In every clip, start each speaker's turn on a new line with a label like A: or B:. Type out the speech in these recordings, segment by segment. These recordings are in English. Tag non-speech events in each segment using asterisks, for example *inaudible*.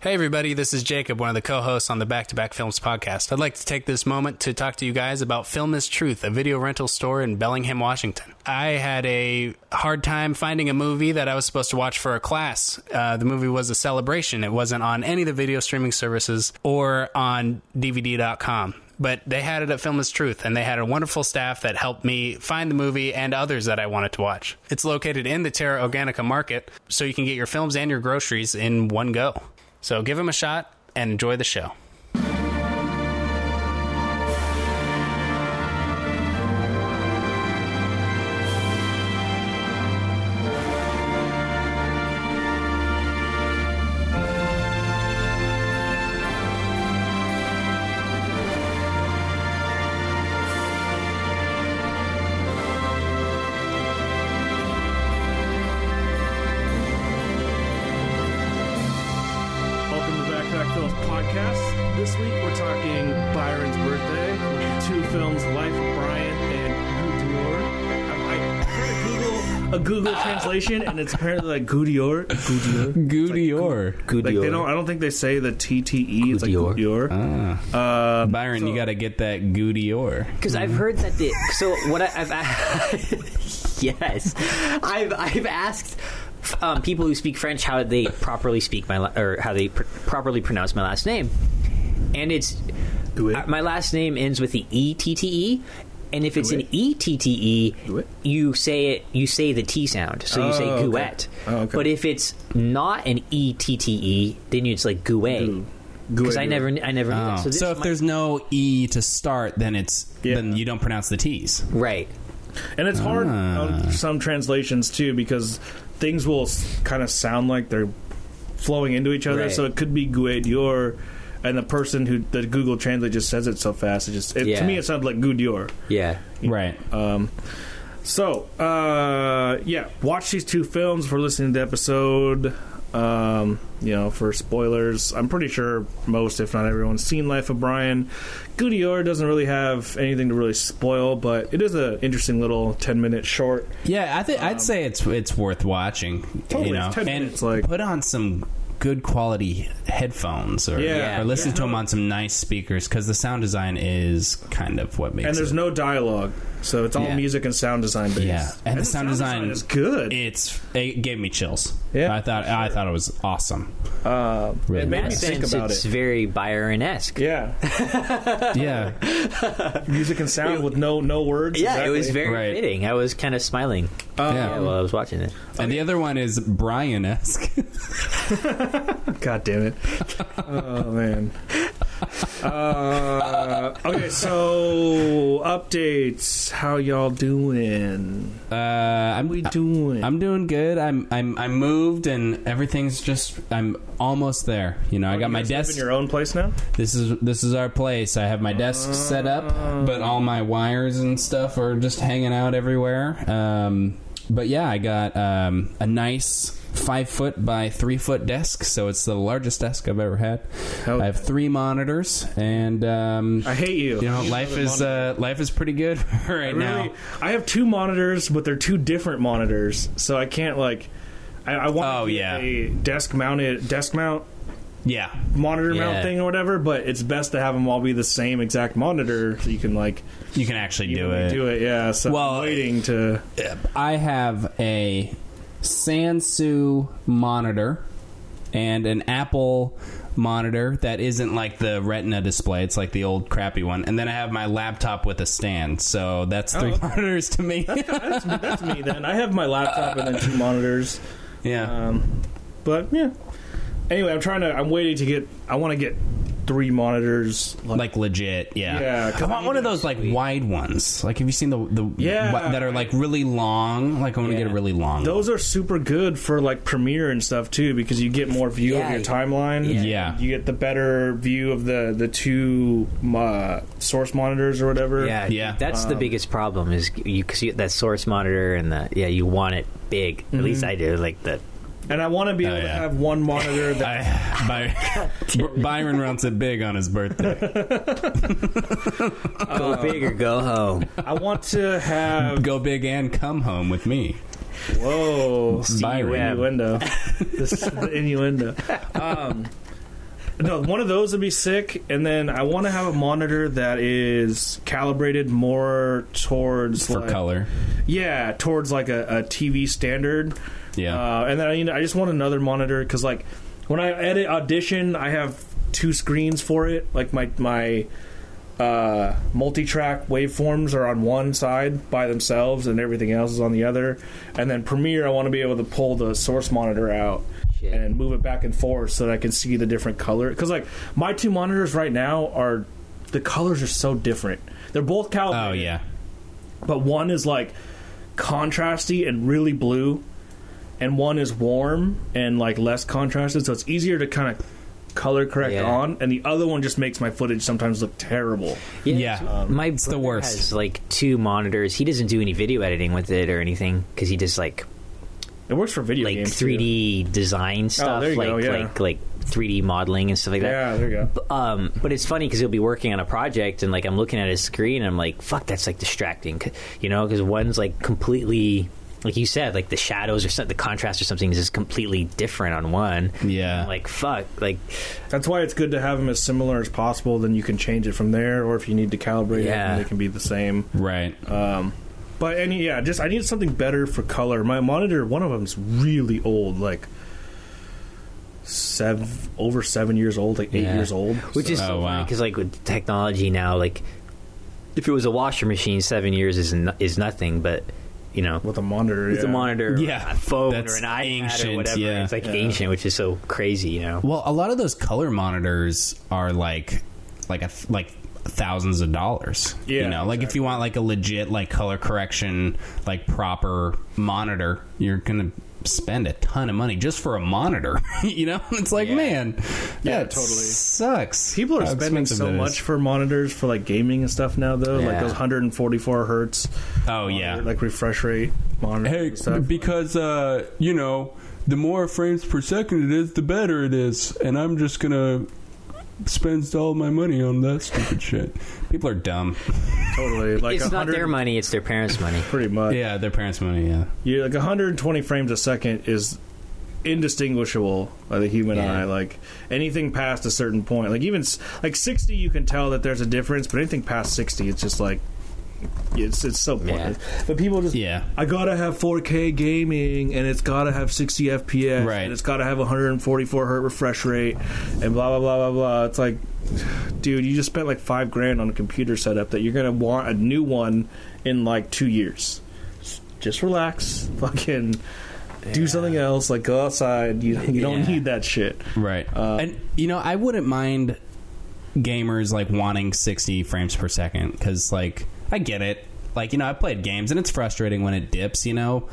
A: Hey, everybody, this is Jacob, one of the co hosts on the Back to Back Films podcast. I'd like to take this moment to talk to you guys about Film is Truth, a video rental store in Bellingham, Washington. I had a hard time finding a movie that I was supposed to watch for a class. Uh, the movie was a celebration, it wasn't on any of the video streaming services or on DVD.com but they had it at Film is Truth, and they had a wonderful staff that helped me find the movie and others that I wanted to watch. It's located in the Terra Organica Market, so you can get your films and your groceries in one go. So give them a shot and enjoy the show.
B: Welcome to Back to Back Films podcast. This week we're talking Byron's birthday, two films, Life of Brian and Goudior. I, I tried to Google a Google translation, and it's apparently like Goudior. Goudior.
C: Goudior.
B: Like they don't. I don't think they say the T T E. It's like
D: Goudior.
B: Goudior.
D: Ah.
B: Uh,
C: Byron, you got to get that Goudior.
D: Because I've heard that the so what I, I've a- *laughs* yes, I've I've asked um, people who speak French how they properly speak my la- or how they pr- properly pronounce my last name, and it's
B: Do it.
D: uh, my last name ends with the e t t e. And if it's an E T T
B: Do
D: E,
B: it.
D: you say it. You say the T sound, so you say
B: Oh, okay.
D: guet.
B: Oh, okay.
D: But if it's not an E T T E, then it's like
B: Gou-
D: guet. Because I
B: Goudior.
D: never, I never. Knew that.
C: Oh. So,
D: this
C: if
D: might-
C: there's no E to start, then it's
B: Yeah.
C: then you don't pronounce the T's.
D: right,
B: And it's hard
D: Ah.
B: on some translations too because things will kind of sound like they're flowing into each other.
D: Right.
B: So it could be Guedior, and the person who the Google Translate just says it so fast. It just it,
D: Yeah.
B: to me it sounded like Guedior.
D: yeah,
C: Right.
B: Um, so uh, yeah, watch these two films for listening to the episode. Um, you know, for spoilers, I'm pretty sure most, if not everyone's seen Life of Brian. Goodyear doesn't really have anything to really spoil, but it is an interesting little 10 minute short.
C: yeah, I think I'd say it's it's worth watching.
B: um, Totally,
C: you know,
B: it's 10
C: and
B: minutes, like-
C: put on some good quality headphones, or
B: Yeah.
C: or listen
B: Yeah.
C: to them on some nice speakers because the sound design is kind of what makes
B: and there's
C: it.
B: no dialogue, so it's all
C: Yeah.
B: music and sound design based.
C: yeah, and, the sound, design,
B: is good.
C: It's it gave me chills.
B: Yeah.
C: I thought I thought it was
B: *laughs*
C: awesome.
B: Uh,
C: Really
B: it made
C: nice.
B: me
D: Since
B: think about
D: it's
B: it.
D: very Byron esque.
B: Yeah,
C: yeah,
B: music
C: *laughs*
B: and sound with no no words.
D: Yeah,
B: exactly. Oh.
D: it was very
C: Right.
D: fitting. I was kind of smiling
B: Um,
C: yeah.
D: while I was watching it.
C: and the other one is Brian esque.
B: God damn it. Oh, man. Uh, okay, so updates. How y'all doing?
C: *laughs* uh, I'm
B: What we doing?
C: I'm doing good. I'm I'm I moved and everything's just I'm almost there. You know, I got my
B: Oh, You guys live
C: desk.
B: in your own place now.
C: This is this is our place. I have my desk set up, but all my wires and stuff are just hanging out everywhere. Um, but yeah, I got um, a nice five foot by three foot desk, so it's the largest desk I've ever had.
B: Hell
C: I have three monitors, and um,
B: Oh. I hate you.
C: you know, life is uh, life is pretty good *laughs* right now.
B: Really, I have two monitors, but they're two different monitors, so I can't like. I, I want
C: Oh,
B: to get
C: yeah.
B: a desk mounted desk mount
C: Yeah,
B: monitor
C: Yeah.
B: mount thing or whatever, but it's best to have them all be the same exact monitor so you can like
C: you can actually do
B: evenly
C: it.
B: Do it, yeah. So
C: Well,
B: I'm waiting to
C: I have a Sansu monitor and an Apple monitor that isn't like the Retina display. It's like the old crappy one. And then I have my laptop with a stand. So that's three
B: okay.
C: monitors to me.
B: that's, *laughs* that's me then. I have my laptop and then two monitors.
C: *laughs* yeah.
B: Um, but yeah. Anyway, I'm trying to. I'm waiting to get. I want to get three monitors.
C: like legit, yeah.
B: Yeah, 'cause
C: I
B: I
C: want
B: need
C: one of
B: to-
C: those like wide ones. Like, have you seen the the
B: Yeah.
C: what- that are like really long? Like, I want to
D: Yeah.
C: get a really long.
B: Those are super good for like Premiere and stuff too, because you get more view of
D: Yeah,
B: your
D: yeah.
B: timeline.
D: Yeah.
C: Yeah.
B: you get the better view of the the two uh, source monitors or whatever.
D: Yeah,
C: Yeah.
D: That's
B: Um,
D: the biggest problem is you because you, that source monitor and the yeah you want it big.
B: Mm-hmm.
D: At least I do. Like the
B: and I want to be
C: Oh,
B: able to
C: yeah.
B: have one monitor that
C: I, By, Byron wants it big on his birthday.
D: go
B: Uh,
D: big or
B: *laughs*
D: go home.
B: I want to have.
C: Go big and come home with me.
B: Whoa, *laughs*
C: Byron.
B: innuendo. this is the innuendo. Um, No, one of those would be sick, and then I want to have a monitor that is calibrated more towards
C: for
B: like,
C: color.
B: Yeah, towards like a, a TV standard.
C: Yeah.
B: Uh, and then I, you know, I just want another monitor because like when I edit Audition, I have two screens for it. Like my my uh, multi-track waveforms are on one side by themselves, and everything else is on the other. And then Premiere, I want to be able to pull the source monitor out.
D: Shit.
B: And move it back and forth so that I can see the different color. Because like my two monitors right now are, the colors are so different. They're both calibrated
C: oh yeah.
B: but one is like contrasty and really blue and one is warm and like less contrasted so it's easier to kind of color correct
D: Yeah.
B: on and the other one just makes my footage sometimes look terrible
C: Yeah.
D: it's-
B: Um,
D: my
C: It's the
D: brother
C: worst.
D: Has like two monitors. He doesn't do any video editing with it or anything because he does like
B: it works for video
D: like
B: games too. Oh,
D: 3D design stuff,
B: there you
D: like
B: go, yeah.
D: like like 3D modeling and stuff like that.
B: yeah there you go
D: um, but it's funny because he'll be working on a project and like I'm looking at his screen and I'm like, fuck, that's like distracting, 'Cause- you know, because one's like completely. Like you said, like the shadows or something, the contrast or something is just completely different on one.
C: Yeah.
D: I'm like fuck, like
B: that's why it's good to have them as similar as possible then you can change it from there or if you need to calibrate it
D: Yeah.
B: then they can be the same
C: Right.
B: uh, But any yeah, just I need something better for color. My monitor, one of them's really old, like seven over seven years old, like eight
D: Yeah.
B: years old.
D: which is
C: Oh,
D: so
C: wow.
D: because like with technology now, like if it was a washer machine, seven years is no- is nothing, but you know,
B: with a monitor.
D: with a
B: yeah.
D: monitor,
C: Yeah.
D: a phone, or
C: That's
D: an iPad
C: ancient,
D: or whatever,
C: yeah.
D: it's like
B: Yeah.
D: ancient, which is so crazy, you know.
C: Well, a lot of those color monitors are like like a th- like thousands of dollars.
B: Yeah,
C: you know, like if you want like a legit like color correction like proper monitor, you're gonna spend a ton of money just for a monitor. *laughs* you know, it's like
D: Yeah.
C: man,
B: Yeah,
C: that
B: totally.
C: sucks.
B: People are
C: How
B: spending
C: expensive
B: so
C: that is.
B: much for monitors for like gaming and stuff now, though, like
D: Yeah.
B: those 144 hertz.
C: Oh yeah,
B: monitor, like refresh rate monitor.
E: Hey,
B: and stuff.
E: because uh, you know, the more frames per second it is, the better it is, and I'm just gonna spend all my money on that stupid shit.
C: people are dumb.
B: totally like
D: it's not
B: 100
D: their money; it's their parents' money.
B: Pretty
C: *laughs*
B: much,
C: Yeah, their parents' money. Yeah,
B: yeah. Like 120 frames a second is indistinguishable by the human
D: Yeah.
B: eye. Like anything past a certain point, like even s- like 60, you can tell that there's a difference. But anything past 60, it's just like it's it's so pointless. But people just
C: yeah.
B: I gotta have 4K gaming, and it's gotta have 60 FPS,
C: Right.
B: and it's gotta have 144 hertz refresh rate, and blah blah blah blah blah. It's like, dude, you just spent like five grand on a computer setup that you're gonna want a new one in like two years. Just relax, *laughs* fucking do something else. Like go outside. You you don't
C: Yeah.
B: need that shit.
C: Right. and you know, I wouldn't mind gamers like wanting 60 frames per second cuz like I get it. Like, you know, I played games and it's frustrating when it dips, you know.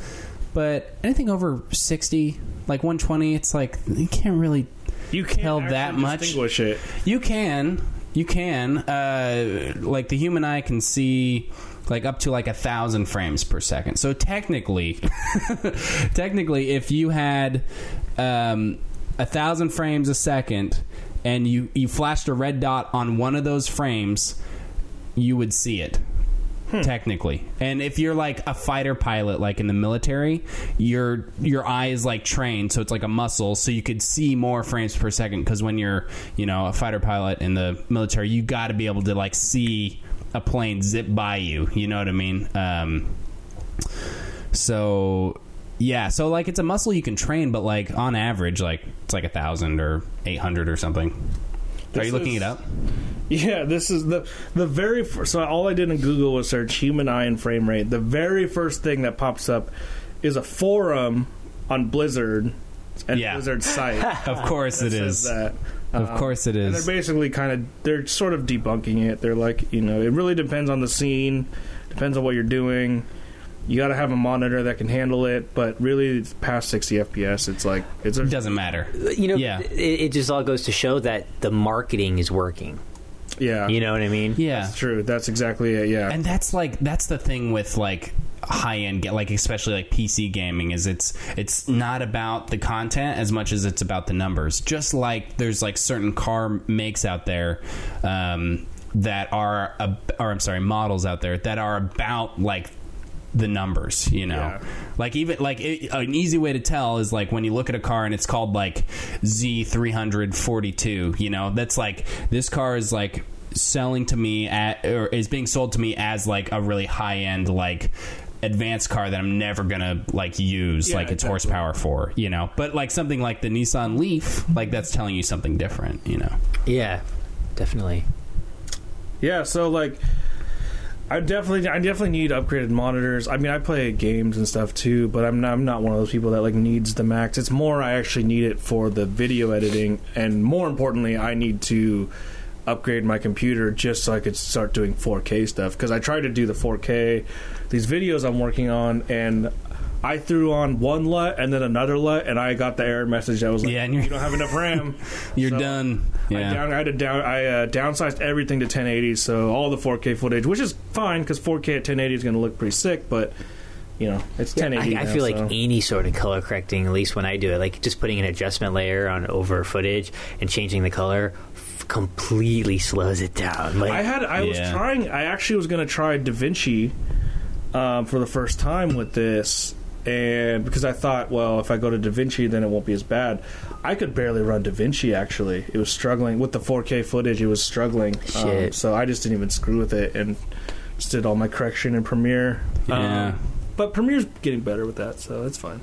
C: But anything over 60, like 120, it's like you can't really
B: You can't
C: Hell, that
B: actually
C: much?
B: distinguish it.
C: you can. You can. Uh, like the human eye can see like up to like a thousand frames per second. So technically, *laughs* technically, if you had um, a thousand frames a second and you you flashed a red dot on one of those frames, you would see it
B: Hmm.
C: technically. And if you're like a fighter pilot, like in the military, your your eye is like trained, so it's like a muscle, so you could see more frames per second. Because when you're you know a fighter pilot in the military, you got to be able to like see a plane zip by you. You know what I mean? Um, so yeah, so like it's a muscle you can train, but like on average, like it's like a thousand or eight hundred or something. Are
B: This
C: you looking
B: is-
C: it
B: *laughs*
C: up?
B: Yeah, this is the the very first. So all I did in Google was search human eye and frame rate. The very first thing that pops up is a forum on Blizzard and
C: Yeah. *laughs*
B: Blizzard site.
C: Of course it
B: that says
C: is.
B: that. um,
C: Of course it
B: Uh, And
C: is.
B: they're basically kind of they're sort of debunking it. They're like, you know, it really depends on the scene, depends on what you're doing. You got to have a monitor that can handle it, but really, it's past 60 FPS, it's like it's a
C: It doesn't matter.
D: you know,
C: Yeah.
D: it, it just all goes to show that the marketing is working.
B: yeah,
D: You know what I mean?
C: Yeah.
B: that's true. That's exactly it. Yeah,
C: and that's like that's the thing with like high end ga- like especially like PC gaming is it's it's not about the content as much as it's about the numbers just like there's like certain car makes out there um that are ab- or I'm sorry models out there that are about like the numbers, you know.
B: Yeah.
C: Like even like it, an easy way to tell is like when you look at a car and it's called like Z342, you know. That's like this car is like selling to me at or is being sold to me as like a really high-end like advanced car that I'm never going to like use
B: Yeah,
C: like its
B: exactly.
C: horsepower for, you know. But like something like the Nissan Leaf, like that's telling you something different, you know.
D: Yeah, definitely.
B: Yeah, so like I definitely I definitely need upgraded monitors. I mean, I play games and stuff too, but I'm not, I'm not one of those people that like needs the max. It's more I actually need it for the video editing and more importantly, I need to upgrade my computer just so I could start doing 4K stuff cuz I tried to do the 4K these videos I'm working on and I threw on one LUT and then another LUT and I got the error message that was like
C: Yeah, and
B: you
C: you're-
B: don't have enough RAM.
C: You're
B: So-
C: done.
B: I, down, I had to down. I uh, downsized everything to 1080, so all the 4K footage, which is fine because 4K at 1080 is going to look pretty sick. But you know, it's 1080.
D: I, I
B: now,
D: feel like
B: so.
D: any sort of color correcting, at least when I do it, like just putting an adjustment layer on over footage and changing the color, f- completely slows it down. Like,
B: I had. I was
C: Yeah.
B: trying. I actually was going to try DaVinci um, for the first time with this, and because I thought, well, if I go to DaVinci, then it won't be as bad. I could barely run DaVinci. Actually, it was struggling with the 4K footage. It was struggling. Um,
D: Shit.
B: so I just didn't even screw with it and just did all my correction in Premiere. Um,
C: Yeah.
B: But Premiere's getting better with that, so it's fine.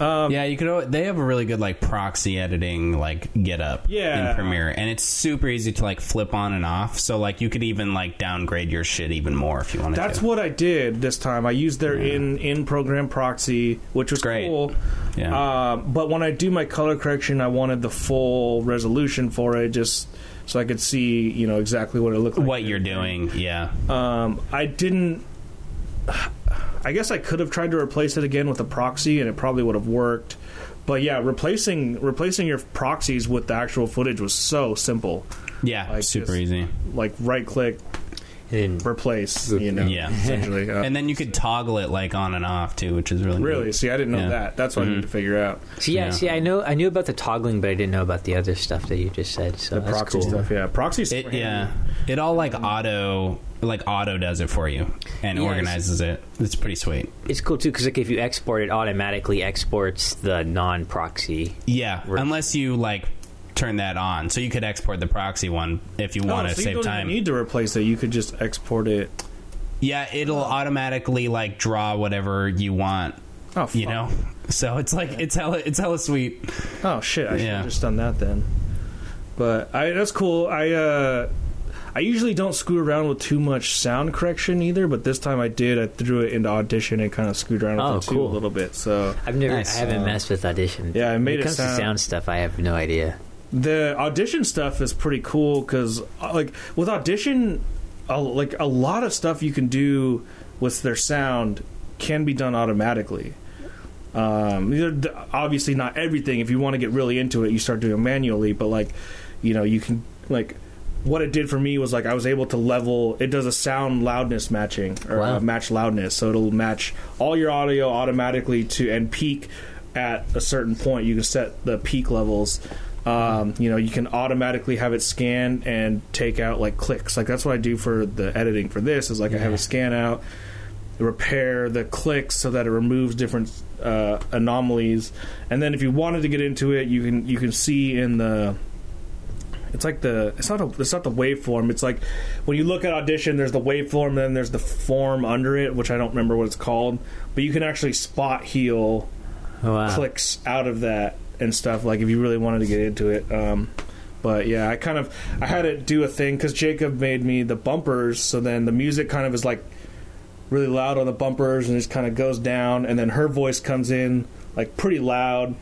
B: Um,
C: yeah, you could. al- They have a really good like proxy editing like get up
B: Yeah.
C: in Premiere, and it's super easy to like flip on and off. So like you could even like downgrade your shit even more if you wanted.
B: That's
C: to.
B: what I did this time. I used their in in program proxy, which was
C: Great.
B: cool.
C: Yeah.
B: Um, but when I do my color correction, I wanted the full resolution for it, just so I could see, you know, exactly what it looked like.
C: what you're doing. Yeah,
B: Um, I didn't. I guess I could have tried to replace it again with a proxy, and it probably would have worked. But yeah, replacing replacing your proxies with the actual footage was so simple.
C: yeah,
B: like
C: super
B: just-
C: easy.
B: Like right click,
D: and
B: replace, you know,
C: Yeah. *laughs*
B: essentially. Uh,
C: And then you could toggle it like on and off too, which is really
B: really,
C: neat.
B: see, I didn't know
C: Yeah. Mm-hmm.
B: that. That's what I need to figure out.
D: see, yeah,
C: Yeah.
D: see, I know, I knew about the toggling, but I didn't know about the other stuff that you just said. So
B: The
D: that's
B: proxy
D: cool.
B: stuff, yeah, proxy
C: It, yeah, it all like auto like auto does it for you and
D: Yeah, it's-
C: organizes it. It's pretty sweet.
D: It's cool too because like if you export, it automatically exports the non-proxy.
C: Yeah,
D: Right.
C: unless you like turn that on, so you could export the proxy one if you want to
B: Oh, so you
C: save
B: don't
C: time.
B: Even need to replace it. You could just export it.
C: Yeah, it'll automatically like draw whatever you want,
B: Oh, fuck.
C: you know. *laughs* So it's like it's hella it's hella sweet.
B: Oh shit! I should
C: Yeah.
B: have just done that then. But I that's cool. I uh, I usually don't screw around with too much sound correction either, but this time I did. I threw it into Audition and kind of screwed around with
D: Oh,
B: it too
D: cool.
B: a little bit. So
D: I've never,
C: Nice.
D: I haven't
B: Uh,
D: messed with audition.
B: yeah, I
D: when
B: made
D: it
B: it
D: comes to
B: sound-
D: sound stuff. I have no idea.
B: the audition stuff is pretty cool because like with audition a, like a lot of stuff you can do with their sound can be done automatically um, they're- th- obviously not everything if you want to get really into it you start doing it manually but like you know you can like what it did for me was like I was able to level. It does a sound loudness matching or
D: Wow.
B: uh, match loudness, so it'll match all your audio automatically to and peak at a certain point. You can set the peak levels. Um, you know, you can automatically have it scan and take out like clicks. Like that's what I do for the editing for this. Is like I have a scan out, repair the clicks so that it removes different uh, anomalies. And then if you wanted to get into it, you can you can see in the it's like the it's not a, it's not the waveform. It's like when you look at audition, there's the waveform, and then there's the form under it, which I don't remember what it's called. But you can actually spot heal
D: Oh, Wow.
B: clicks out of that and stuff. Like if you really wanted to get into it. Um, but yeah, I kind of I had it do a thing because Jacob made me the bumpers, so then the music kind of is like really loud on the bumpers and just kind of goes down, and then her voice comes in like pretty loud.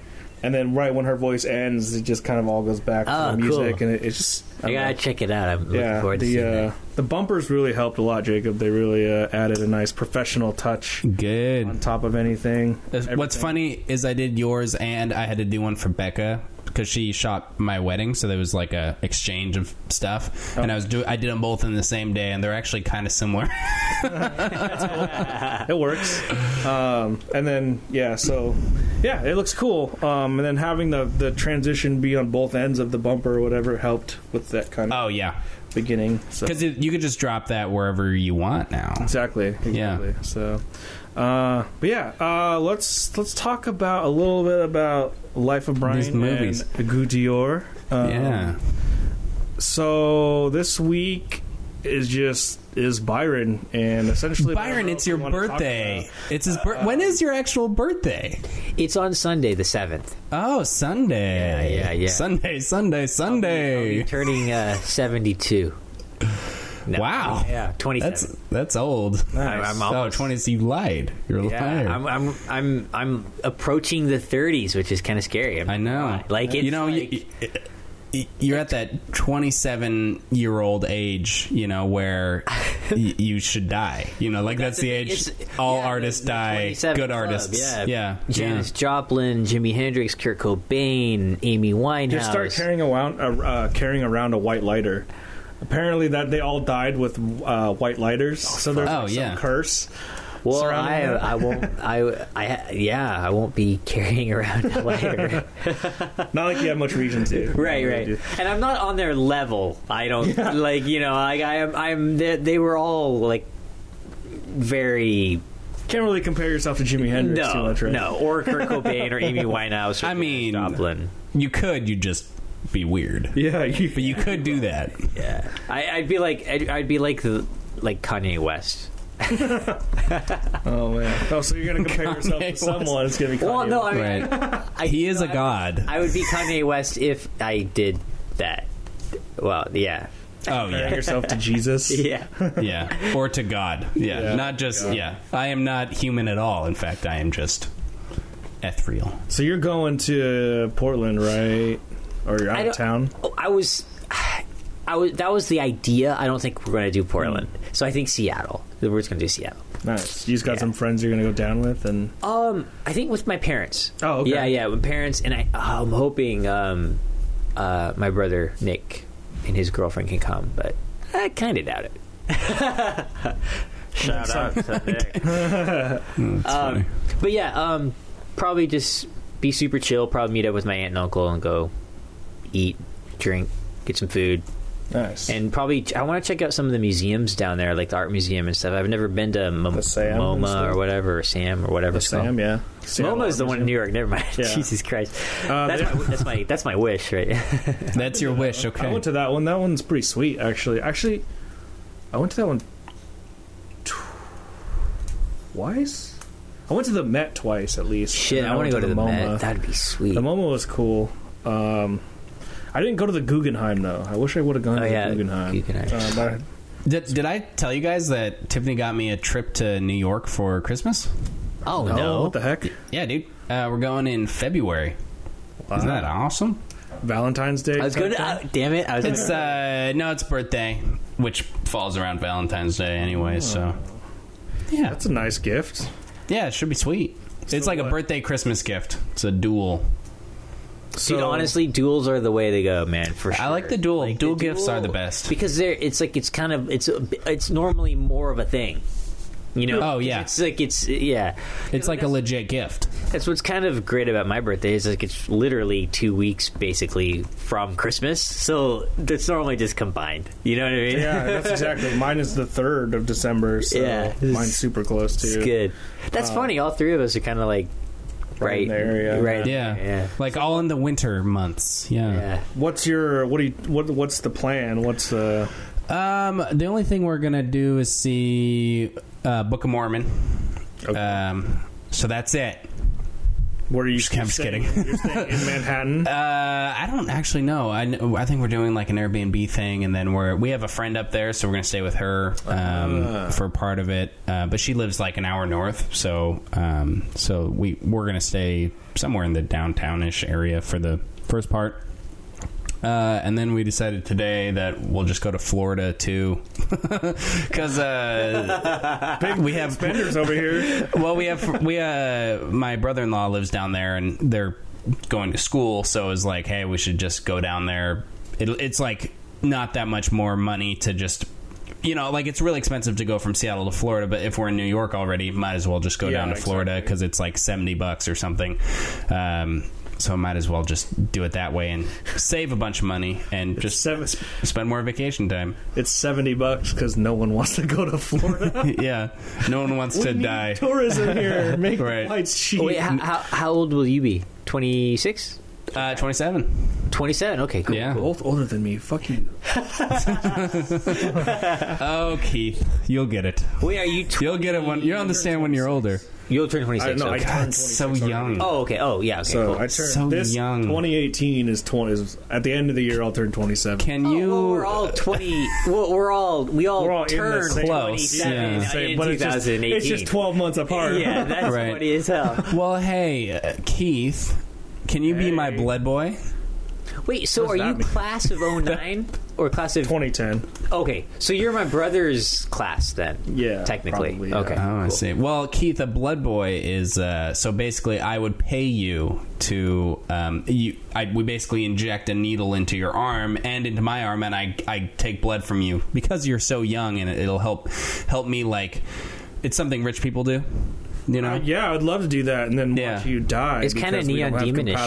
B: And then, right when her voice ends, it just kind of all goes back to
D: Oh,
B: the music,
D: cool.
B: and it, it's just
D: I
B: don't know.
C: Uh,
D: gotta check it out. I'm looking
B: yeah.
D: forward to
B: The
D: seeing that.
B: uh, the bumpers really helped a lot, Jacob. They really uh, added a nice professional touch on
C: Good.
B: top of anything.
C: What's
B: Everything.
C: funny is I did yours and I had to do one for Becca because she shot my wedding, so there was like a exchange of stuff,
B: Oh.
C: and I was do I did them both in the same day, and they're actually kind of similar. *laughs*
B: it works. Um, and then yeah, so yeah, it looks cool. Um, and then having the the transition be on both ends of the bumper or whatever helped with that kind of
C: oh yeah,
B: beginning. So
C: Because you could just drop that wherever you want now.
B: exactly, exactly.
C: Yeah.
B: So, uh, but yeah, uh, let's let's talk about a little bit about Life of Brian
C: These movies.
B: and Agu Dior. Um,
C: yeah.
B: So this week is just is Byron and essentially
C: Byron, it's your birthday. It's his
B: Uh,
C: birth. when is your actual birthday?
D: It's on Sunday the seventh.
C: Oh, Sunday.
D: Yeah, yeah, yeah.
C: Sunday, Sunday, Sunday.
D: turning uh,
C: *laughs*
D: seventy-two. No.
C: Wow.
D: Yeah,
C: That's
D: twenty-seven.
C: that's old.
D: Nice. I'm almost-
C: oh, 20 so you lied. You're a liar.
D: yeah, I'm, I'm I'm I'm approaching the thirties, which is kind of scary. I'm
C: I know.
D: Like it's
C: you know,
D: like,
C: you, you- you're at that 27 year old age, you know,
D: *laughs*
C: where y- you should die. You know, like that's, the age
D: It's-
C: all
D: yeah,
C: artists
D: the- the
C: die.
D: 27
C: Good
D: Club,
C: artists.
D: yeah,
C: yeah.
D: Janis Joplin, Jimi Hendrix, Kurt Cobain, Amy Winehouse.
B: Just start carrying around uh, uh, carrying around a white lighter. Apparently, that they all died with uh, white lighters, so there's
C: fuck.
B: like,
C: Oh, yeah.
B: some curse.
D: Well,
B: surrounding
D: I,
B: them.
D: I won't. I, I, yeah, I won't be *laughs* carrying around
C: *laughs*
D: a lighter.
B: Not like you have much reason
D: *laughs*
B: to.
D: right,
B: Not really
D: right.
B: do.
D: And I'm not on their level. I don't *laughs* like. You know, like I am. I'm. They, they were all like very
B: Can't really compare yourself to Jimi Hendrix too
D: no,
B: much, right?
D: no, or Kurt Cobain or Amy Winehouse. Or
C: I mean-
D: Joplin.
C: You could, you just be weird.
B: Yeah, you,
C: But you could do that.
D: Yeah, I, I'd be like, I'd, I'd be like the like Kanye West.
B: Oh man. Oh, so you're gonna
D: *laughs*
B: compare yourself
C: Kanye
B: to
C: West.
B: someone? It's gonna be. Kanye
D: Well, no, I mean,
C: Right.
D: I,
C: He is
D: no,
C: a
D: I-
C: god.
D: I would be Kanye West if I did that. Well, yeah,
C: Oh,
B: comparing
C: yeah.
B: yourself
D: *laughs*
B: to Jesus.
D: yeah.
C: Yeah. Or to God. Yeah.
B: Yeah.
C: Not just, yeah. I am not human at all. In fact, I am just ethereal.
B: So you're going to Portland, right? Or you're out
D: don't-
B: of town?
D: Oh, I was, I was. That was the idea. I don't think we're going to do Portland, so I think Seattle. We're just going to do Seattle.
B: Nice. You just got some friends you're gonna go down with, and
D: Um, I think with my parents.
B: Oh, okay.
D: yeah, yeah, with parents, and I. oh, I'm hoping um, uh, my brother Nick and his girlfriend can come, but I kind of doubt it. *laughs* Shout out to Nick. um, *laughs* but yeah, um, probably just be super chill. Probably meet up with my aunt and uncle and go eat, drink, get some food,
B: nice.
D: and probably I want to check out some of the museums down there, like the art museum and stuff. I've never been to Mom-
B: The Sam and
D: MoMA
B: stuff?
D: or whatever, or Sam or whatever.
B: The
D: it's called.
B: Sam, yeah.
D: MoMA is the one in New York. Never mind. *laughs*
B: Yeah.
D: Jesus Christ.
B: Uh,
D: that's,
B: there-
D: my, that's my that's my wish, right?
C: That's your wish, okay?
B: I went to that one. That one's pretty sweet, actually. Actually, I went to that one tw- twice. I went to the Met twice, at least.
D: Shit,
B: And
D: I want
B: went
D: to go to the
B: MoMA.
D: Met. That'd be sweet.
B: The MoMA was cool. Um, I didn't go to the Guggenheim though. I wish I would have gone
D: Oh,
B: to
D: yeah,
B: the Guggenheim.
D: Guggenheim.
B: Um,
C: Did, did I tell you guys that Tiffany got me a trip to New York for Christmas?
D: oh
B: I,
D: no!
B: oh, what the heck?
C: Yeah, dude. Uh, we're going in February. Isn't that awesome?
B: Valentine's Day.
D: I was
B: type
D: going to.
B: thing?
D: Uh, damn it! I was.
C: It's
D: gonna,
C: uh no, it's birthday, which falls around Valentine's Day
B: Hmm.
C: anyway. So yeah,
B: That's a nice gift.
C: yeah, it should be sweet. it's
B: So
C: like a
B: what?
C: birthday Christmas gift. It's a duel.
B: So
D: dude, honestly, duels are the way they go, man. For sure.
C: I like the duel. Duel gifts are the best.
D: because they're. It's like it's kind of it's a- it's normally more of a thing. You know?
C: Oh, yeah.
D: It's like it's yeah.
C: It's like a legit gift.
D: That's what's kind of great about my birthday is like it's literally two weeks basically from Christmas, so it's normally just combined. You know what I mean?
B: yeah, that's exactly. Mine is the third of December. So
D: Yeah.
B: mine's super close too.
D: It's good. That's funny. All three of us are kind of like
B: Uh, Right
D: right,
B: in there, yeah.
D: right in
C: Yeah,
D: there, yeah,
C: like all in the winter months. Yeah.
D: yeah.
B: What's your what do you what what's the plan? What's the
C: Um, the only thing we're gonna do is see uh, Book of Mormon.
B: Okay.
C: Um, so that's it.
B: what are you?
C: I'm just
B: staying-
C: kidding.
B: You're staying in *laughs* Manhattan.
C: Uh, I don't actually know. I, kn- I think we're doing like an Airbnb thing, and then we're we have a friend up there, so we're gonna stay with her um, for part of it. Uh, but she lives like an hour north, so um, so we we're gonna stay somewhere in the downtownish area for the first part. Uh, and then we decided today that we'll just go to Florida too, *laughs* because uh, we have
B: Bender's over here.
C: well, we have we uh my brother in law lives down there, and they're going to school, so it's like, hey, we should just go down there. It, it's like not that much more money to just. You know, like it's really expensive to go from Seattle to Florida, but if we're in New York already, might as well just go
B: Yeah,
C: down to Florida
B: exactly.
C: because it's like seventy bucks or something. Um, So I might as well just do it that way and save a bunch of money and
B: It's
C: just
B: seven,
C: spend more vacation time. *laughs*
B: it's seventy bucks because no one wants to go to *laughs* Florida.
C: yeah, no one wants
B: We
C: to
B: need
C: die. *laughs*
B: Tourism here, make
C: Right.
B: flights cheap.
D: Wait, how, how, how old will you be? 26?
C: Uh, Twenty-seven.
D: 27? Okay, cool.
C: Yeah.
B: Both older than me. Fuck you.
C: Oh, Keith, you'll get it.
D: Wait, are you? Tw-
C: You'll get it when you'll understand when you're older.
D: You'll turn 26.
B: I- no, I
D: okay.
B: turned
C: That's so
B: 26 already.
C: young.
D: oh, okay. Oh, yeah. Okay.
B: So
D: cool.
B: I turned
C: So
B: this
C: young.
B: 2018 is 20. Is, at the end of the year, I'll turn 27.
C: Can
D: Oh,
C: you?
D: well, we're all 20. well, we're all we all,
B: We're all in the
D: turned
B: same-
C: Close,
D: 27
C: yeah.
D: in,
B: Say, but it's just,
D: 2018.
B: it's just 12 months apart.
D: *laughs*
B: *laughs*
D: Yeah, that's
C: *laughs* Right.
D: funny as hell.
C: Well, hey, uh, Keith, can you be my
B: Hey.
C: blood boy?
D: Wait, so
B: What's
D: are
B: that
D: you
B: mean?
D: class
B: *laughs*
D: of 09 or class of
B: 2010.
D: Okay, so you're my brother's class then.
B: Yeah,
D: technically.
B: probably, yeah.
D: Okay.
C: Oh, I see. Well, Keith, a blood boy is uh, so basically, I would pay you to um, you. I we basically inject a needle into your arm and into my arm, and I I take blood from you because you're so young, and it, it'll help help me. Like it's something rich people do, you know.
B: Uh, yeah, I'd love to do that and then
C: Yeah.
B: watch you die.
D: It's kinda
B: because we don't
D: Neon
B: have
D: Demon-ish, too.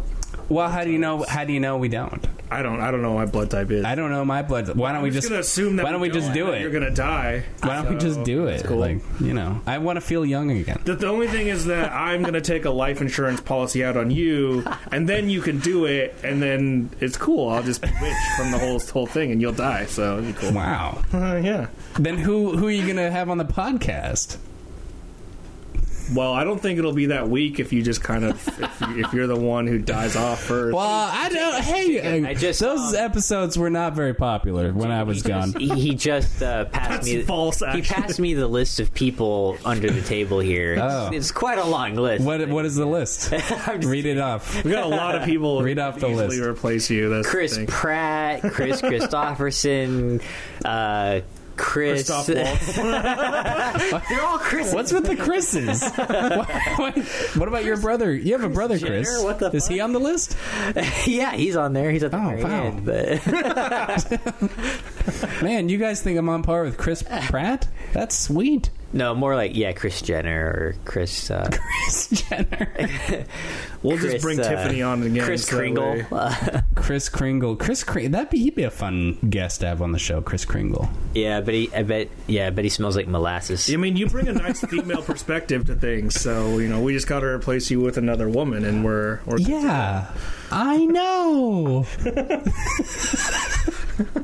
B: compatible-
C: Well, how do you know? How do you know we don't?
B: I don't. I don't know what my blood type is.
C: I don't know my blood. Why don't
B: I'm
C: we
B: just,
C: just?
B: gonna assume that
C: why don't we just do
B: and that
C: it?
B: You're gonna die.
C: Why don't we
B: So,
C: just do
B: that's
C: it?
B: cool.
C: Like you know, I want to feel young again.
B: the, the only thing is that I'm gonna take a life insurance policy out on you, and then you can do it, and then it's cool. I'll just be rich from the whole whole thing, and you'll die. So it'd be cool.
C: Wow.
B: Uh, yeah.
C: Then who who are you gonna have on the podcast?
B: Well, I don't think it'll be that weak if you just kind of if, you- if you're the one who dies off first.
C: Well, I don't. Hey,
D: I
C: I
D: just-
C: just, those
D: um,
C: episodes were not very popular when I was
D: *laughs*
C: gone.
D: He, he just uh,
B: *laughs*
D: passed
B: That's
D: me.
B: false,
D: He
B: actually.
D: passed me the list of people under the table here. It's,
C: Oh.
D: it's quite a long list.
C: What
D: *laughs*
C: what is the list? Read it off.
B: we got a lot of
C: *laughs*
B: people
C: Read off the
B: easily
C: list.
B: replace you. That's the
D: Chris
B: thing.
D: Pratt,
B: *laughs*
D: Chris Christopherson, uh, Chris.
B: Christoph Waltz.
D: *laughs* They're all Chris.
C: What's with the
D: *laughs*
C: Chris's? what, what- what about your brother? You have a brother,
D: Jenner?
C: Chris.
D: What the
C: is he on the list?
D: yeah, he's on there. He's at the
C: Oh,
D: very
C: wow.
D: end, but *laughs*
C: Man, you guys think I'm on par with Chris Pratt? That's sweet. *laughs*
D: no, more like yeah, Chris Jenner or Chris. Uh,
C: Chris Jenner,
B: *laughs* We'll *laughs*
D: Chris,
B: just bring
D: uh,
B: Tiffany on again.
D: Chris
B: so that
D: Kringle.
B: way-
D: Uh,
C: Chris Kringle, Chris Kringle. That'd be he'd be a fun guest to have on the show. Chris Kringle.
D: yeah, but he. I bet. Yeah, but he smells like molasses.
B: I mean, you bring a nice female perspective to things, so you know we just got to replace you with another woman, and we're, we're
C: Yeah, I know. *laughs*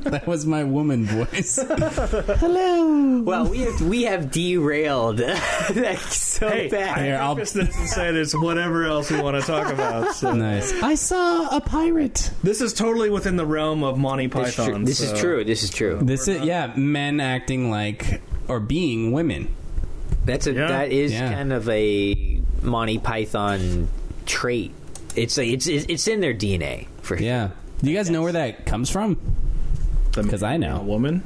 C: that was my woman
B: *laughs*
C: voice. Hello.
D: Well, we have we have derailed *laughs* like, so
B: Hey,
D: bad.
C: Here,
B: I
C: I'll-
B: preface this and say it's whatever else we want to talk about. So.
D: *laughs*
C: Nice. I saw a pirate.
B: This is totally within the realm of Monty uh,
D: This is tru-
B: Python.
D: This
B: so-
D: is true. This is true.
C: This is yeah, men acting like or being women.
D: That's a
B: Yeah.
D: that is
C: Yeah.
D: kind of a Monty Python trait. It's like it's it's it's in their DNA for sure.
C: Yeah. Do you guys know where that comes from?
B: The
C: 'Cause I know.
B: male woman,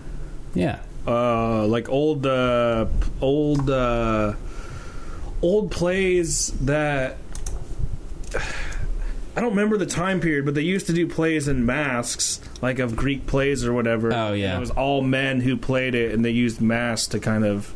C: Yeah.
B: uh, like old, uh, p- old, uh, old plays that. *sighs* I don't remember the time period, but they used to do plays in masks, like of Greek plays or whatever.
C: Oh, yeah.
B: And it was all men who played it, and they used masks to kind of,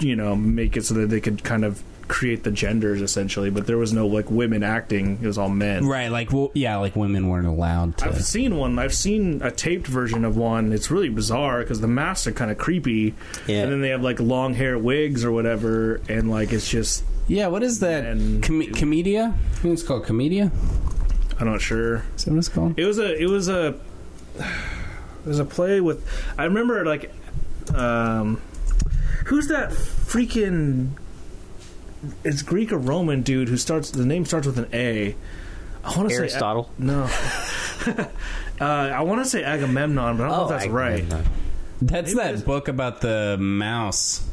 B: you know, make it so that they could kind of create the genders essentially. But there was no like women acting; it was all men.
C: Right. Like well, yeah, like women weren't allowed to.
B: I've seen one. I've seen a taped version of one. It's really bizarre because the masks are kind of creepy,
D: Yeah.
B: and then they have like long hair wigs or whatever, and like it's just
C: yeah. What is that?
B: Men
C: Com- comedia. I think it's called comedia.
B: I'm not sure.
C: Is that what it's called?
B: It was a it was a *sighs* it was a play with I remember like um who's that freaking it's Greek or Roman dude who starts the name starts with an A. I want to say
D: Aristotle.
B: no. *laughs* uh, I want to say Agamemnon, but I don't know if that's
D: Oh, I-
B: right.
C: That's
B: Maybe
C: that
B: it's-
C: book about the mouse.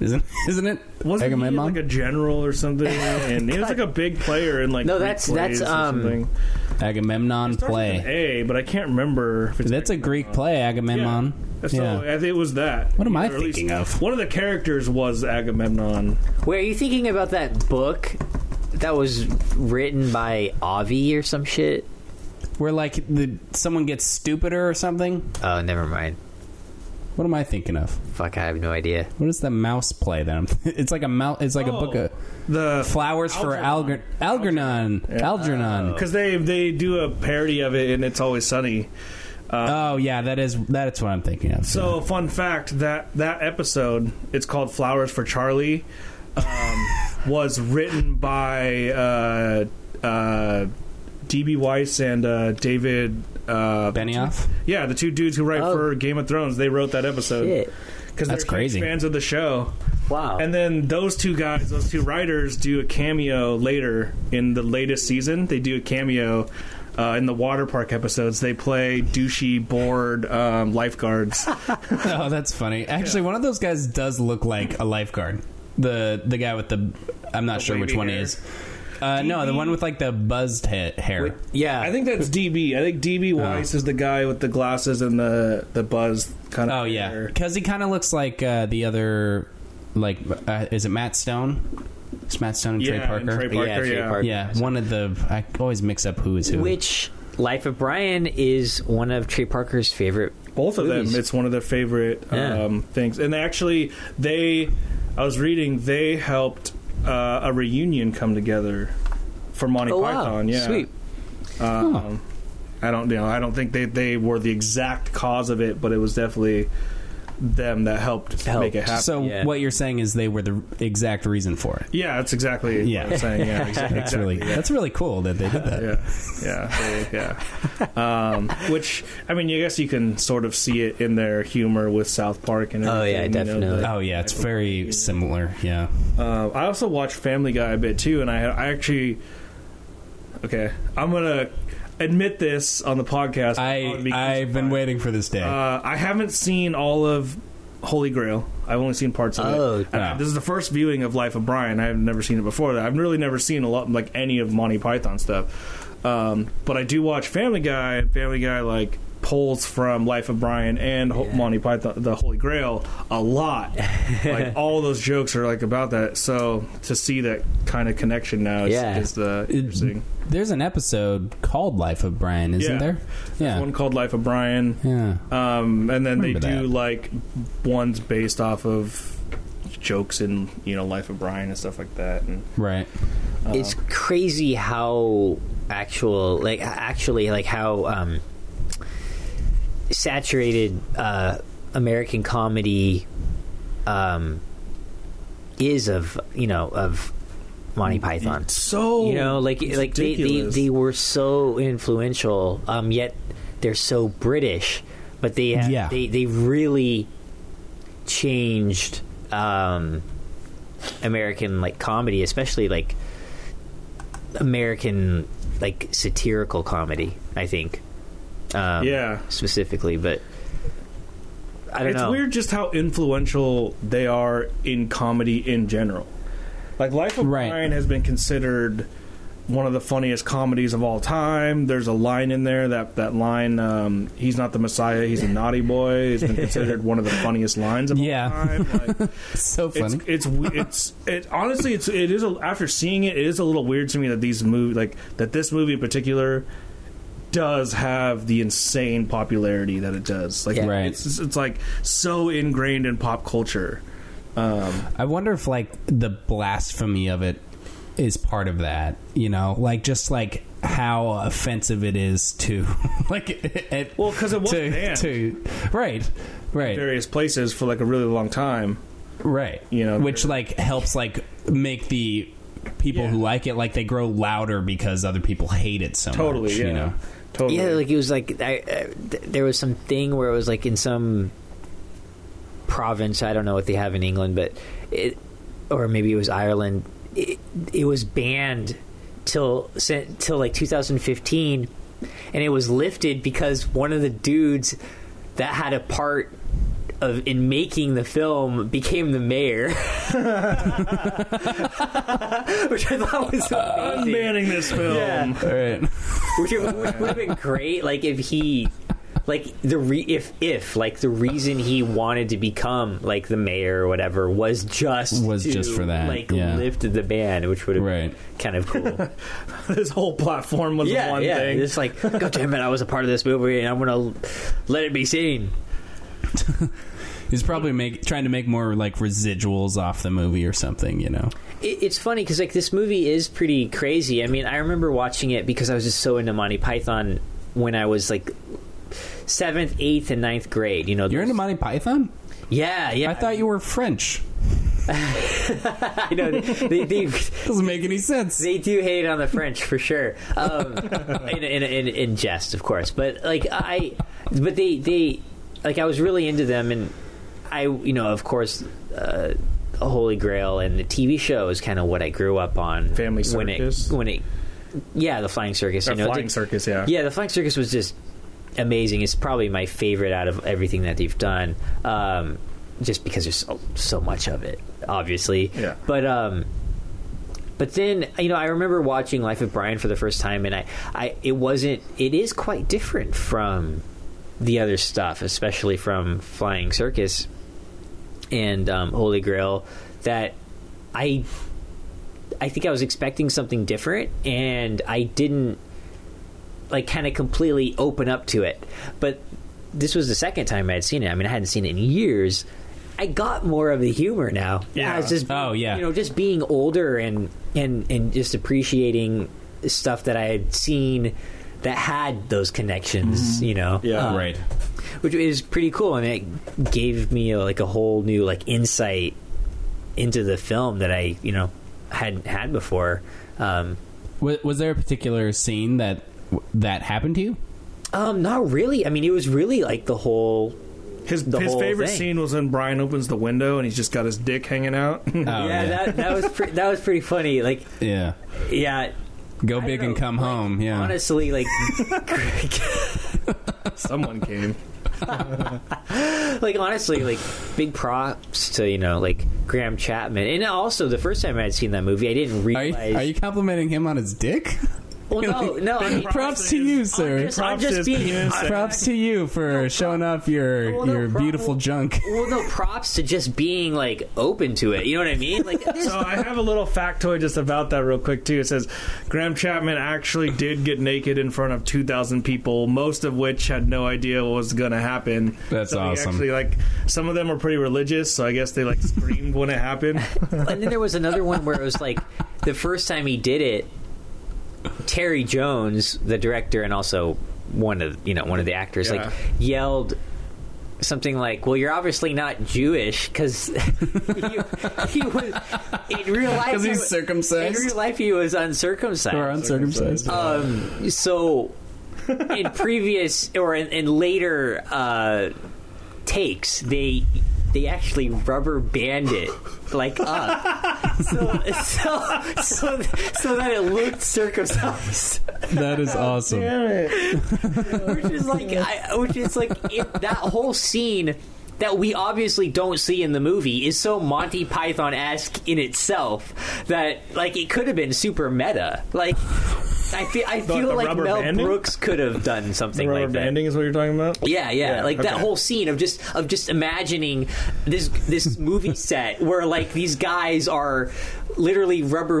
C: Isn't *laughs* isn't it?
B: Wasn't he
C: Agamemnon?
B: like a general
C: *laughs*
B: or something? And he was like a big player in like
D: No,
B: Greek
D: that's- that's,
B: plays or
D: um,
B: something.
C: Agamemnon
B: Starts with an
C: play.
B: A, but I can't remember. If it's
C: That's a Greek
B: Agamemnon.
C: play, Agamemnon.
B: Yeah. So
C: Yeah.
B: I think it was that.
C: What am I
B: Or at least
C: thinking of?
B: One of the characters was Agamemnon.
D: Wait, are you thinking about that book that was written by Avi or some shit?
C: Where like the someone gets stupider or something.
D: Oh, never mind.
C: What am I thinking of?
D: Fuck, I have no idea.
C: What is the mouse play that I'm? *laughs* it's like a mouse. It's like a book
B: Oh.
C: of
B: the
C: flowers for Alger- Algernon. Algernon.
B: because they they do a parody of it and it's always sunny.
C: oh yeah, that is that's what I'm thinking of.
B: Uh, So fun fact that that episode it's called Flowers for Charlie
C: *laughs*
B: um, was written by uh, uh, DB Weiss and uh, David uh, *laughs*
C: Benioff.
B: Yeah, the two dudes who write
D: Oh.
B: for Game of Thrones, they wrote that episode
D: Shit. Oh.
B: because they're
C: That's
B: huge
C: crazy.
B: fans of the show.
D: Wow.
B: And then those two guys, those two writers, do a cameo later in the latest season. They do a cameo uh, in the water park episodes. They play douchey, bored um,
D: *laughs*
B: lifeguards.
C: Oh, that's funny. Actually, one of those guys does look like a lifeguard. The the guy with the I'm not sure which
B: wavy
C: one
B: hair.
C: is. Uh, no, the one with like the buzzed ha- hair.
D: Wait, yeah.
B: I think that's DB. I think DB
C: Oh.
B: Weiss is the guy with the glasses and the the buzz kind of.
C: Oh yeah,
B: hair.
C: because he kind of looks like uh, the other, like uh, is it Matt Stone? It's Matt Stone and
B: Yeah,
C: Trey Parker.
B: and Trey
D: Yeah,
B: Parker,
D: Trey
B: yeah.
D: Parker.
C: Yeah, one of the I always mix up who is who.
D: Which Life of Brian is one of Trey Parker's favorite.
B: both of
D: movies.
B: them it's one of their favorite
D: Yeah.
B: um, things and actually they i was reading they helped uh, a reunion come together for monty
D: Oh wow!
B: python yeah
D: Sweet.
B: Um, i don't you know i don't think they, they were the exact cause of it but it was definitely them that helped,
D: Helped.
B: make it happen
C: so
D: Yeah.
C: what you're saying is they were the exact reason for it.
B: yeah that's exactly
C: Yeah.
B: what i'm saying
D: *laughs*
B: yeah exa- exactly,
C: That's really that's really cool that they did that.
B: *laughs* yeah, yeah, yeah. Um, which I mean, I guess you can sort of see it in their humor with South Park and
D: Oh,
B: everything.
D: yeah,
B: you know,
D: definitely.
B: the-
C: Oh yeah, it's very similar. Yeah.
B: Um, I also watch Family Guy a bit too, and I I actually okay, I'm gonna admit this on the podcast.
C: I
B: Be-
C: I've been waiting for this day.
B: Uh, I haven't seen all of Holy Grail. I've only seen parts of
D: Oh,
B: it. And
C: wow.
B: This is the first viewing of Life of Brian. I've never seen it before. I've really never seen a lot like any of Monty Python stuff. Um, but I do watch Family Guy. and Family Guy like pulls from Life of Brian and Ho-
D: Yeah.
B: Monty Python, the Holy Grail, a
D: *laughs*
B: lot. like all those jokes are like about that. So to see that kind of connection now is,
D: Yeah.
B: is the interesting.
C: There's an episode called Life of Brian, isn't
B: Yeah.
C: there? Yeah.
B: One called Life of Brian.
C: yeah.
B: Um, and then they
C: Remember
B: do
C: that.
B: like ones based off of jokes in you know Life of Brian and stuff like that. And
C: Right.
D: it's crazy how actual, like actually, like how um, saturated uh, American comedy um, is of you know of Monty Python.
B: so
D: you know like like they,
B: Oh,
D: they
B: ridiculous.
D: they were so influential um yet they're so british but they have,
C: Yeah.
D: they they really changed um american like comedy especially like american like satirical comedy i think um
B: Yeah.
D: specifically but i don't
B: it's
D: know
B: weird just how influential they are in comedy in general. Like Life of
C: Right.
B: Brian has been considered one of the funniest comedies of all time. There's a line in there that that line um, he's not the Messiah, he's a naughty boy.
C: *laughs*
B: Has been considered one of the funniest lines of
C: Yeah.
B: all time. Like,
C: It's so
B: it's
C: funny.
B: it's we- it's it honestly it's it is a, after seeing it it is a little weird to me that these movie like that this movie in particular does have the insane popularity that it does like
D: Yeah.
C: Right.
B: it's it's like so ingrained in pop culture
C: I wonder if like the blasphemy of it is part of that, you know, like just like how offensive it is to *laughs* like it, it-
B: Well, 'cause it was
C: to,
B: banned.
C: to right, right,
B: various places for like a really long time
C: right,
B: you know,
C: which
B: there-
C: like helps like make the people
B: Yeah.
C: who like it like they grow louder because other people hate it so
B: totally
C: much,
B: yeah
C: you know.
B: totally
D: Yeah, like it was like I, uh, th- there was some thing where it was like in some province. I don't know what they have in England, but it, or maybe it was Ireland. It, it was banned till sen- till like 2015, and it was lifted because one of the dudes that had a part of in making the film became the mayor, *laughs* which I thought was amazing
B: unbanning this film *laughs*
D: Yeah.
C: All right.
D: which, would- which would have been great like if he like the re- if if like the reason he wanted to become like the mayor or whatever was just
C: Was
D: to,
C: just for that,
D: like
C: yeah.
D: lifted the band which would have
C: Right.
D: been kind of *laughs* cool
B: this whole platform was
D: yeah
B: one
D: yeah
B: thing
D: it's like god damn it i was a part of this movie and i'm gonna let it be seen
C: He's probably make, trying to make more like residuals off the movie or something, you know.
D: It, it's funny because like this movie is pretty crazy. I mean, I remember watching it because I was just so into Monty Python when I was like seventh, eighth, and ninth grade. You know,
C: You're into Monty Python?
D: yeah, yeah.
C: I thought you were French.
D: you know they, they, they
C: Doesn't make any sense.
D: They do hate on the French for sure, um, in, in, in, in jest, of course. But like I, but they they like I was really into them, and I you know of course, uh, Holy Grail and the TV show is kind of what I grew up on.
B: Family
D: when
B: Circus?
D: it when it yeah the Flying Circus,
B: Or
D: you know,
B: flying
D: the-
B: circus, yeah.
D: yeah, the Flying Circus was just amazing. It's probably my favorite out of everything that they've done, um, just because there's so, so much of it, obviously.
B: Yeah.
D: But um, but then you know, I remember watching Life of Brian for the first time, and I, I it wasn't. It is quite different from the other stuff, especially from Flying Circus and um, Holy Grail. That I. I think I was expecting something different, and I didn't like kind of completely open up to it. But this was the second time I had seen it. I mean, I hadn't seen it in years. I got more of the humor now.
B: Yeah.
D: I was just
C: Oh, yeah.
D: you know, just being older and and and just appreciating stuff that I had seen that had those connections. You know,
B: Yeah.
D: Um,
C: right.
D: which is pretty cool, and it gave me a, like a whole new like insight into the film that I you know hadn't had before. Um,
C: Was, was there a particular scene that that happened to you?
D: um, not really. I mean, it was really like the whole
B: His,
D: The
B: his
D: whole
B: favorite
D: thing.
B: scene was when Brian opens the window and he's just got his dick hanging out. *laughs*
C: Oh,
D: yeah,
C: yeah.
D: That, that was pre- that was pretty funny. Like,
C: yeah.
D: yeah,
C: Go
D: I
C: big
D: don't
C: and
D: know,
C: come
D: like,
C: home. Yeah.
D: Honestly,
C: *laughs*
D: like,
B: Someone came.
D: like honestly, like big props to you know like Graham Chapman. And also, the first time I had seen that movie, I didn't
C: Are you,
D: realize.
C: are you complimenting him on his
D: *laughs*
C: dick?
D: well, no, no. I mean,
C: Props to you, sir.
D: I'm just, I'm
B: Props
D: just
B: to his
D: being.
B: penis.
D: I'm-
C: Props to you for showing off your
D: Well, no
C: your
D: problem.
C: beautiful
D: *laughs*
C: junk.
D: well, no. Props to just being like open to it. You know what I mean? Like, there's
B: So I have a little factoid just about that real quick too. It says Graham Chapman actually did get naked in front of 2,000 people, most of which had no idea what was going to happen.
C: That's
B: so he
C: awesome.
B: Actually, like some of them were pretty religious, so I guess they like screamed when it
D: *laughs*
B: happened.
D: and then there was another one where it was like the first time he did it terry jones the director and also one of you know one of the actors
B: Yeah.
D: like yelled something like well you're obviously not jewish because *laughs* he, he was in real
C: *laughs*
D: life
C: 'Cause
D: he
C: he's
D: was-
C: circumcised?
D: in real life he was uncircumcised
C: Or uncircumcised.
D: um, so in previous or in, in later uh, takes, they they actually rubber band it like up, *laughs* so so so, so that it looked circumcised,
C: that
D: *laughs*
C: is awesome.
D: which is like I, which is like it, that whole scene. That we obviously don't see in the movie is so Monty Python esque in itself that like it could have been super meta. Like I feel I
B: The-
D: feel
B: the
D: like
B: rubber
D: Mel
B: banding?
D: Brooks could have done something
B: Rubber
D: like that.
B: banding is what you're talking about.
D: Yeah, yeah,
B: Yeah,
D: like that
B: okay.
D: whole scene of just of just imagining this
B: *laughs*
D: this movie set where like these guys are literally rubber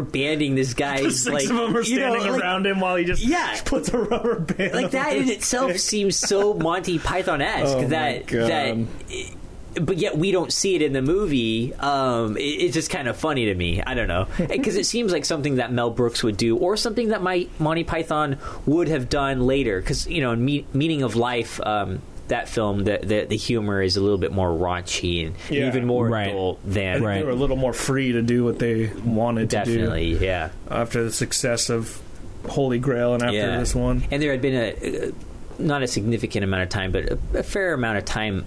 B: *laughs*
D: banding this guy's
B: Six
D: like
B: of them are
D: you know,
B: standing
D: like-
B: around him while he just
D: Yeah.
B: puts a rubber band.
D: Like that
B: over
D: in
B: his
D: itself
B: dick.
D: seems
B: *laughs*
D: so Monty Python esque
B: Oh my
D: that
B: God.
D: that. But yet we don't see it in the movie. Um, it, it's just kind of funny to me. I don't
B: *laughs*
D: know because it seems like something that Mel Brooks would do, or something that my Monty Python would have done later. Because you know, in me- Meaning of Life, um, that film, the, the the humor is a little bit more raunchy and
B: Yeah.
D: even more
C: Right.
D: adult
B: I
D: than
B: think They were a little more free to do what they wanted to do
D: definitely, yeah.
B: after the success of Holy Grail and after
D: Yeah.
B: this one.
D: And there had been a, a not a significant amount of time, but a, a fair amount of time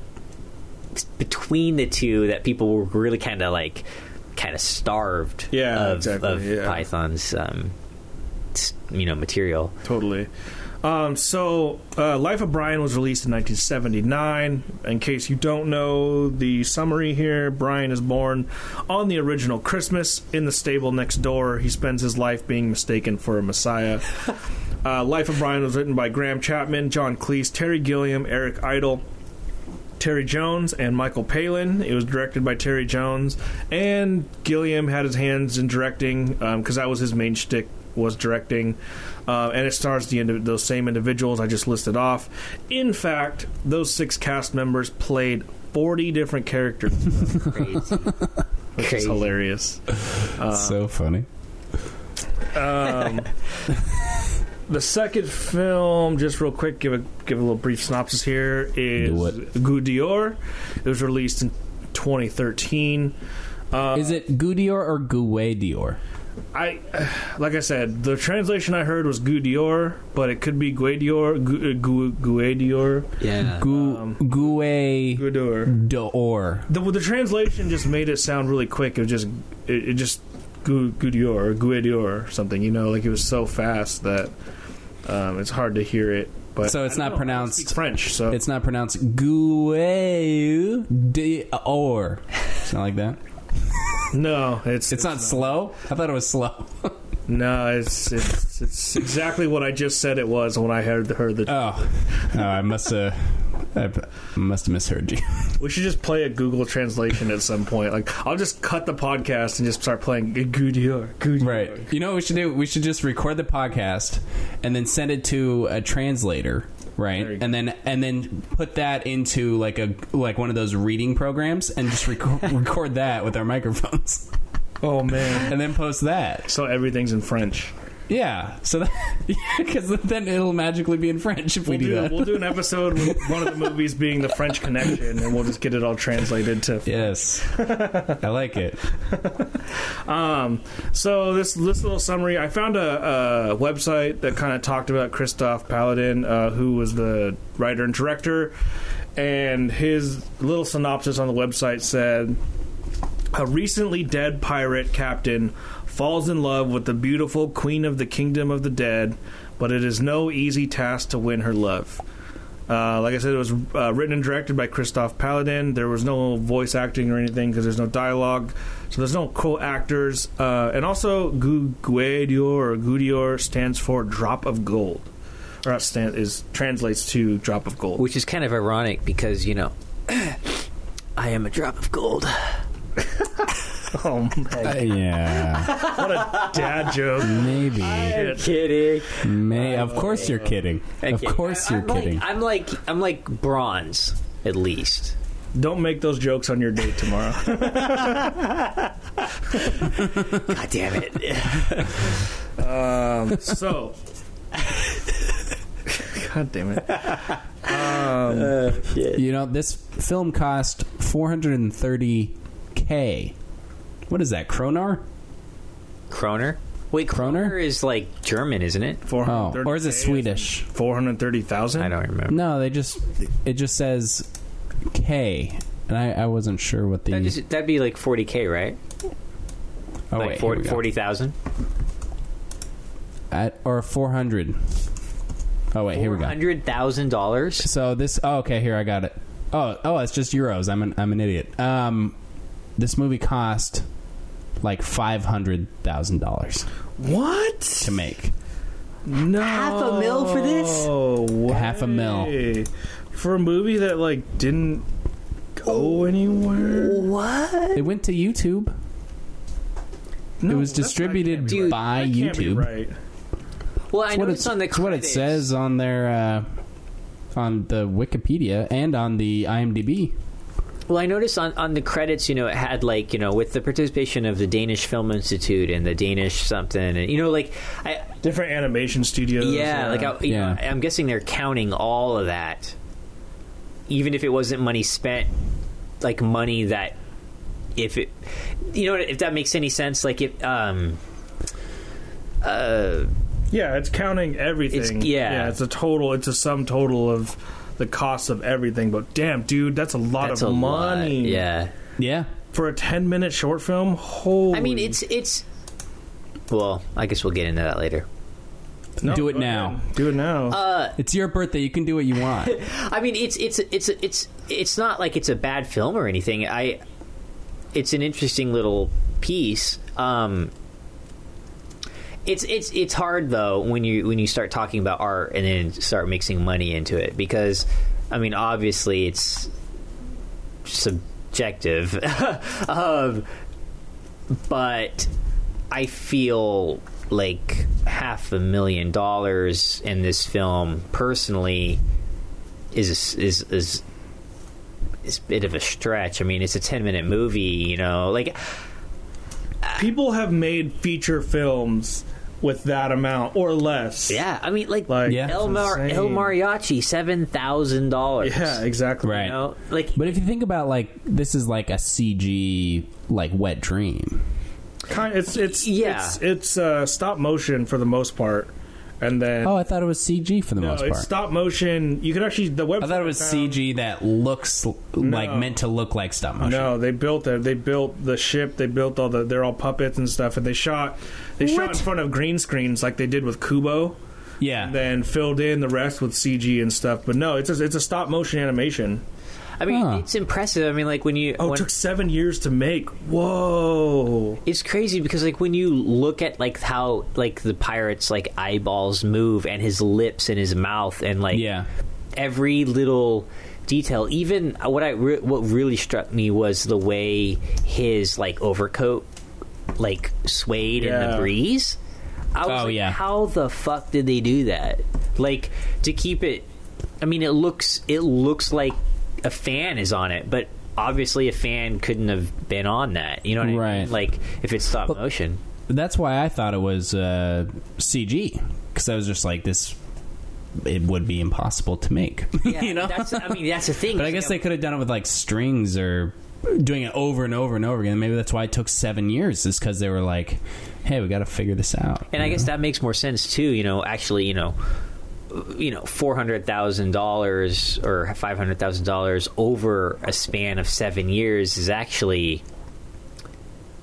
D: between the two that people were really kind of like kind of starved
B: Yeah,
D: of,
B: exactly,
D: of
B: yeah.
D: Python's um, s- you know material.
B: Totally. Um, so, uh, Life of Brian was released in 1979. In case you don't know the summary here, Brian is born on the original Christmas in the stable next door. He spends his life being mistaken for a messiah. uh, Life of Brian was written by Graham Chapman, John Cleese, Terry Gilliam, Eric Idle. Terry Jones and Michael Palin. It was directed by Terry Jones, and Gilliam had his hands in directing because that was his main shtick was directing, uh, and it stars the indi- those same individuals I just listed off. In fact, those six cast members played 40 different characters,
D: Crazy.
B: which is
D: Crazy.
B: hilarious.
C: so funny.
B: Um, the second film, just real quick, give a give a little brief synopsis here. Is
C: Do it.
B: Goût d'Or. It was released in 2013. Uh,
C: Is it Goudior or Gouet Dior?
B: I, like I said, the translation I heard was Goût d'Or, but it could be Gué d'Or, Gu- uh, Gu- Gouet d'Or,
D: yeah.
C: Gou
B: Um,
C: Gouet
B: Goût d'Or.
C: Dior.
B: The, the translation just made it sound really quick. It was just it, it just Gu- Goût d'Or, or Gouet d'Or, or something. You know, like it was so fast that um, it's hard to hear it. But
C: So it's
B: I don't
C: not
B: know, I don't speak
C: pronounced-
B: French. So
C: It's not pronounced
D: *laughs*
C: Gouet Dior. Something like that.
B: No, it's
C: It's not slow. I thought it was slow.
B: no, it's it's, it's exactly what I just said it was when I heard heard the.
C: Oh, oh I must have. I must have misheard you. *laughs*
B: we should just play a Google translation at some point. Like I'll just cut the podcast and just start playing Goudior, Goudior.
C: Right. You know what we should do? We should just record the podcast and then send it to a translator,
B: There you
C: right?
B: go.
C: And then and then put that into like a like one of those reading programs and just
B: *laughs*
C: record record that with our microphones
B: Oh man.
C: and then post that.
B: So everything's in French.
C: *laughs* Yeah. So because then it'll magically be in French if we
B: We'll
C: do,
B: do,
C: that.
B: we'll do an episode with one of the movies being the French Connection, and we'll just get it all translated to *laughs*
C: Yes, I like it.
B: Um, so this this little summary, I found a, a website that kind of talked about Christoph Paladin, uh, who was the writer and director, and his little synopsis on the website said, "A recently dead pirate captain falls in love with the beautiful queen of the kingdom of the dead, but it is no easy task to win her love." Uh, like I said, it was uh, written and directed by Christoph Paladin. There was no voice acting or anything because there's no dialogue, so there's no co-actors. Uh, and also, Gu- Guedior or Gudior stands for drop of gold, or not stand is translates to drop of gold.
D: Which is kind of ironic because, you know, *clears throat* I am a drop
B: *laughs*
D: of gold.
B: oh man,
C: yeah,
B: what a dad joke! *laughs*
C: maybe.
B: Shit.
D: Kidding.
C: May of course you're kidding. Of
D: Okay,
C: course
D: I-
C: you're
D: I'm like-
C: kidding.
D: I'm like I'm like bronze at least.
B: Don't make those jokes on your date tomorrow.
D: God damn
C: *laughs*
D: it!
B: Um, *laughs* so. God damn it. Um,
C: You know, this film cost 430k. What is that, Kronar?
D: Kroner. Wait,
C: Kroner?
D: Kroner is like German, isn't it?
B: 430
C: Oh, or is it Swedish?
B: 430,000?
D: I don't remember.
C: No, they just it just says K, and I, I wasn't sure what the.
D: That just, that'd be like 40k, right?
C: oh
D: like
C: wait, here we
D: 40
C: go.
D: 40,000.
C: At- or 400. Oh wait, here we go.
D: $400,000.
C: So this. Oh, okay, here I got it. Oh, oh, it's just euros. I'm an I'm an idiot. Um, this movie cost like five hundred thousand dollars
B: What?
C: to make.
B: No.
D: Half a mil for this?
B: Oh,
C: Half a mil.
B: way. For a movie that like didn't
D: Oh.
B: go anywhere.
D: What?
C: It went to YouTube. it
B: No,
C: was
B: that's not-
C: distributed
B: that can't be
C: by
B: right. That can't be
C: YouTube.
B: right.
D: Well, I
C: It's
D: know
C: what
D: it's, on the
C: it's what it
D: credits.
C: says on their uh, on the Wikipedia and on the IMDb.
D: Well, I noticed on, on the credits, you know, it had like, you know, with the participation of the Danish Film Institute and the Danish something and you know like I
B: Different animation studios.
D: yeah,
B: uh,
D: like I, you know,
C: Yeah.
D: I'm guessing they're counting all of that, even if it wasn't money spent, like money that if it, you know, if that makes any sense, like if um, uh,
B: yeah, it's counting everything.
D: It's- yeah.
B: it's a total. It's a sum total of the cost of everything. But damn, dude, that's a lot
D: that's
B: of
D: a
B: money.
D: lot. Yeah,
C: Yeah,
B: for a ten-minute short film. Holy.
D: I mean, it's it's. Well, I guess we'll get into that later.
B: No,
C: do it
B: go
C: now.
B: ahead. Do it now.
D: Uh,
C: It's your birthday. You can do what you
B: *laughs*
C: want.
D: I mean, it's it's it's it's it's not like it's a bad film or anything. I, it's an interesting little piece. Um, it's it's it's hard though when you when you start talking about art and then start mixing money into it because, I mean, obviously it's subjective, *laughs* um, but I feel like half a million dollars in this film personally is is is is a bit of a stretch. I mean, it's a ten minute movie, you know. Like,
B: People have made feature films with that amount or less.
D: yeah, I mean, like,
B: Like,
C: Yeah.
D: El,
B: it's
D: Mar-
B: insane.
D: El Mariachi, seven thousand dollars.
B: Yeah, exactly.
C: *laughs* Right.
D: you know, like
C: But if you think about like this is like a CG like wet dream.
B: Kind it's it's
D: Yeah.
B: it's, it's uh, stop motion for the most part, and then
C: Oh, I thought it was CG for the
B: no,
C: most
B: it's
C: part. Oh,
B: stop motion. You could actually the web.
C: I thought it was CG that looks l- like meant to look like stop motion.
B: No, they built it. They built the ship. They built all the. They're all puppets and stuff, and they shot. They shot in front of green screens like they did with Kubo,
C: Yeah.
B: and *laughs* then filled in the rest with CG and stuff. But no, it's a, it's a stop motion animation.
D: I mean,
C: Huh.
D: it's impressive. I mean, like when you
B: Oh,
D: when-
B: it took seven years to make. Whoa.
D: it's crazy because like when you look at like how like the pirate's like eyeballs move and his lips and his mouth and like
C: yeah.
D: every little detail even what i re- what really struck me was the way his like overcoat like swayed in
B: Yeah.
D: the breeze i was
C: Oh,
D: like
C: yeah.
D: how the fuck did they do that like to keep it i mean it looks it looks like a fan is on it but obviously a fan couldn't have been on that you know what i
C: Right.
D: mean like if it's stop motion
C: That's why I thought it was uh, CG because I was just like this. It would be impossible to make. *laughs* *laughs*
D: yeah,
C: you know.
D: that's, i mean that's the thing
C: But I guess they could have done it with like strings or doing it over and over and over again. Maybe that's why it took seven years, is because they were like, "Hey, we got to figure this out."
D: And I guess that makes more sense too. You know, actually, you know, you know, four hundred thousand dollars or five hundred thousand dollars over a span of seven years is actually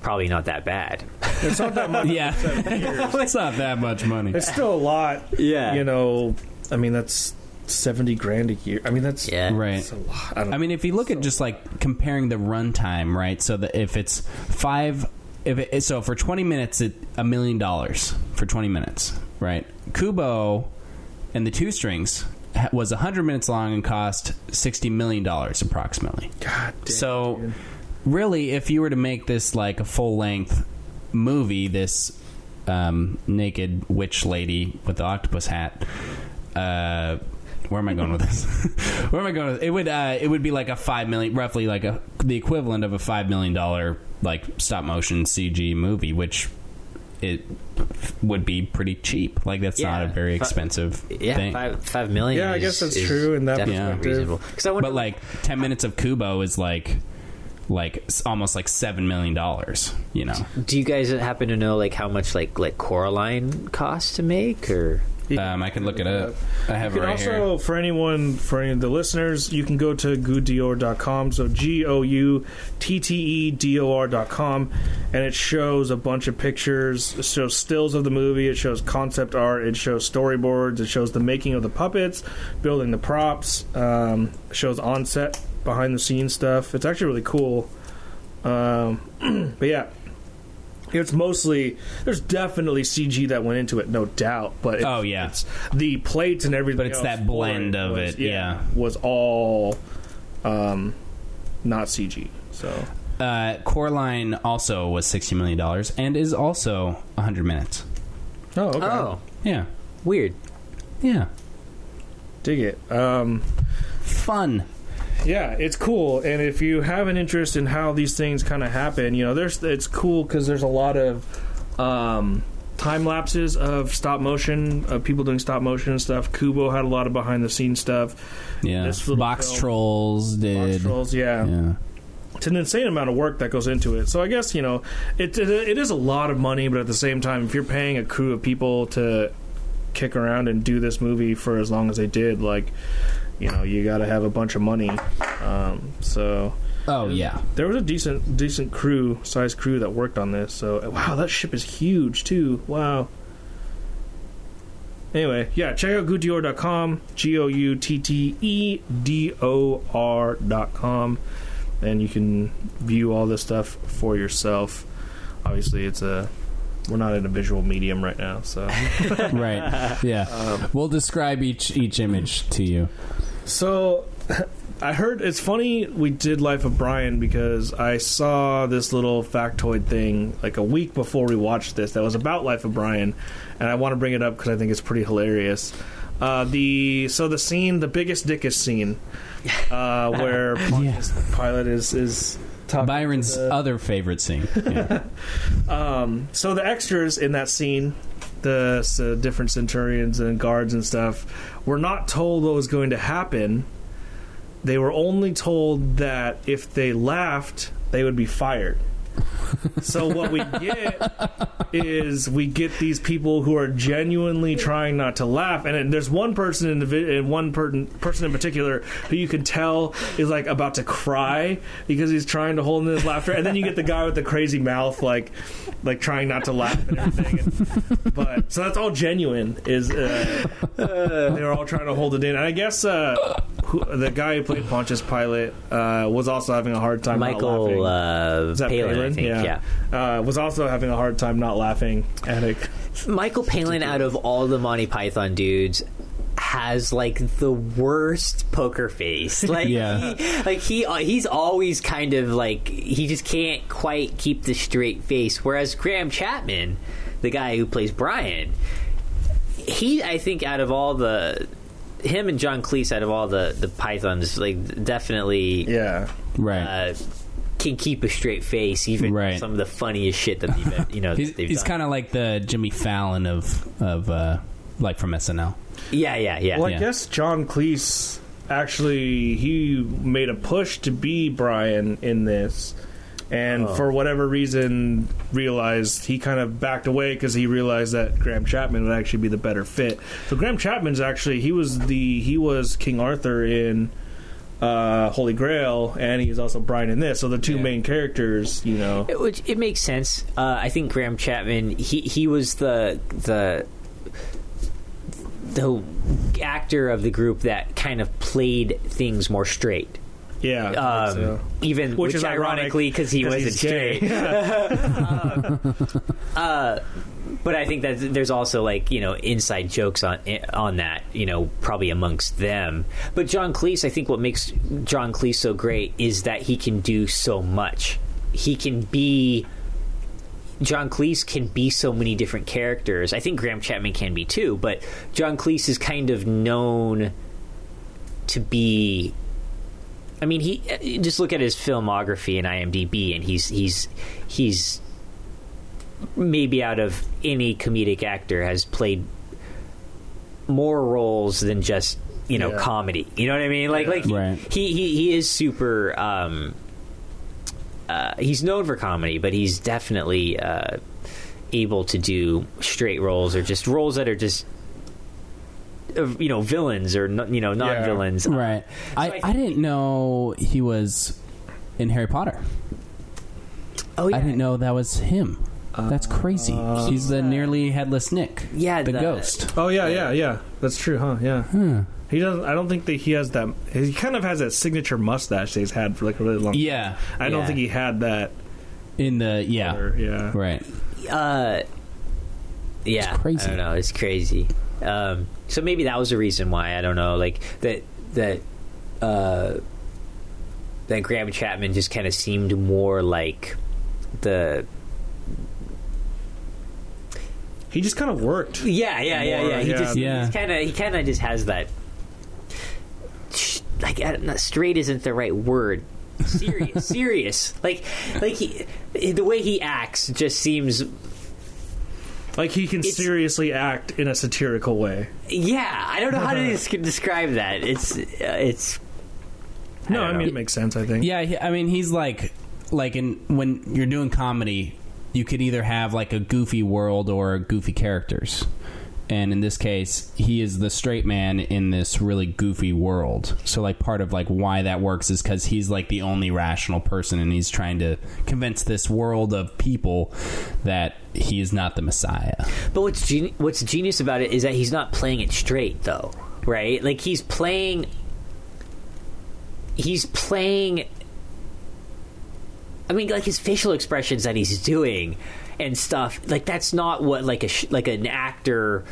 D: probably not that bad.
B: It's not that much.
C: *laughs* yeah, *laughs* it's not that much money.
B: It's still a lot.
D: Yeah.
B: You know, I mean, that's 70 grand a year. I mean, that's.
D: Yeah.
C: Right.
B: That's a lot. I don't
C: I mean, if you look at just like comparing the runtime, right? So that if it's five, if it, so for twenty minutes, it a million dollars for twenty minutes, right? Kubo and the two strings ha- was hundred minutes long and cost sixty million dollars approximately.
B: God damn.
C: so, really, if you were to make this like a full length movie, this um, naked witch lady with the octopus hat. Uh, where am I going with this? *laughs* where am I going? With it would uh, it would be like a five million, roughly like a the equivalent of a five million dollar like stop motion CG movie, which it would be pretty cheap. Like that's
D: Yeah.
C: not a very
D: Fi-
C: expensive
D: Yeah,
C: thing.
D: five five million.
B: Yeah, I
D: is-
B: guess that's
D: is
B: true in that
D: definitely
C: perspective.
D: reasonable. 'Cause I wonder,
C: but like 10 minutes of kubo is like like s- almost like 7 million dollars you know
D: do you guys happen to know like how much like like Coraline cost to make or?
B: Yeah.
C: um i could look it up i have
B: You
C: it
B: can
C: right
B: also, for anyone, for any of the listeners, you can go to goodior.com. So G O U T T E D O R.com. And it shows a bunch of pictures. It shows stills of the movie. It shows concept art. It shows storyboards. It shows the making of the puppets, building the props. Um, it shows on set, behind the scenes stuff. It's actually really cool. Um, *clears throat* but yeah. It's mostly there's definitely CG that went into it, no doubt. But it's,
C: Oh, yeah.
B: it's the plates and everything.
C: But it's
B: else
C: that
B: for
C: blend of
B: was-
C: it, yeah.
B: was all um, not CG. So
C: here uh coraline also was 60 million dollars and is also 100 minutes
B: oh okay,
D: Oh,
C: yeah
D: weird.
C: yeah
B: dig it. Um,
C: fun
B: yeah, it's cool. And if you have an interest in how these things kind of happen, you know, there's it's cool because there's a lot of um, time lapses of stop motion of people doing stop motion and stuff. Kubo had a lot of behind the scenes stuff.
C: yeah
B: This little
C: box
B: film-
C: trolls did
B: Monstrals, yeah.
C: yeah
B: it's an insane amount of work that goes into it. So I guess you know, it, it it is a lot of money, but at the same time, if you're paying a crew of people to kick around and do this movie for as long as they did, like you know, you got to have a bunch of money. Um, so
C: oh
B: *laughs*
C: yeah
B: there was a decent decent crew size crew that worked on this. So wow, that ship is huge too. Wow. Anyway, yeah, check out goodior.com, G O U T T E D O R.com, and you can view all this stuff for yourself. Obviously, it's a we're not in a visual medium right now, so
C: right yeah
B: Um,
C: we'll describe each each image to you
B: So *laughs* I heard it's funny we did Life of Brian because I saw this little factoid thing like a week before we watched this that was about Life of Brian, and I want to bring it up because I think it's pretty hilarious. Uh, the so the scene, the biggest dickest scene, uh, where Pontius Pilate is is talking.
C: Byron's
B: to the-
C: other favorite scene.
B: *laughs*
C: Yeah.
B: um, so the extras in that scene, the s- uh, different centurions and guards and stuff, were not told what was going to happen. They were only told that if they laughed, they would be fired. so what we get is we get these people who are genuinely trying not to laugh, and then there's one person in the vi- and one per- person in particular who you can tell is like about to cry because he's trying to hold in his laughter, and then you get the guy with the crazy mouth, like like trying not to laugh and everything. And, but so that's all genuine. Is uh, they were all trying to hold it in, and I guess uh, who, the guy who played Pontius Pilate uh, was also having a hard time. not laughing.
D: Michael uh,
B: Is that
D: Palin, I think. yeah.
B: Uh, was also having a hard time not laughing at it.
D: Michael Palin, out of all the Monty Python dudes, has like the worst
C: *laughs*
D: poker face. Like,
C: Yeah.
D: he, like he uh, he's always kind of like he just can't quite keep the straight face. Whereas Graham Chapman, the guy who plays Brian, he I think out of all the him and John Cleese, out of all the the Pythons, like definitely
B: Yeah.
C: Right.
D: uh, can keep a straight face, even
C: Right.
D: some of the funniest shit that they've you know
C: he's
D: they've
C: he's
D: done.
C: kind of like the Jimmy Fallon of of uh, like from SNL.
D: yeah yeah yeah
B: Well, I
C: Yeah.
B: guess John Cleese actually he made a push to be Brian in this,
D: Oh.
B: and for whatever reason realized he kind of backed away because he realized that Graham Chapman would actually be the better fit. So Graham Chapman's actually he was the he was King Arthur in. Uh, Holy Grail, and he's also Brian in this. So the two main characters, you know,
D: It, which, it makes sense. Uh, I think Graham Chapman. He he was the the the actor of the group that kind of played things more straight.
B: yeah,
D: Um,
B: so.
D: Even
B: Which
D: which,
B: is ironic,
D: ironically, because he
B: 'cause
D: wasn't
B: he's gay.
D: straight. *laughs* Um, Uh, but I think that there's also like you know inside jokes on on that you know probably amongst them. But John Cleese, I think what makes John Cleese so great is that he can do so much. He can be John Cleese can be so many different characters. I think Graham Chapman can be too, but John Cleese is kind of known to be. I mean, he eh, just look at his filmography and IMDb, and he's he's he's maybe out of any comedic actor has played more roles than just you know
B: Yeah.
D: comedy. You know what I mean? Like like
C: Right.
D: he, he he is super. Um, uh, he's known for comedy, but he's definitely uh, able to do straight roles or just roles that are just of, you know villains or no- you know non villains.
C: Right.
D: I
C: I,
D: think-
C: I didn't know he was in Harry Potter.
D: Oh yeah,
C: I didn't know that was him. That's crazy. He's the nearly headless Nick.
D: Uh, Yeah,
C: the,
D: the-
C: ghost.
B: Oh yeah, yeah, yeah. That's true, huh? Yeah.
D: Hmm.
B: He doesn't. I don't think that he has that. He kind of has that signature mustache that he's had for like a really long.
C: Yeah,
B: I don't
C: yeah.
B: think he had that.
C: in the yeah,
B: Or, yeah.
C: right.
D: uh, yeah.
C: It's crazy.
D: I don't know. It's crazy. Um, so maybe that was the reason why I don't know. Like that that uh, that Graham Chapman just kind of seemed more like the
B: He just kind of worked.
D: Yeah, yeah, yeah,
B: More,
D: yeah. He
B: yeah.
D: just
C: Yeah.
D: he's kind of he kind of just has that sh- like I don't know, straight isn't the right word. Serious, *laughs* serious. Like like he the way he acts just seems
B: Like he can
D: It's-
B: seriously act in a satirical way.
D: yeah, I don't know how
C: *laughs*
D: to des- describe that. It's uh, it's
B: No,
D: don't
B: I,
D: know.
B: mean it makes sense. I think.
C: Yeah, he, I mean he's like like in when you're doing comedy, you could either have like a goofy world or goofy characters. And in this case, he is the straight man in this really goofy world. So like part of like why that works is cuz he's like the only rational person and he's trying to convince this world of people that he is not the messiah.
D: But what's gen- what's genius about it is that he's not playing it straight, though, right? Like he's playing, he's playing. I mean, like his facial expressions that he's doing and stuff. Like that's not what like a sh- like an actor,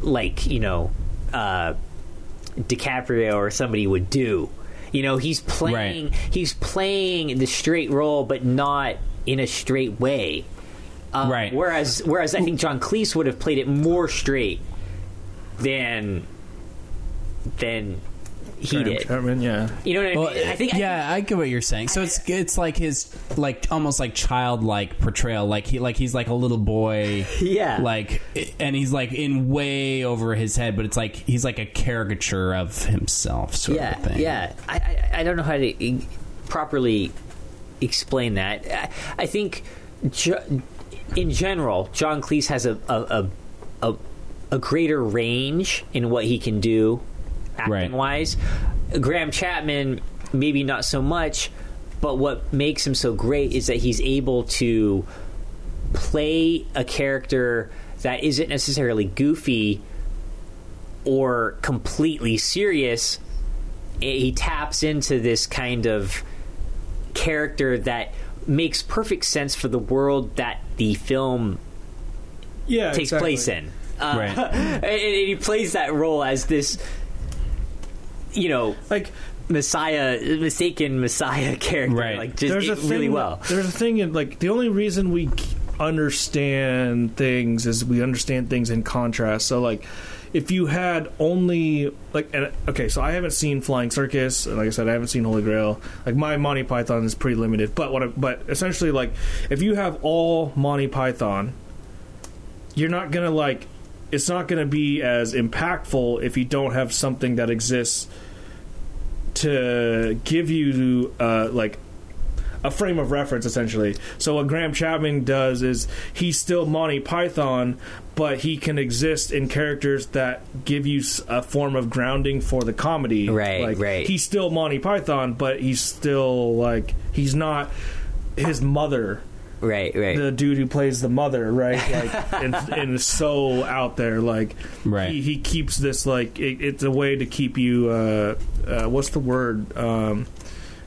D: like you know, uh, DiCaprio or somebody would do. You know, he's playing he's playing the straight role, but not in a straight way. Uh,
C: Right.
D: Whereas, whereas I think John Cleese would have played it more straight than than he
B: Graham
D: did.
B: Chapman, yeah.
D: You know what I mean? I think I-
C: yeah, I get what you're saying. So it's it's like his like almost like childlike portrayal, like he like he's like a little boy,
D: Yeah.
C: like and he's like in way over his head, but it's like he's like a caricature of himself, sort
D: yeah,
C: of thing.
D: Yeah, I, I, I don't know how to e- properly explain that. I, I think, ju- in general, John Cleese has a a, a a a greater range in what he can do, acting
C: Right.
D: wise. Graham Chapman, maybe not so much, but what makes him so great is that he's able to play a character that isn't necessarily goofy or completely serious, i- he taps into this kind of character that makes perfect sense for the world that the film
B: Yeah,
D: takes place in. Uh,
C: Right.
D: *laughs* and, and he plays that role as this, you know,
B: Like
D: messiah, mistaken messiah *laughs* character.
C: Right.
D: Like just
B: there's
D: it-
B: a thing,
D: really well.
B: There's a thing in like the only reason we understand things is we understand things in contrast. So like if you had only like and okay, so I haven't seen Flying Circus, and like I said, I haven't seen Holy Grail. Like my Monty Python is pretty limited, but what I, but essentially like if you have all Monty Python, you're not gonna like it's not gonna be as impactful if you don't have something that exists to give you uh, like a frame of reference essentially. So what Graham Chapman does is he's still Monty Python, but he can exist in characters that give you s- a form of grounding for the comedy.
D: Right,
B: like,
D: right.
B: He's still Monty Python, but he's still like he's not his mother.
D: Right, right.
B: The dude who plays the mother, right?
C: *laughs*
B: Like, and, and is so out there, like,
C: Right.
B: He, he keeps this like it, it's a way to keep you. Uh, uh, what's the word? Um,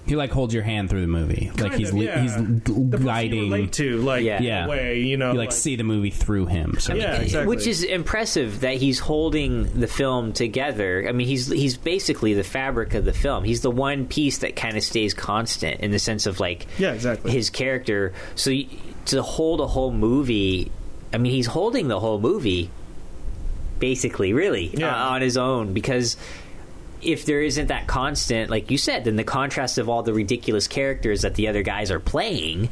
C: He like holds your hand through the movie, like
B: Kind
C: he's
B: of,
C: li-
B: yeah.
C: he's
B: The
C: l-
B: the person you
C: guiding.
B: relate to like
D: Yeah.
C: Yeah.
B: way you know
C: you like, see the movie through him. Sort of
B: yeah
C: thing.
B: exactly
D: Which is impressive that he's holding the film together. I mean, he's he's basically the fabric of the film. He's the one piece that kind of stays constant in the sense of like
B: Yeah, exactly.
D: his character. So y to hold a whole movie, I mean, he's holding the whole movie basically, really
B: Yeah.
D: uh, on his own because if there isn't that constant, like you said, then the contrast of all the ridiculous characters that the other guys are playing.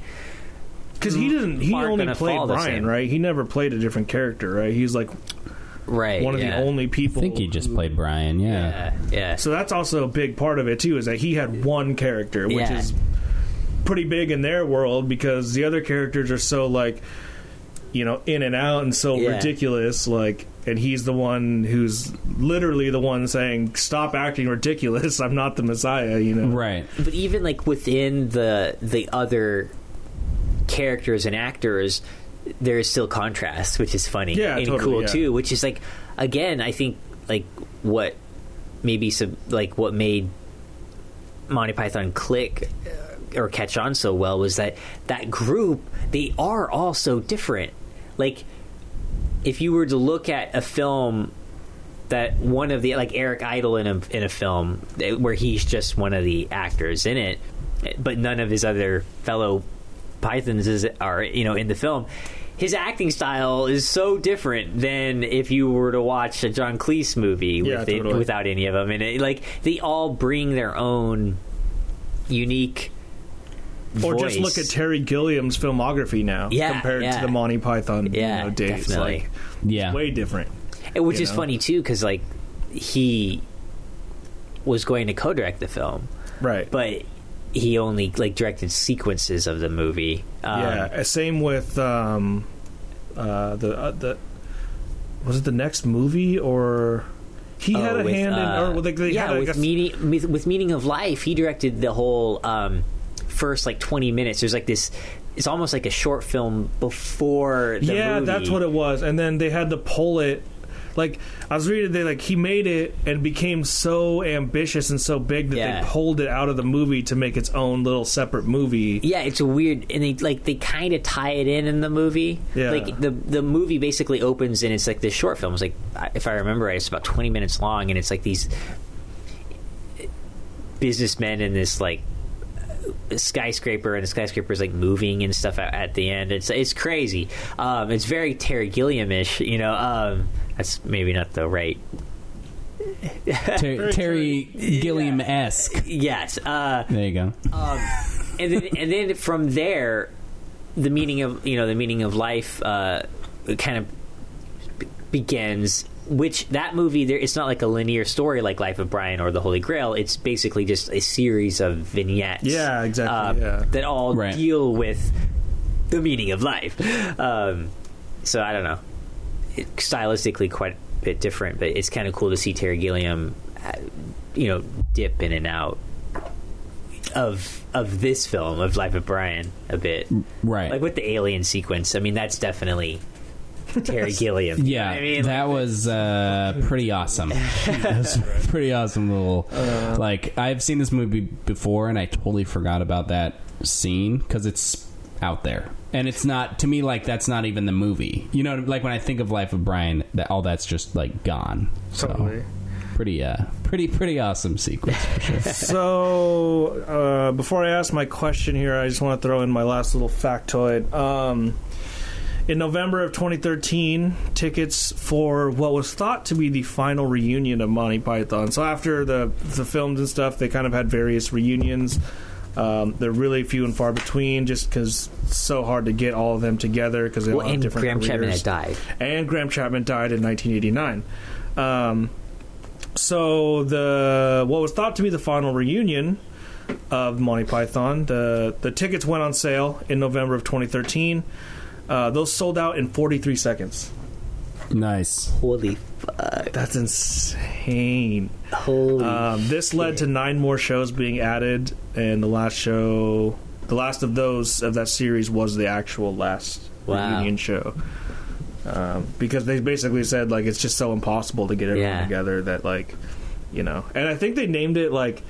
B: because he didn't he
D: aren't
B: only
D: gonna
B: played
D: fall the
B: Brian
D: same.
B: right he never played a different character right he's like
D: Right.
B: one of the only people
C: I think he just played Brian. Yeah.
D: Yeah. yeah.
B: so that's also a big part of it too is that he had one character which
D: Yeah.
B: is pretty big in their world because the other characters are so like you know in and out and so
D: Yeah.
B: ridiculous like and he's the one who's literally the one saying stop acting ridiculous *laughs* i'm not the messiah you know
C: Right.
D: but even like within the the other characters and actors there is still contrast which is funny
B: Yeah,
D: and
B: totally,
D: cool
B: yeah.
D: too which is like again i think like what maybe some like what made monty python click uh, or catch on so well was that that group they are all so different like if you were to look at a film that one of the like Eric Idle in a in a film eh, where he's just one of the actors in it, eh, but none of his other fellow Pythons is are you know in the film. His acting style is so different than if you were to watch a John Cleese movie
B: Yeah,
D: with it-
B: totally.
D: without any of them, and it, like they all bring their own unique.
B: Or just
D: voice.
B: look at Terry Gilliam's filmography now
D: Yeah,
B: compared
D: yeah.
B: to the Monty Python
D: Yeah,
B: you know, days.
D: definitely.
B: Like,
C: Yeah.
B: way different.
D: And which
B: you
D: is
B: know?
D: funny too, because like he was going to co-direct the film,
B: Right.
D: but he only like directed sequences of the movie. Um,
B: yeah. uh, Same with um, uh, the uh, the was it the next movie or he
D: oh,
B: had a
D: with,
B: hand
D: uh,
B: in or they, they
D: yeah,
B: had a-
D: with
B: I guess-
D: meaning with, with meaning of life, he directed the whole um, first like twenty minutes. There's like this. It's almost like a short film before the
B: yeah,
D: movie.
B: that's what it was. And then they had to pull it. Like I was reading, they like he made it and became so ambitious and so big that
D: Yeah.
B: they pulled it out of the movie to make its own little separate movie.
D: Yeah, it's a weird, and they like they kind of tie it in in the movie.
B: Yeah.
D: Like the the movie basically opens and it's like this short film. It's like I- if I remember right, it's about twenty minutes long, and it's like these businessmen in this like skyscraper, and the skyscraper is like moving and stuff at, at the end. It's it's crazy. Um, it's very Terry Gilliam ish, you know. Um, that's maybe not the right
C: Ter- Terry Gilliam esque.
D: Yes. Uh,
C: There you go.
D: um, and then and then from there, the meaning of you know the meaning of life uh, kind of b- begins. Which that movie there, it's not like a linear story like Life of Brian or The Holy Grail. It's basically just a series of vignettes. Uh,
B: Yeah, exactly, yeah.
D: That all
C: Right.
D: deal with the meaning of life. Um, so I don't know. It, stylistically, quite a bit different, but it's kind of cool to see Terry Gilliam, uh, you know, dip in and out of of this film of Life of Brian a bit,
C: Right.
D: like with the alien sequence. I mean, that's definitely
C: *laughs*
D: Terry Gilliam. You know
C: yeah,
D: what I mean,
C: that was uh, pretty
D: *laughs*
C: awesome. that was a pretty awesome little.
D: Uh,
C: like I've seen this movie before, and I totally forgot about that scene because it's out there, and it's not to me like that's not even the movie. You know, like when I think of Life of Brian, that all that's just like gone. So
B: Totally.
C: pretty, uh, pretty, pretty awesome
D: *laughs*
C: sequence. For sure.
B: so uh, before I ask my question here, I just want to throw in my last little factoid. Um, in November of 2013, tickets for what was thought to be the final reunion of Monty Python. So after the the films and stuff, they kind of had various reunions. Um, they're really few and far between, just because it's so hard to get all of them together because they
D: well,
B: all have
D: and
B: different
D: Graham Chapman
B: careers
D: had died.
B: and Graham Chapman died in 1989. Um, so the what was thought to be the final reunion of Monty Python, the the tickets went on sale in November of 2013. Uh, those sold out in 43 seconds.
C: nice.
D: Holy fuck!
B: That's insane.
D: Holy.
C: Uh,
B: Um, this led to nine more shows being added, and the last show, the last of those of that series, was the actual last
D: Wow.
B: reunion show. Um, because they basically said like it's just so impossible to get everyone
D: Yeah.
B: together that like, you know, and I think they named it like.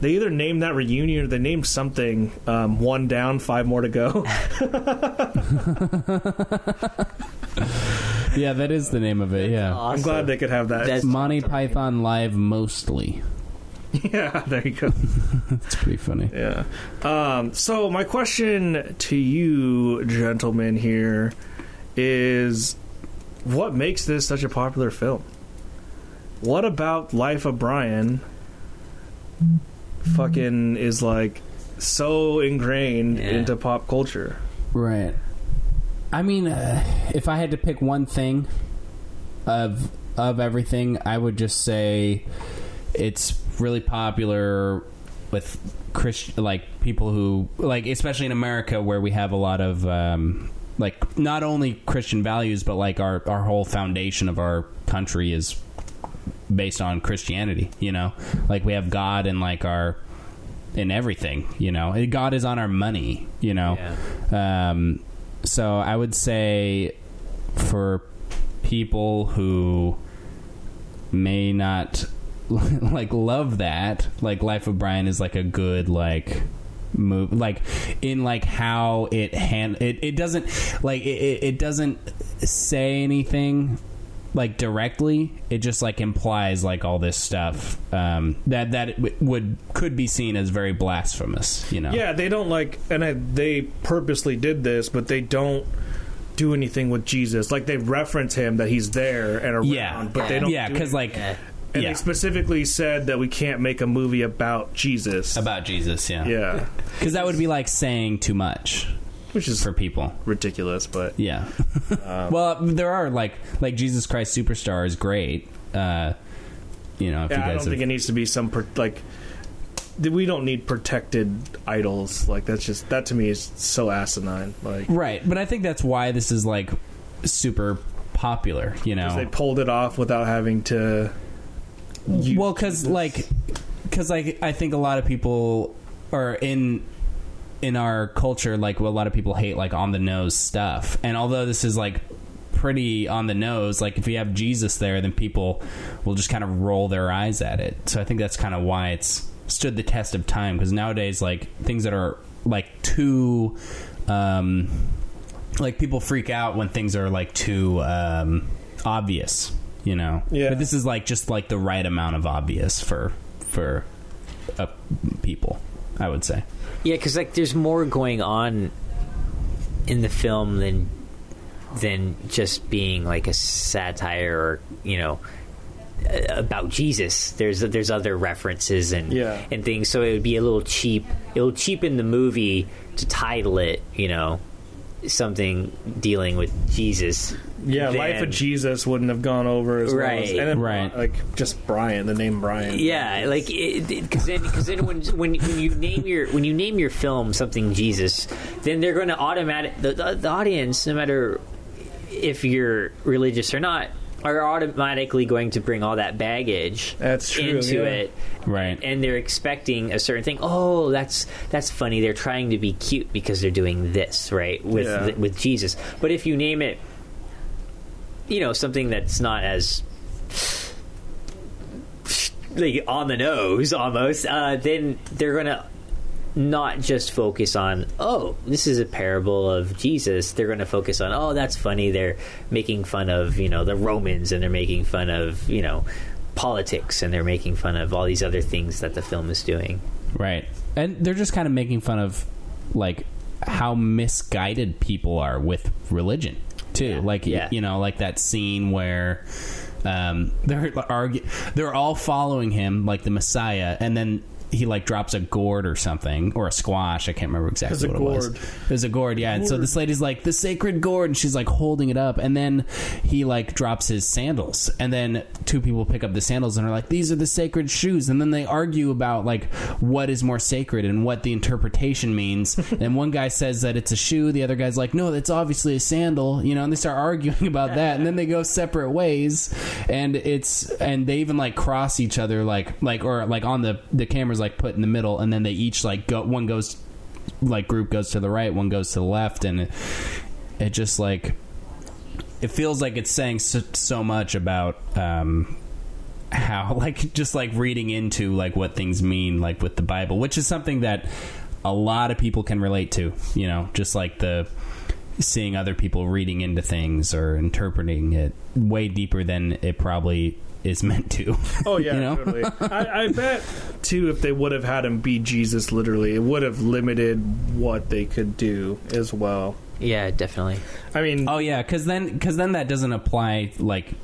B: They either named that reunion or they named something um, one down, five more to go. *laughs*
C: Yeah, that is the name of it. Yeah,
D: awesome.
B: I'm glad they could have that.
D: That's-
C: Monty Python live mostly.
B: *laughs* yeah, there you go.
C: It's pretty funny.
B: Yeah. Um, so my question to you, gentlemen, here is, what makes this such a popular film? What about Life of Brian? Fucking is like so ingrained
D: Yeah.
B: into pop culture.
C: Right. I mean, uh, if I had to pick one thing of of everything, I would just say it's really popular with Christ like people who like especially in America where we have a lot of um like not only Christian values but like our our whole foundation of our country is based on Christianity, you know? Like we have God in like our in everything, you know. God is on our money, you know.
D: Yeah.
C: Um, so I would say for people who may not *laughs* like love that, like Life of Brian is like a good like move like in like how it hand it, it doesn't like it, it, it doesn't say anything like directly it just like implies like all this stuff um that that it w- would could be seen as very blasphemous you know
B: Yeah, they don't like, and I, they purposely did this, but they don't do anything with Jesus. Like they reference him that he's there and around,
C: yeah
B: but they don't.
C: yeah
B: do
C: because like
D: Yeah.
B: And
C: Yeah.
B: they specifically said that we can't make a movie about Jesus.
C: about Jesus, yeah.
B: yeah.
C: Because that would be like saying too much
B: Which is
C: for people.
B: ridiculous, but *laughs*
C: Yeah. well, there are like like Jesus Christ Superstar is great. Uh, you know, if
B: yeah,
C: you
B: I don't
C: guys
B: think it
C: have,
B: needs to be some pro- like th- we don't need protected idols. Like that's just that to me is so asinine. Like
C: right, but I think that's why this is like super popular. You know,
B: they pulled it off without having to. use
C: well because
B: Jesus.
C: like because like i think a lot of people are in in our culture like well, a lot of people hate like on the nose stuff and although this is like pretty on the nose like if you have jesus there then people will just kind of roll their eyes at it so i think that's kind of why it's stood the test of time because nowadays like things that are like too um like people freak out when things are like too um obvious you know
B: Yeah.
C: but this is like just like the right amount of obvious for for uh, people i would say
D: Yeah, because like there's more going on in the film than than just being like a satire or you know uh, about Jesus. There's there's other references and
B: Yeah.
D: and things. So it would be a little cheap. It'll cheapen the movie to title it, you know, something dealing with Jesus.
B: Yeah,
D: than-
B: Life of Jesus wouldn't have gone over as well. As,
D: Right.
B: and then,
C: Right.
B: Like just Brian, the name Brian.
D: Yeah, like because then because then when, when when you name your when you name your film something Jesus, then they're going to automatic the, the the audience, no matter if you're religious or not, are automatically going to bring all that baggage
B: That's true,
D: into
B: yeah.
D: it,
C: Right.
D: and they're expecting a certain thing. Oh, that's that's funny. They're trying to be cute because they're doing this right with
B: Yeah.
D: the- with Jesus. But if you name it, you know something that's not as like on the nose almost, uh, then they're gonna not just focus on oh this is a parable of jesus they're going to focus on oh that's funny they're making fun of you know the romans and they're making fun of you know politics and they're making fun of all these other things that the film is doing
C: Right. And they're just kind of making fun of like how misguided people are with religion too. like y-
D: yeah.
C: you know, like that scene where um they're argu- they're all following him like the Messiah and then he like drops a gourd or something or a squash. I can't remember exactly
B: It's a
C: what it was.
B: gourd.
C: It was a gourd, yeah. And so this lady's like the sacred gourd, and she's like holding it up, and then he like drops his sandals, and then two people pick up the sandals and are like, "These are the sacred shoes," and then they argue about like what is more sacred and what the interpretation means. *laughs* and one guy says that it's a shoe, the other guy's like, "No, that's obviously a sandal," you know, and they start *laughs* arguing about that, and then they go separate ways, and it's and they even like cross each other like like or like on the the cameras like put in the middle, and then they each like go one goes like group goes to the right, one goes to the left, and it, it just like it feels like it's saying so, so much about um, how *laughs* like just like reading into like what things mean like with the Bible, which is something that a lot of people can relate to. You know, just like the seeing other people reading into things or interpreting it way deeper than it probably is *laughs* meant to.
B: Oh yeah,
C: You know?
B: totally. I, I
C: *laughs*
B: bet too if they would have had him be Jesus, literally, it would have limited what they could do as well.
D: yeah definitely
B: I mean,
C: oh yeah, because then because then that doesn't apply like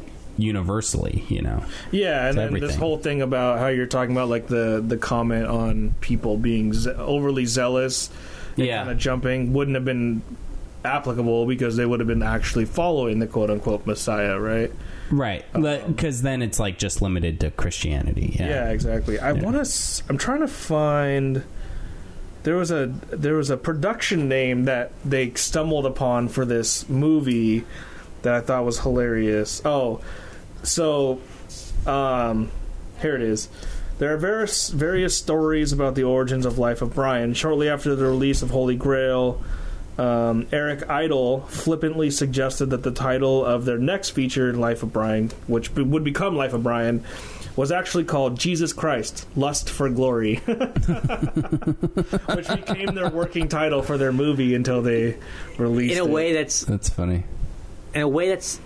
C: universally. You know.
B: yeah, and
C: to
B: then this
C: everything.
B: whole thing about how you're talking about like the the comment on people being ze- overly zealous, and
C: Yeah.
B: kinda jumping wouldn't have been applicable because they would have been actually following the quote unquote Messiah, right?
C: Right, because then it's like just limited to Christianity. Yeah,
B: Yeah, exactly. I want to. I'm trying to find. There was a there was a production name that they stumbled upon for this movie that I thought was hilarious. Oh, so um, here it is. There are various various stories about the origins of life of Brian. Shortly after the release of Holy Grail, um, Eric Idle flippantly suggested that the title of their next feature, Life of Brian, which be- would become Life of Brian, was actually called Jesus Christ: Lust for Glory, *laughs* which became their working title for their movie until they released
D: in a
B: it.
D: way that's
C: that's funny.
D: in a way that's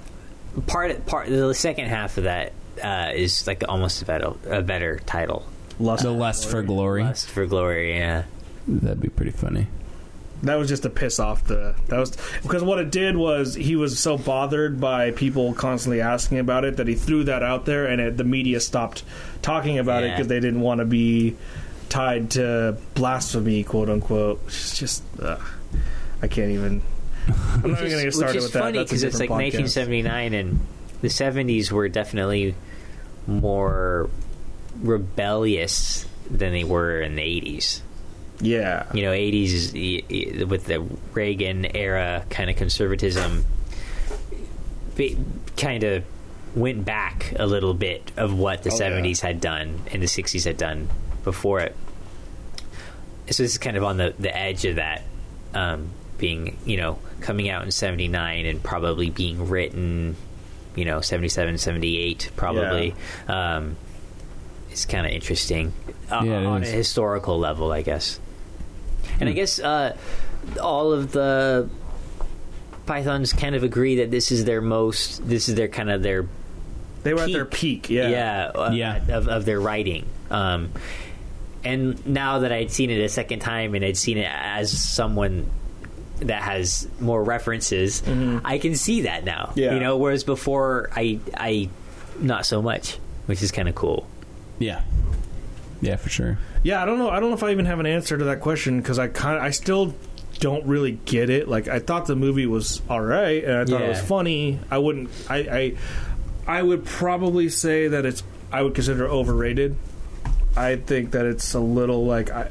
D: part part the second half of that uh, is like almost a better a better title
B: Lust
C: The lust for glory.
D: lust for glory yeah
C: That'd be pretty funny.
B: That was just to piss off the. That was because what it did was he was so bothered by people constantly asking about it that he threw that out there, and it, the media stopped talking about it
D: Yeah.
B: because they didn't want to be tied to blasphemy, quote unquote. It's just, ugh, I can't even. I'm not even going to get
D: which
B: started
D: is
B: with that.
D: funny
B: That's a
D: because it's like
B: different podcast.
D: 1979 and the 70s were definitely more rebellious than they were in the 80s
B: Yeah,
D: you know 80s is, y- y- with the reagan era kind of conservatism kind of went back a little bit of what the
B: Oh, yeah.
D: 70s had done and the 60s had done before it so this is kind of on the, the edge of that um, being you know coming out in 79 and probably being written you know 77 78 probably um, it's kind of interesting uh,
C: Yeah, it
D: on
C: is. Hmm.
D: a historical level i guess and i guess uh, all of the pythons kind of agree that this is their most this is their kind of their
B: they were at their peak. Yeah,
D: yeah, uh,
C: Yeah.
D: Of, of their writing. Um, and now that I'd seen it a second time and I'd seen it as someone that has more references,
C: Mm-hmm.
D: I can see that now.
B: Yeah.
D: You know, whereas before I I not so much. which is kind of cool.
C: Yeah. Yeah, for sure.
B: Yeah, I don't know. I don't know if I even have an answer to that question because I kind of, I still don't really get it. Like, I thought the movie was all right, and I thought it was
D: Yeah.
B: funny. I wouldn't. I, I, I would probably say that it's. I would consider it overrated. I think that it's a little like I,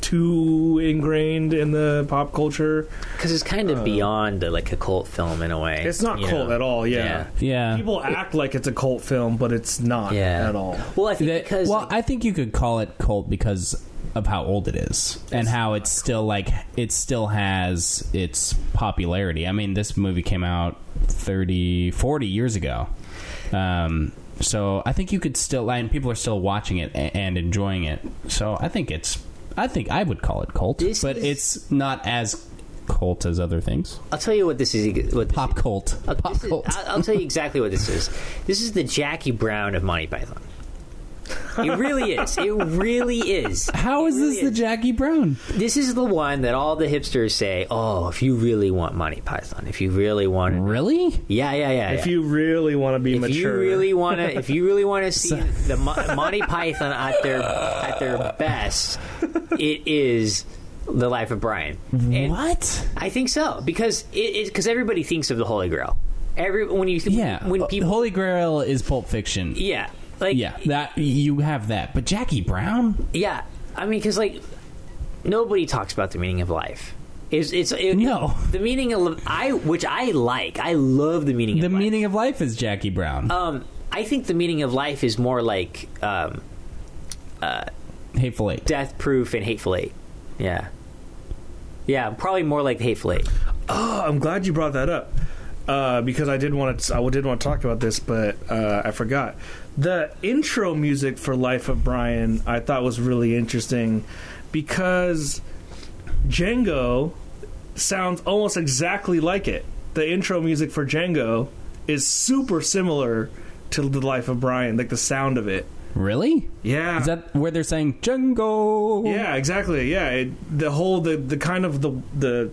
B: too ingrained in the pop culture.
D: Because it's kind of beyond a, like a cult film in a way.
B: Uh, It's not
D: you
B: cult
D: know?
B: at all. Yeah.
D: Yeah.
C: Yeah.
B: People act like it's a cult film, but it's not
D: Yeah.
B: at all.
D: Well, I think
C: That-
D: because
C: well,
D: like,
C: I think you could call it cult because of how old it is and how it's still like it still has its popularity. I mean, this movie came out 30, 40 years ago. Um, so I think you could still, and people are still watching it a- and enjoying it. So I think it's, I think I would call it cult,
D: This
C: but
D: is-
C: it's not as cult as other things.
D: I'll tell you what this is. e-, What this
C: Pop cult.
D: I'll,
C: Pop
D: this is-
C: cult.
D: I'll- I'll tell you exactly what this is. This is the Jackie Brown of Monty Python. It really is. It really is.
C: how is
D: It
C: this the
D: really
C: Jackie Brown?
D: This is the one that all the hipsters say, "Oh, if you really want Monty Python, if you really want it,
C: Really?
D: yeah, yeah, yeah."
B: If
D: yeah.
B: you really want to be
D: if
B: mature,
D: you really want to, if you
C: *laughs*
D: really want to see the Mo- Monty Python at their at their best, it is the Life of Brian. And
C: What?
D: I think so because it because everybody thinks of the Holy Grail. Every when you
C: Yeah.
D: when
C: Uh,
D: people
C: Holy Grail is Pulp Fiction.
D: yeah like
C: Yeah, that you have that. But Jackie Brown?
D: Yeah, I mean, because like nobody talks about the meaning of life. It's it's it,
C: No.
D: the meaning of I, which I like. I love the meaning.
C: The
D: of
C: meaning of life is Jackie Brown.
B: Uh,
D: Life. Um, I think the meaning of life is more like um,
C: Hateful Eight.
D: death proof and hateful eight. Yeah, yeah, probably more like hateful eight.
B: Oh, I'm glad you brought that up uh, because I did want to. I did want to talk about this, but uh, I forgot. The intro music for Life of Brian I thought was really interesting because Django sounds almost exactly like it. The intro music for Django is super similar to the Life of Brian, like the sound of it.
C: Really?
B: Yeah,
C: Is that where they're saying Django?
B: yeah, exactly. Yeah, it, the whole the the kind of the the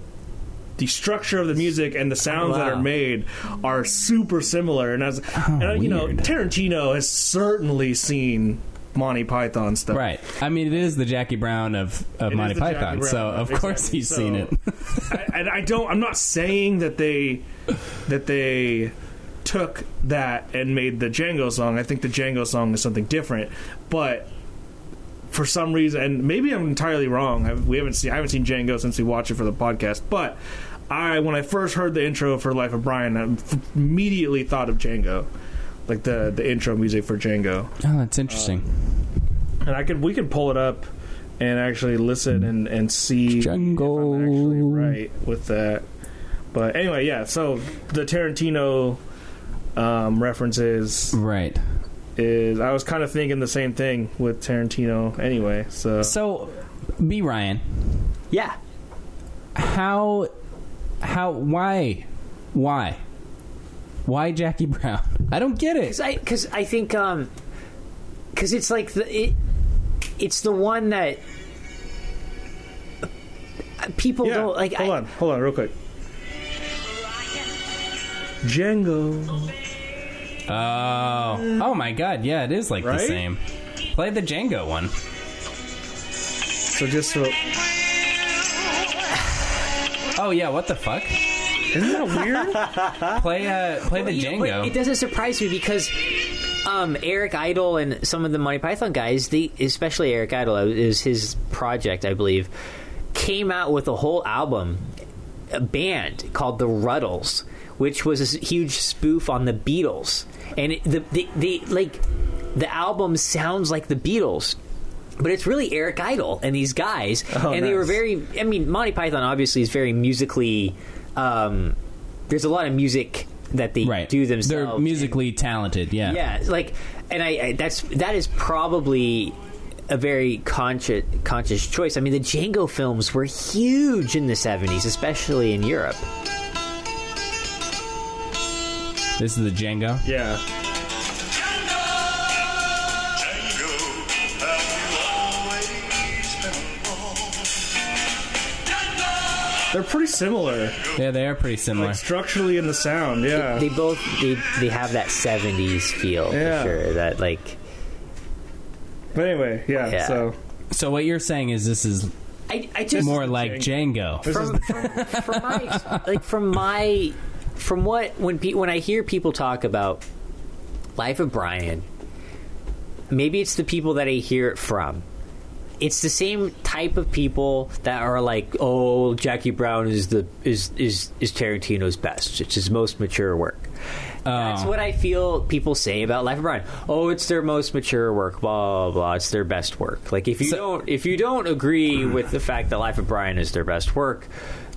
B: the structure of the music and the sounds that
D: Wow.
B: are made are super similar. And as and uh, you know,
C: weird.
B: Tarantino has certainly seen Monty Python stuff.
C: Right. I mean, it is the Jackie Brown of, of
B: It
C: Monty
B: is the Jackie
C: Python,
B: Brown
C: so
B: stuff,
C: of course
B: exactly.
C: he's
B: So, uh,
C: seen it.
B: I, and I don't. I'm not saying that they that they took that and made the Django song. I think the Django song is something different, but. For some reason, and maybe I'm entirely wrong. I, we haven't seen I haven't seen Django since we watched it for the podcast. But I, when I first heard the intro for Life of Brian, I f- immediately thought of Django, like the the intro music for Django
C: Oh, that's interesting.
B: and I could we could pull it up and actually listen and and see
C: Jungle.
B: if I'm actually right with that. But anyway, yeah. So the Tarantino um, references
C: right.
B: is I was kind of thinking the same thing with Tarantino anyway. So
C: So, B. Ryan,
D: Yeah,
C: how, how, why, why, why Jackie Brown? I don't get it.
D: because I because I think um because it's like the it, it's the one that uh, people
B: yeah,
D: don't like.
B: hold
D: I,
B: on, hold on, real quick. Django.
C: Oh, oh my God! Yeah, it is like
B: Right?
C: the same. Play the Django one.
B: So just so
C: Oh yeah, what the fuck?
B: isn't that
D: *laughs*
B: weird?
C: Play uh, play the
D: You know, but It
C: Django.
D: doesn't surprise me because um, Eric Idle and some of the Monty Python guys, they, especially Eric Idle, it was his project, I believe, came out with a whole album, a band called the Ruddles, which was a s- huge spoof on the Beatles, and it, the, the the like the album sounds like the Beatles. But it's really Eric Idle and these guys,
B: Oh,
D: and they were
B: nice.
D: very. I mean, Monty Python obviously is very musically. Um, there's a lot of music that they
C: Right,
D: do themselves.
C: They're musically talented. Yeah.
D: yeah, it's like, and I, I that's that is probably a very conscious conscious choice. I mean, the Django films were huge in the '70s, especially in Europe.
C: This is the Django.
B: yeah.
F: Django, have you always been wrong? Django,
B: They're pretty similar,
C: Yeah, they are pretty similar.
B: like structurally in the sound. Yeah,
D: They both they, they have that '70s feel
B: Yeah.
D: for sure. That like
B: but anyway, yeah.
D: Yeah.
B: So
C: So what you're saying is this is
D: I, I just
C: more like Django.
B: this
D: from,
B: is
D: from, from my ex- like from my from what when pe- when I hear people talk about Life of Brian, maybe it's the people that I hear it from. It's the same type of people that are like, "Oh, Jackie Brown is the is is is Tarantino's best. It's his most mature work." That's
C: Oh.
D: what I feel people say about Life of Brian. Oh, it's their most mature work. Blah blah blah. It's their best work. Like if you
C: So-
D: don't if you don't agree with the fact that Life of Brian is their best work,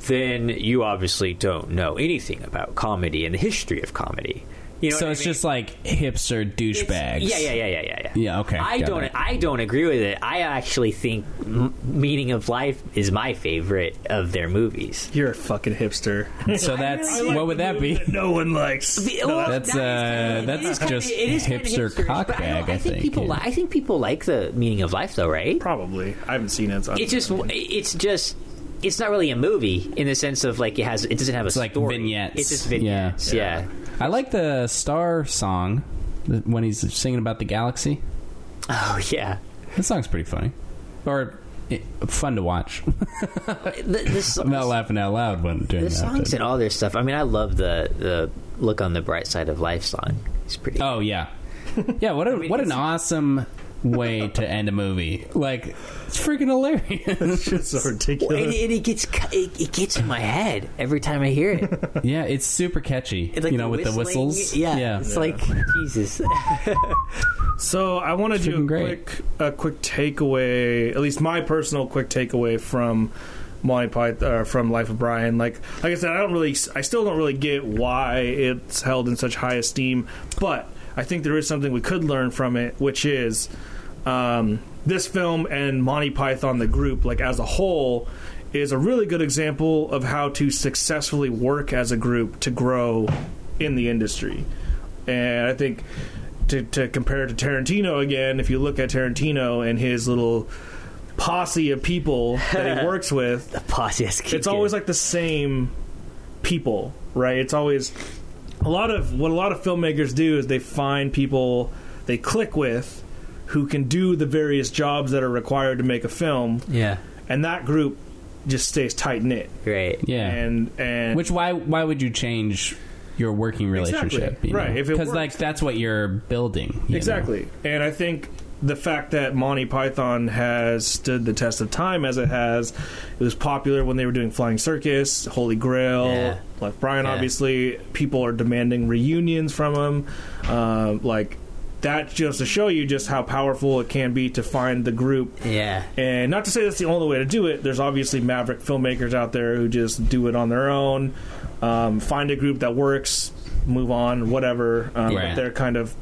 D: then you obviously don't know anything about comedy and the history of comedy. You know
C: so
D: what I
C: it's
D: mean?
C: just like hipster
D: It's-
C: douchebags.
D: Yeah, yeah, yeah, yeah, yeah, yeah.
C: Yeah, okay,
D: I
C: got
D: don't.
C: it.
D: I don't agree with it. I actually think M- Meaning of Life is my favorite of their movies.
B: you're a fucking hipster.
C: So that's what would that be?
B: *laughs* no one likes.
D: Well,
C: that's,
D: that is
C: uh,
D: kinda-
C: that's
D: it is kinda-
C: just
D: it is kinda
C: hipster
D: hipsterish, but I,
C: cockbag,
D: don't- I
C: I
D: think
C: think,
D: people.
C: yeah.
D: Li- I think people like the meaning of life, though, right?
B: Probably, I haven't seen it. So I
D: It's
B: don't
D: just.
B: know.
D: It's just. It's not really a movie in the sense of like it has. It doesn't have a
C: It's like
D: story.
C: vignettes.
D: It's just vignettes. Yeah.
C: I like the Star song th- when he's singing about the galaxy.
D: Oh yeah.
C: That song's pretty funny, or eh, fun to watch. *laughs*
D: The, the,
C: I'm not laughing out loud when doing
D: the
C: that.
D: songs
C: but-
D: and all their stuff. I mean, I love the the look on the bright side of life song. It's pretty.
C: Oh yeah, yeah.
D: *laughs*
C: What a,
D: mean,
C: what an
D: it's-
C: awesome
D: *laughs*
C: way to end a movie. Like it's freaking
D: *laughs*
C: hilarious.
B: *laughs* It's so
D: Well,
B: ridiculous.
D: and, and it gets cu- it, it gets in my head every time I hear
C: *laughs*
D: it.
C: yeah, it's super catchy.
D: It's like
C: you know, with the
D: whistling.
C: whistles.
D: Yeah,
C: yeah.
D: it's like Jesus. *laughs*
B: So I want to do a
C: Freaking great.
B: quick a quick takeaway, at least my personal quick takeaway from Monty Python or from Life of Brian. Like like I said, I don't really, I still don't really get why it's held in such high esteem, but I think there is something we could learn from it, which is um, this film and Monty Python the group, like as a whole. Is a really good example of how to successfully work as a group to grow in the industry. And I think to, to compare it to Tarantino again, if you look at Tarantino and his little posse of people
C: *laughs*
B: that he works with,
D: the posse has
B: it's always like the same people, right? It's always a lot of what a lot of filmmakers do is they find people they click with who can do the various jobs that are required to make a film,
D: yeah,
B: and that group just stays tight knit.
D: great.
C: yeah.
B: And and
C: Which why why would you change your working
B: Exactly.
C: relationship? you
B: Right,
C: know?
B: if it works.
C: like that's what you're building. you know?
B: Exactly. And I think the fact that Monty Python has stood the test of time as it has, it was popular when they were doing Flying Circus, Holy Grail,
D: Yeah.
B: like Brian,
D: Yeah.
B: obviously. People are demanding reunions from him. Um, like, that's just to show you just how powerful it can be to find the group
D: Yeah,
B: and not to say that's the only way to do it. There's obviously maverick filmmakers out there who just do it on their own, um, find a group that works, move on, whatever. Um,
C: Right.
B: But they're kind of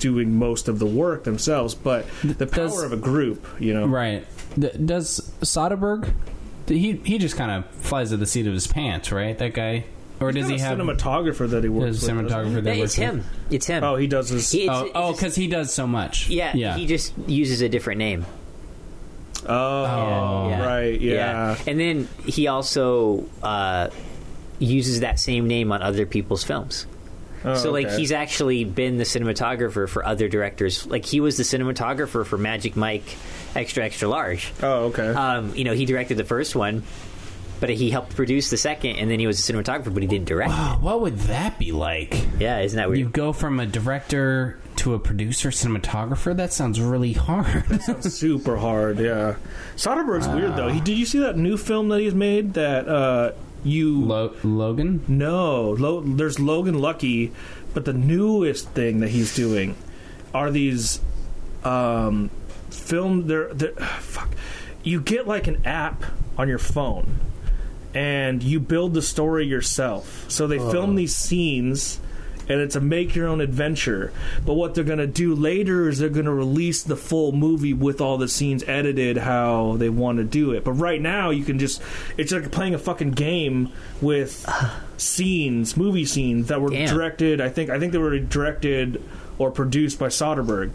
B: doing most of the work themselves. But the power
C: Does-
B: of a group, you know,
C: Right. Th- does Soderbergh? He he just kind of flies to the seat of his pants, right? That guy, or does
B: He's
C: he
B: got a
C: have
B: cinematographer that he works
C: does
B: with? doesn't
C: cinematographer?
D: Hey,
C: that
D: it's
C: works with-
D: him. It's him.
B: he? Oh, he does his.
D: He- it's-
C: Oh,
D: it's
C: oh,
D: just-
C: because he does so much.
D: yeah,
C: yeah.
D: He just uses a different name.
B: oh,
D: yeah.
B: right, yeah.
D: and then he also uh, uses that same name on other people's films.
B: Oh,
D: so like
B: okay.
D: he's actually been the cinematographer for other directors. Like he was the cinematographer for Magic Mike, Extra Extra Large.
B: Oh, okay.
C: Uh,
D: um, you know, he directed the first one, but he helped produce the second, and then he was a cinematographer, but he didn't direct.
C: Oh, what would that be like?
D: Yeah, isn't that weird?
C: You go from a director to a producer, cinematographer. That sounds really hard.
B: super hard. Yeah, Soderbergh's weird
C: Uh.
B: though. He, did you see that new film that he's made that uh,
C: *laughs*
B: you
C: Lo- Logan.
B: No, Lo- there's Logan Lucky, but the newest thing that he's doing are these um, film. They're, they're *sighs* fuck. You get like an app on your phone, and you build the story yourself. So they film these scenes. And it's a make your own adventure. But what they're going to do later is they're going to release the full movie with all the scenes edited how they want to do it. But right now, you can just. It's like playing a fucking game with scenes, movie scenes that were
D: Damn.
B: directed. I think I think they were directed or produced by Soderbergh.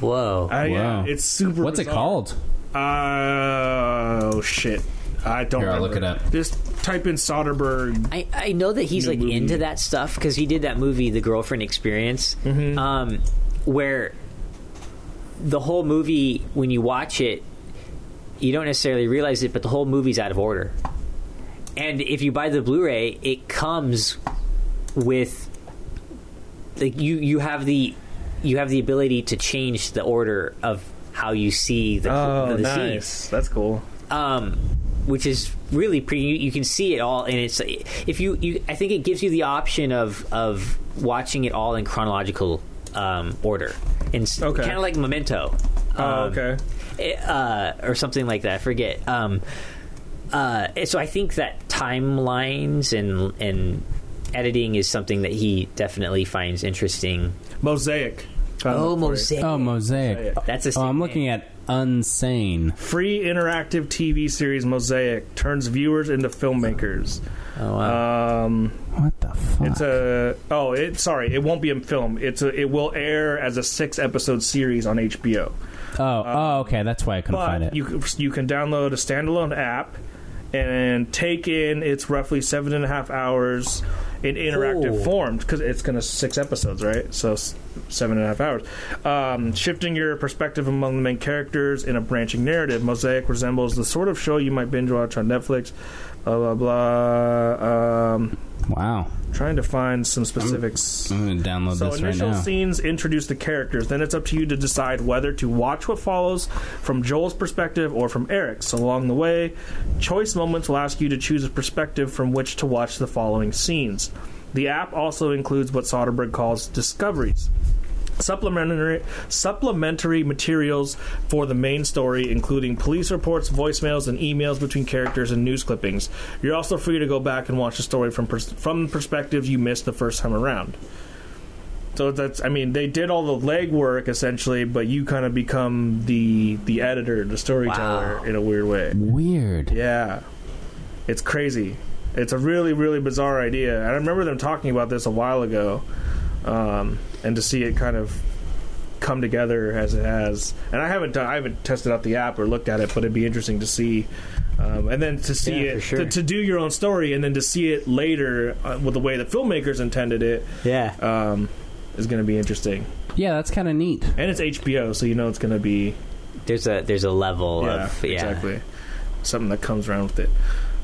D: Whoa.
B: I,
C: Wow.
B: yeah, it's super.
C: What's it
B: bizarre.
C: called?
B: Oh shit! I don't.
C: Here, I'll
B: remember.
C: look it up.
B: Just type in Soderbergh.
D: I, I know that he's
B: Um, New
D: like
B: movie.
D: into that stuff because he did that movie, The Girlfriend Experience,
B: Mm-hmm.
D: um, where the whole movie, when you watch it, you don't necessarily realize it, but the whole movie's out of order. And if you buy the Blu-ray, it comes with like you you have the you have the ability to change the order of how you see the,
B: Oh,
D: the, scene
B: That's cool.
D: um, um,
B: Okay.
D: kind of like Memento.
B: Oh,
D: um,
B: okay.
D: uh, or something like that. I forget. Um, uh, so I think that timelines and and editing is something that he definitely finds interesting.
B: Mosaic. Found it for
D: Oh,
B: you.
D: mosaic.
C: Oh, mosaic.
D: That's a.
C: Oh, I'm
D: sick
C: looking
D: name.
C: at Unsane.
B: Free interactive TV series Mosaic turns viewers into filmmakers.
D: Oh, wow.
B: Um,
C: What the fuck?
B: it's a oh, it sorry, it won't be in film. It's a, it will air as a six episode series on HBO.
C: oh, oh, okay. That's why I couldn't find
B: um, But
C: it.
B: you can- you can download a standalone app and take in its roughly seven and a half hours in interactive
D: Cool.
B: form because it's gonna six episodes, right? So s- seven and a half hours, um, shifting your perspective among the main characters in a branching narrative. Mosaic resembles the sort of show you might binge watch on Netflix. Blah blah blah. Um,
C: wow.
B: trying to find some specifics.
C: I'm going to download
B: So
C: this right
B: initial
C: now.
B: scenes introduce the characters. Then it's up to you to decide whether to watch what follows from Joel's perspective or from Eric's. Along the way, choice moments will ask you to choose a perspective from which to watch the following scenes. The app also includes what Soderbergh calls discoveries. Supplementary supplementary materials for the main story, including police reports, voicemails, and emails between characters and news clippings. You're also free to go back and watch the story from pers- from perspectives you missed the first time around. So that's I mean they did all the legwork essentially, but you kind of become the the editor, the storyteller in a weird way.
C: Weird.
B: Yeah, it's crazy. It's a really really bizarre idea, and I remember them talking about this a while ago, um, and to see it kind of come together as it has. And I haven't done, I haven't tested out the app or looked at it, but it'd be interesting to see. Um, and then to see
D: Yeah,
B: it
D: for sure.
B: to, to do your own story, and then to see it later uh, with the way the filmmakers intended it
D: yeah.
B: um, is going to be interesting.
C: Yeah, that's kind of neat.
B: And it's HBO, so you know it's going to be
D: There's a there's a level
B: yeah,
D: of yeah.
B: exactly something that comes around with it.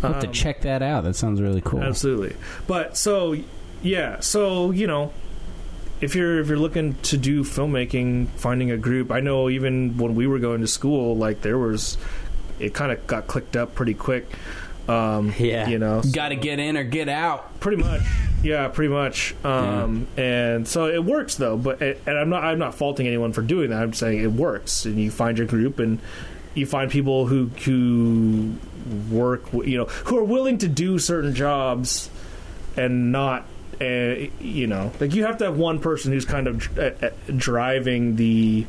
C: I'll have to
B: Um,
C: check that out. That sounds really cool.
B: Absolutely. But so yeah, so you know, if you're if you're looking to do filmmaking, finding a group. I know even when we were going to school, like there was, it kind of got clicked up pretty quick. Um,
D: Yeah.
B: you know,
C: Got to get in or get out.
B: pretty much yeah pretty much um and so it works though but and i'm not i'm not faulting anyone for doing that i'm saying it works and you find your group and you find people who who work w- you know who are willing to do certain jobs and not uh, you know like you have to have one person who's kind of dr- uh, uh, driving the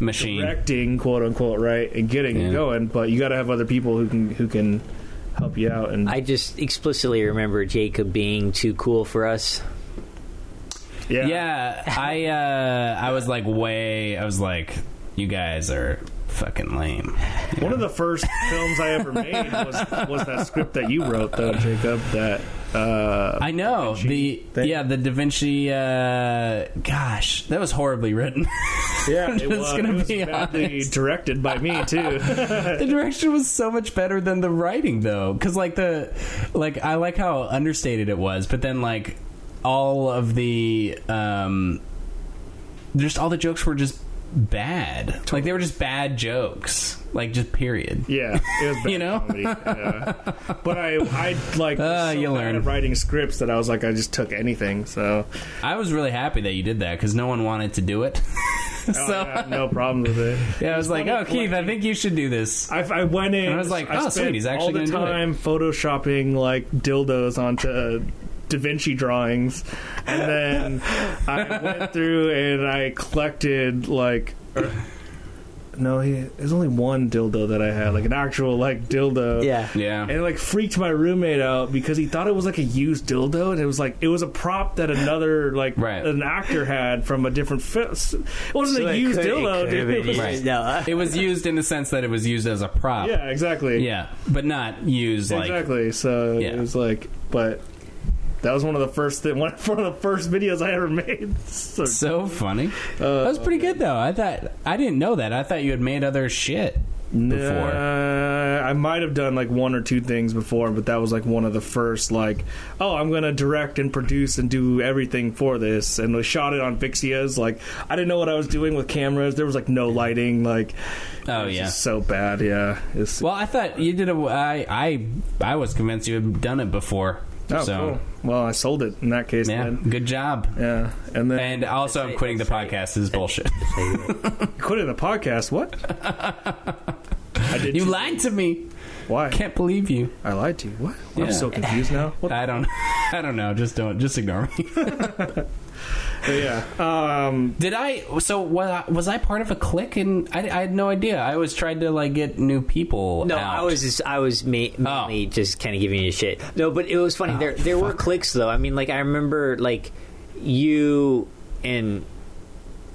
C: Machine.
B: directing quote unquote right and getting it
C: Yeah.
B: going but you got to have other people who can who can help you out and
D: I just explicitly remember Jacob being too cool for us.
B: yeah
C: Yeah, I uh, I was like way. I was like, you guys are fucking lame.
B: One of the first films I ever made was, was that script that you wrote, though, Jacob. That uh,
C: I know the
B: thing.
C: yeah the Da Vinci. Uh, gosh, that was horribly written. *laughs*
B: yeah, it
C: just
B: was,
C: gonna
B: it was
C: be
B: badly
C: honest.
B: directed by me
C: *laughs*
B: too.
C: the direction was so much better than the writing though because like the like i like how understated it was but then like all of the um just all the jokes were just bad like they were just bad jokes like just period
B: yeah, it was bad
C: You know?
B: comedy. Yeah. But I, I like
C: Uh,
B: was so
C: you
B: bad
C: learn.
B: at writing scripts that I was like, I just took anything. So
C: i was really happy that you did that because no one wanted to do it *laughs* so
B: oh,
C: yeah.
B: yeah, no problem with it.
C: i was like
B: funny
C: oh keith i think you should do this
B: I, I went in.
C: And I was like, oh,
B: spent
C: sweet, he's actually
B: all the
C: gonna do it.
B: time photoshopping like dildos onto uh, Da Vinci drawings,
C: *laughs*
B: and then I went through and I collected like. er- no, he, there's only one dildo that I had, like an actual like dildo.
D: Yeah.
C: Yeah.
B: And it like freaked my roommate out because he thought it was like a used dildo, and it was like it was a prop that another like
C: Right.
B: an actor had from a different film. It wasn't
D: So
B: a
D: it
B: used
D: could- it
B: dildo,
D: could
B: dude.
D: have *laughs* been
B: It was-
C: Right.
D: used. No, uh,
C: It was used in the sense that it was used as a prop.
B: Yeah, exactly.
C: Yeah, but not used like
B: exactly. So
C: Yeah.
B: it was like, but that was one of the first thi- *laughs* one, one of the first videos I ever made. *laughs* So,
C: so funny.
B: Uh,
C: that was pretty good though. I thought I didn't know that. I thought you had made other shit before.
B: Nah, I might have done like one or two things before, but that was like one of the first. Like, oh, I'm gonna direct and produce and do everything for this, and we shot it on Vixia's. Like, I didn't know what I was doing with cameras. There was like no lighting. Like,
C: Oh,
B: it was
C: yeah.
B: just so bad. Yeah, it's,
C: Well, I thought you did a. I I I was convinced you had done it before.
B: oh,
C: so
B: cool. Well, I sold it in that case.
C: yeah,
B: Then.
C: good job.
B: Yeah, and then
C: And also, I'm quitting the podcast. is bullshit.
B: quitting the podcast.
C: *laughs*
B: What? I did.
C: You lied to me.
B: Why?
C: Can't believe you.
B: I lied to you. What?
C: Yeah.
B: I'm so confused now. What?
C: I don't. *laughs* I don't know. Just don't. Just ignore me.
B: But yeah. Um,
C: Did I? So was I, was I part of a clique? And I, I had no idea. I always tried to like get new people.
D: *laughs* No,
C: out.
D: I was just I was ma- mainly just kind of giving you shit. No, but it was funny. there there were clicks though. I mean, like I remember like you and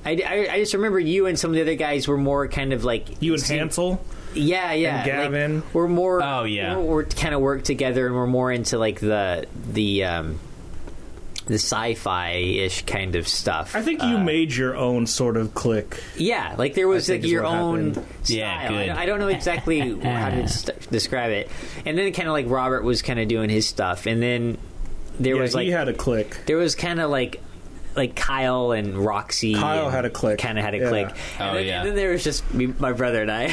D: I, I, I just remember you and some of the other guys were more kind of like
B: you and
D: seem-
B: Hansel.
D: yeah, yeah,
B: and Gavin.
D: Like, we're more
C: Oh, yeah.
D: we're, we're kind of work together and we're more into like the the um the sci-fi ish kind of stuff.
B: I think you
D: Uh,
B: made your own sort of click.
D: Yeah, like there was
B: I
D: like
B: think is
D: your
B: what
D: own
B: happened.
D: style.
C: Yeah,
D: I,
C: good.
D: don't- I don't know
C: *laughs*
D: exactly how to st- describe it. And then kind of like Robert was kind of doing his stuff, and then there
B: yeah,
D: was like
B: he had a click.
D: there was kind of like like Kyle and Roxy.
B: Kyle had a click.
D: Kind of had a
B: Yeah.
D: click.
C: Oh,
D: and then,
C: yeah.
D: And then there was just me, my brother and I.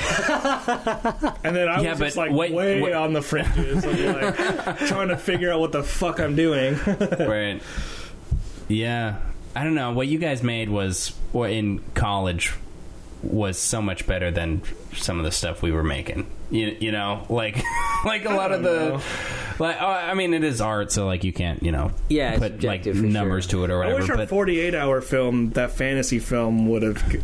D: *laughs*
B: And then I
C: Yeah,
B: was just
C: but
B: like
C: wait-
B: way
C: wait-
B: on the fringes, of, like
C: *laughs*
B: trying to figure out what the fuck I'm doing. *laughs*
C: Right. Yeah. I don't know. What you guys made was, or in college, was so much better than some of the stuff we were making. You, you know, like *laughs* like a lot of the,
B: know.
C: like oh, I mean, it is art, so like you can't you know
D: Yeah, it's
C: put like
D: subjective for
C: numbers to it or
B: I
C: whatever.
B: wish our
C: but
B: 48 hour film, that fantasy film, would have g-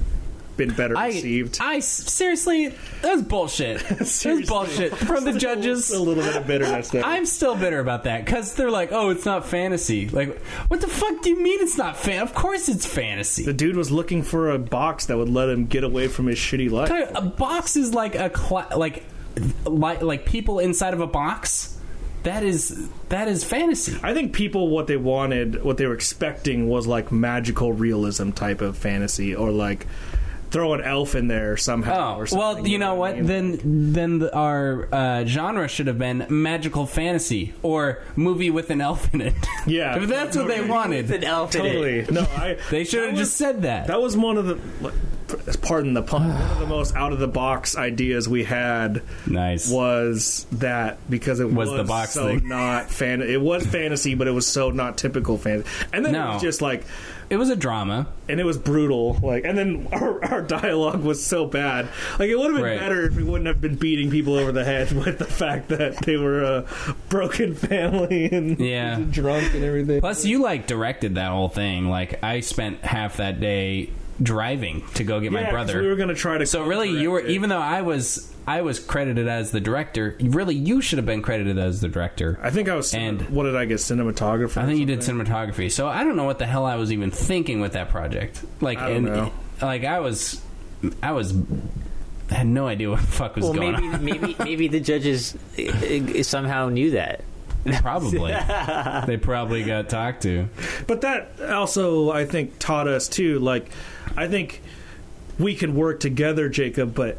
B: been better received.
C: I s- seriously, that's bullshit.
B: *laughs* Seriously.
C: That's bullshit from the judges.
B: *laughs* a little bit of bitterness there.
C: I'm still bitter about that because they're like, "Oh, it's not fantasy." Like, what the fuck do you mean it's not fan? Of course, it's fantasy.
B: the dude was looking for a box that would let him get away from his shitty life.
C: Tyler, a box is like a cla- like like like people inside of a box. That is that is fantasy.
B: I think people what they wanted, what they were expecting was like magical realism type of fantasy, or like throw an elf in there somehow.
C: Oh
B: or something,
C: well, you know
B: I mean?
C: what? Then then the, our uh, genre should have been magical fantasy or movie with an elf in it.
B: Yeah.
C: *laughs* if that's what they wanted,
D: an elf in it.
B: totally.
C: *laughs*
B: No, I.
C: they should
B: that
C: have
B: was-
C: just said that.
B: That was one of the, like, pardon the pun, one
C: *sighs*
B: of the most out of the box ideas we had
C: Nice.
B: was that because it
C: Was
B: was,
C: the box
B: so
C: thing.
B: not fan. It was fantasy, but it was so not typical fantasy. And then it
C: No.
B: was just like
C: It was a drama.
B: and it was brutal. Like, and then our, our dialogue was so bad. Like, it would have been
C: Right.
B: better if we wouldn't have been beating people over the head *laughs* with the fact that they were a broken family and
C: Yeah.
B: *laughs* drunk and everything.
C: Plus, you like directed that whole thing. Like, I spent half that day driving to go get
B: Yeah,
C: my
B: 'cause
C: brother.
B: We were gonna try to.
C: So really, you were
B: correct it.
C: even though I was I was credited as the director. Really, you should have been credited as the director.
B: I think I was.
C: And-
B: what did I get? Cinematographer.
C: I think you did cinematography. So I don't know what the hell I was even thinking with that project. Like,
B: I don't
C: and,
B: know.
C: like I was, I was I had no idea what the fuck was
D: Well,
C: going
D: maybe
C: on. *laughs*
D: maybe maybe the judges uh, uh, somehow knew that.
C: Probably
B: *laughs*
C: they probably got talked to.
B: But that also, I think, taught us too. Like, I think we can work together, Jacob. But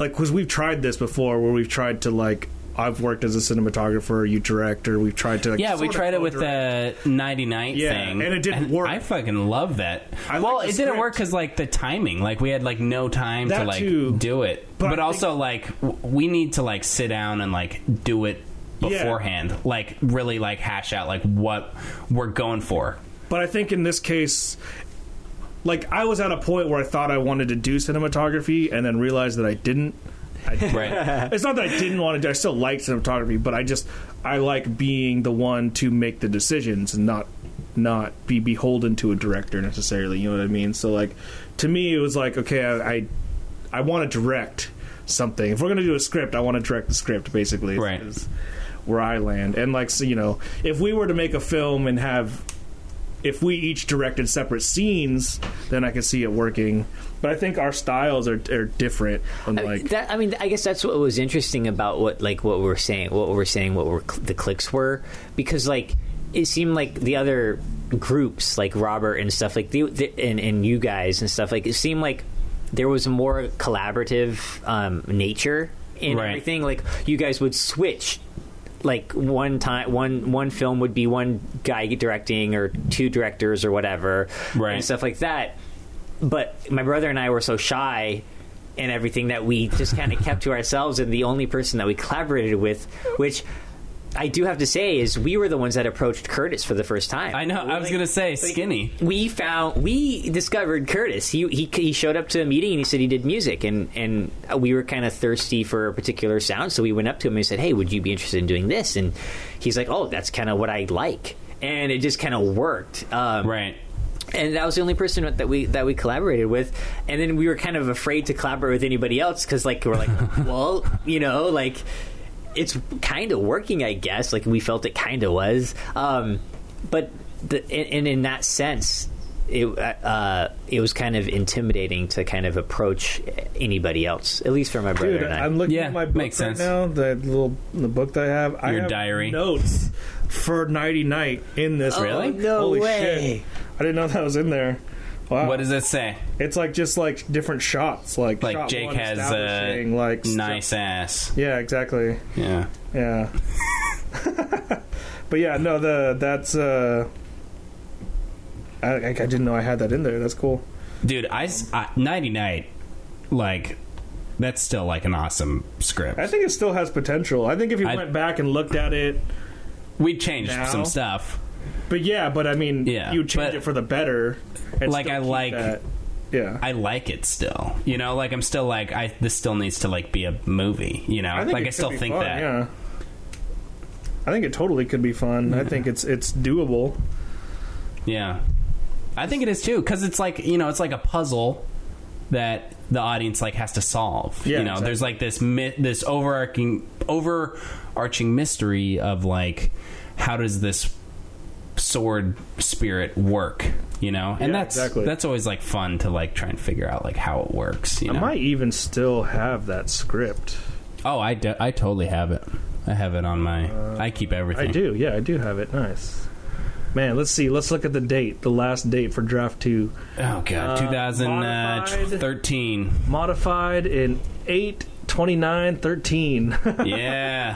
B: like, because we've tried this before, where we've tried to like, I've worked as a cinematographer, you director. We've tried to like,
C: Yeah, we
B: sort of
C: tried it with
B: co-direct.
C: the ninety night
B: Yeah,
C: thing,
B: and it didn't work.
C: I fucking love that.
B: I like
C: well,
B: the
C: it didn't work
B: script.
C: because like the timing, like we had like no time to
B: That
C: like
B: too.
C: do it.
B: But I
C: But,
B: think-
C: also like w- we need to like sit down and like do it
B: Yeah.
C: beforehand, like really like hash out like what we're going for.
B: But I think in this case. Like I was at a point where I thought I wanted to do cinematography, and then realized that I didn't. I *laughs*
C: Right.
B: it's not that I didn't want to do. I still like cinematography, but I just I like being the one to make the decisions and not not be beholden to a director necessarily. You know what I mean? So like to me, it was like okay, I I, I want to direct something. If we're gonna do a script, I want to direct the script. Basically, is-
C: Right.
B: is where I land. And like, so, you know, if we were to make a film and have, if we each directed separate scenes, then I could see it working. But I think our styles are are different. And
D: I mean,
B: like,
D: that, I mean, I guess that's what was interesting about what like what we were saying, what we were saying, what were cl- the clicks were, because like it seemed like the other groups, like Robert and stuff, like the, the and and you guys and stuff, like it seemed like there was a more collaborative um, nature in
C: Right.
D: everything. Like you guys would switch. Like one time, one one film would be one guy directing or two directors or whatever,
C: Right.
D: And stuff like that but my brother and I were so shy and everything that we just kind of kept to ourselves and the only person that we collaborated with which I do have to say is we were the ones that approached Curtis for the first time.
C: I know. I was gonna say skinny.
D: We found we discovered Curtis. He he he showed up to a meeting and he said he did music and and we were kind of thirsty for a particular sound, so we went up to him and said, "Hey, would you be interested in doing this?" And he's like, "Oh, that's kind of what I like." And it just kind of worked. Um,
C: Right.
D: and that was the only person that we that we collaborated with and then we were kind of afraid to collaborate with anybody else because like we're like well you know like it's kind of working i guess like we felt it kind of was um but the and, and in that sense it uh it was kind of intimidating to kind of approach anybody else at least for my brother
B: Dude,
D: and i
B: I'm looking
C: Yeah,
B: at my book
C: makes
B: right
C: sense.
B: now. The little the book that I have. I
C: Your
B: have
C: diary.
B: notes for Nighty Night in this.
D: Oh, Really? no
B: Holy
D: way.
B: shit! I didn't know that was in there. Wow.
C: What does it say?
B: It's like just like different shots. Like
C: Like
B: shot
C: Jake
B: one
C: has a
B: establishing, like stuff.
C: nice ass.
B: Yeah, exactly.
C: Yeah.
B: Yeah. *laughs* but yeah, no, the that's uh, I, I I didn't know I had that in there. That's cool.
C: Dude, I, s- I- 99 like that's still like an awesome script.
B: I think it still has potential. I think if you
C: I-
B: went back and looked at it,
C: we changed
B: Now?
C: some stuff.
B: But yeah, but I mean,
C: Yeah,
B: you change
C: but-
B: it for the better. And
C: Like,
B: still
C: I
B: keep
C: like-
B: that. Yeah,
C: I like it still. You know, like I'm still like I this still needs to like be a movie, you know?
B: think
C: like
B: it
C: I still
B: could be
C: think
B: fun,
C: that.
B: Yeah, I think it totally could be fun. I think it's it's doable.
C: Yeah. I think it is too cuz it's like, you know, it's like a puzzle that the audience like has to solve.
B: Yeah,
C: you know, there's like this mi- this overarching overarching mystery of like how does this sword spirit work, you know? And
B: Yeah,
C: that's
B: exactly.
C: that's always like fun to like try and figure out like how it works, you
B: I
C: know.
B: might even still have that script.
C: Oh, I, do- I totally have it. I have it on my I keep everything.
B: I do. Yeah, I do have it. Nice. Man, let's see. Let's look at the date. The last date for draft two,
C: Oh god,
B: Uh,
C: 2013.
B: modified in eight twenty nine thirteen. *laughs*
C: yeah.